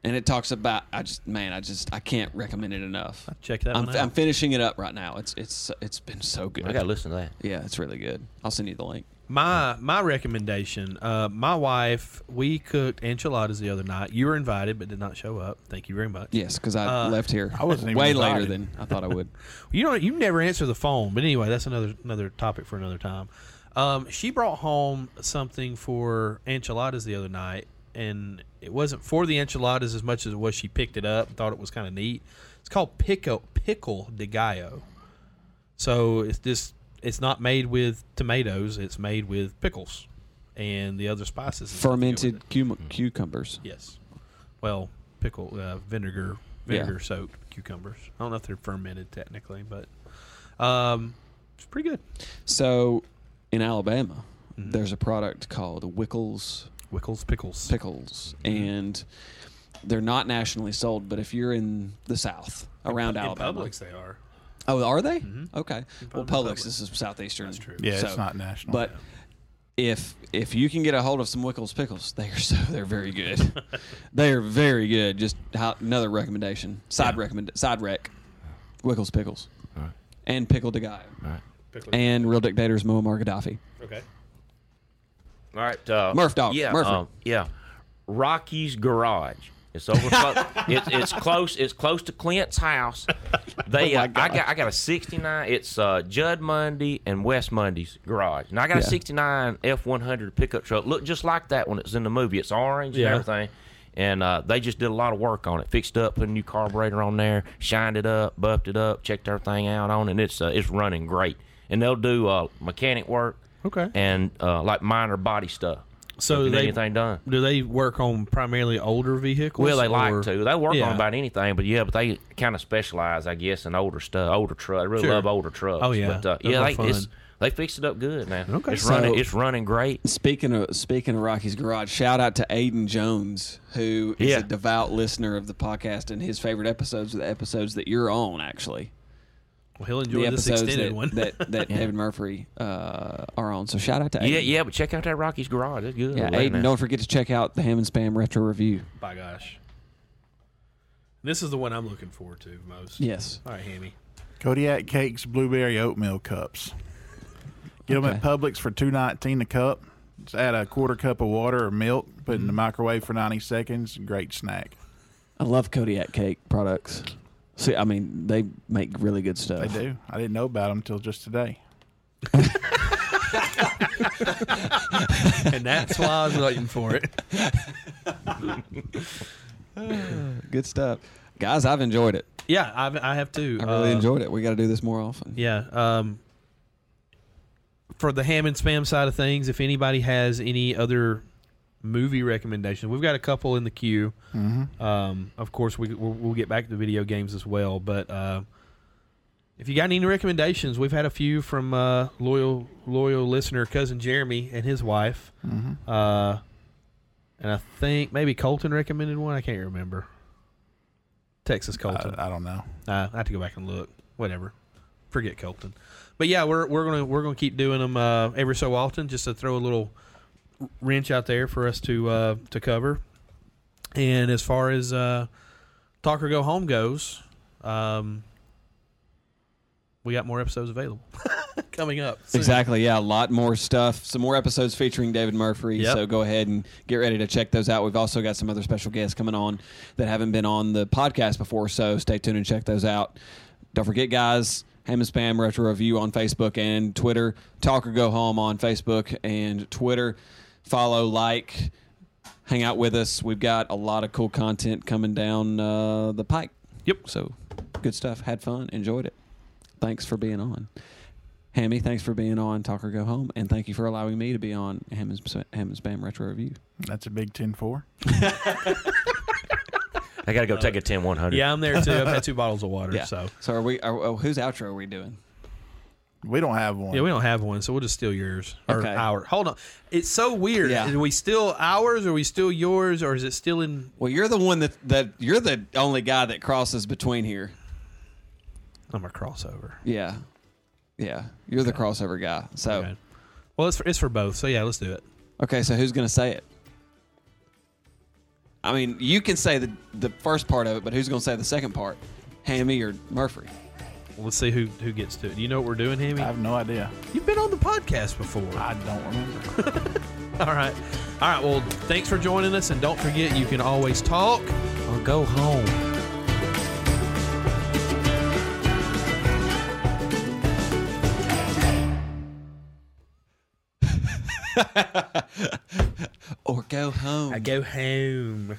S2: and it talks about I just man I just I can't recommend it enough.
S1: Check that
S2: I'm,
S1: one out.
S2: I'm finishing it up right now. It's it's it's been so good.
S4: I gotta listen to that.
S2: Yeah, it's really good. I'll send you the link.
S1: My my recommendation. Uh, my wife, we cooked enchiladas the other night. You were invited, but did not show up. Thank you very much.
S2: Yes, because I left here I
S3: wasn't even
S2: way
S3: invited.
S2: later than I thought I would.
S1: You don't. You never answer the phone. But anyway, that's another another topic for another time. Um, she brought home something for enchiladas the other night, and it wasn't for the enchiladas as much as it was she picked it up and thought it was kind of neat. It's called pico pickle de gallo. So it's this. It's not made with tomatoes. It's made with pickles and the other spices. and stuff that go with it.
S2: Fermented cum- cucumbers.
S1: Yes. Well, pickle uh, vinegar,
S2: Yeah.
S1: vinegar soaked cucumbers. I don't know if they're fermented technically, but um, it's pretty good.
S2: So, in Alabama, there's a product called Wickles
S1: Wickles pickles.
S2: pickles and they're not nationally sold but if you're in the south around
S1: in
S2: alabama
S1: Publix, they are.
S2: oh are they okay well
S1: Publix.
S2: publix this is southeastern
S1: That's true.
S3: Yeah,
S2: So-
S3: it's not national.
S2: but if if you can get a hold of some wickles pickles they are so they're very good they are very good just how, another recommendation side recommend side rec wickles pickles
S4: Alright.
S2: and pickle de gallo
S4: All right.
S1: Pickle.
S2: and real dictators muammar gaddafi
S1: okay.
S4: All right. Uh,
S2: Murph dog,
S4: Yeah.
S2: Murphy.
S4: um, yeah. Rocky's garage. It's over. clo- it's it's close. It's close to Clint's house. They.
S2: Oh
S4: uh, I got. I got a '69. It's uh, Judd Mundy and Wes Mundy's garage. Now I got a
S2: Yeah.
S4: '69 F100 pickup truck. Look just like that one. It's in the movie. It's orange
S1: Yeah.
S4: and everything. And uh, they just did a lot of work on it. Fixed up, put a new carburetor on there, shined it up, buffed it up, checked everything out on, it, and it's uh, it's running great. And they'll do uh, mechanic work.
S1: Okay.
S4: And uh, like minor body stuff.
S1: So
S4: If you
S1: they-
S4: need anything done.
S1: Do they work on primarily older vehicles?
S4: Well, they
S1: or-
S4: like to. They work
S1: Yeah.
S4: on about anything, but yeah, but they kind of specialize, I guess, in older stuff, older truck. They really
S1: Sure.
S4: love older trucks.
S1: Oh, yeah.
S4: but, uh,
S1: They're
S4: yeah,
S1: more
S4: they it's,
S1: fun.
S4: they fixed it up good now.
S1: Okay.
S4: it's
S1: So-
S4: running, it's running great.
S2: Speaking of speaking of Rocky's Garage, shout out to Aiden Jones, who is
S4: Yeah.
S2: a devout listener of the podcast, and his favorite episodes are the episodes that you're on, actually.
S1: Well, he'll enjoy
S2: the
S1: this
S2: episodes
S1: extended
S2: that,
S1: one.
S2: that, that David Murphy uh, are on. So shout out to Aiden.
S4: Yeah, yeah, but check out that Rocky's garage. It's good.
S2: Yeah,
S4: over there
S2: Aiden,
S4: now.
S2: don't forget to check out the Ham and Spam Retro Review.
S1: By gosh. This is the one I'm looking forward to most.
S2: Yes.
S1: All right, Hammy.
S3: Kodiak Cakes blueberry oatmeal cups. Get them at Publix for two nineteen a cup. Just add a quarter cup of water or milk. Put it in the
S1: Mm-hmm.
S3: microwave for ninety seconds. Great snack.
S2: I love Kodiak Cake products. See, I mean, they make really good stuff.
S3: They do. I didn't know about them until just today.
S1: and that's why I was waiting for it.
S2: Good stuff. Guys, I've enjoyed it.
S1: Yeah, I've, I have too.
S2: I really
S1: Uh,
S2: enjoyed it. We got to do this more often.
S1: Yeah. Um, for the ham and spam side of things, if anybody has any other movie recommendations, we've got a couple in the queue. Um, of course, we, we'll, we'll get back to the video games as well. But uh, if you got any recommendations, we've had a few from uh, loyal loyal listener cousin Jeremy and his wife.
S3: Mm-hmm.
S1: Uh, and I think maybe Colton recommended one. I can't remember. Texas Colton.
S3: I, I don't know.
S1: Uh, I have to go back and look. Whatever. forget Colton. But yeah, we're we're gonna we're gonna keep doing them uh, every so often, just to throw a little wrench out there for us to uh, to cover. And as far as uh, Talk or Go Home goes, um, we got more episodes available coming up. soon.
S2: Exactly. Yeah, a lot more stuff. Some more episodes featuring David Murphy.
S1: Yep.
S2: So go ahead and get ready to check those out. We've also got some other special guests coming on that haven't been on the podcast before. So stay tuned and check those out. Don't forget, guys. Ham and Spam Retro Review on Facebook and Twitter. Talk or Go Home on Facebook and Twitter. Follow, like, hang out with us. We've got a lot of cool content coming down uh, the pike.
S1: Yep.
S2: So good stuff. Had fun. Enjoyed it. Thanks for being on. Hammy, thanks for being on Talk or Go Home, and thank you for allowing me to be on Ham and, Sp- Ham and Spam Retro Review.
S3: That's a big 10 4.
S4: I gotta go take a 10 100.
S1: Yeah, I'm there too. I've had two bottles of water,
S2: Yeah.
S1: so
S2: are we? Are, oh, whose outro are we doing?
S3: We don't have one.
S1: Yeah, we don't have one, so we'll just steal yours or
S2: Okay.
S1: our. Hold on, it's so weird.
S2: Yeah.
S1: Are we still ours? Are we still yours? Or is it still in?
S2: Well, you're the one that that you're the only guy that crosses between here.
S1: I'm a crossover.
S2: Yeah, yeah, you're the crossover guy. So
S1: Okay. Well, it's for, it's for both. So yeah, let's do it.
S2: okay, so who's gonna say it? I mean, you can say the the first part of it, but who's gonna say the second part? Hammy or Murphy?
S1: Let's see who who gets to it. Do you know what we're doing, Hammy?
S3: I have no idea.
S1: You've been on the podcast before.
S3: I don't remember.
S1: All right, all right. Well, thanks for joining us, and don't forget you can always talk or go home.
S2: Or go home?
S1: go home.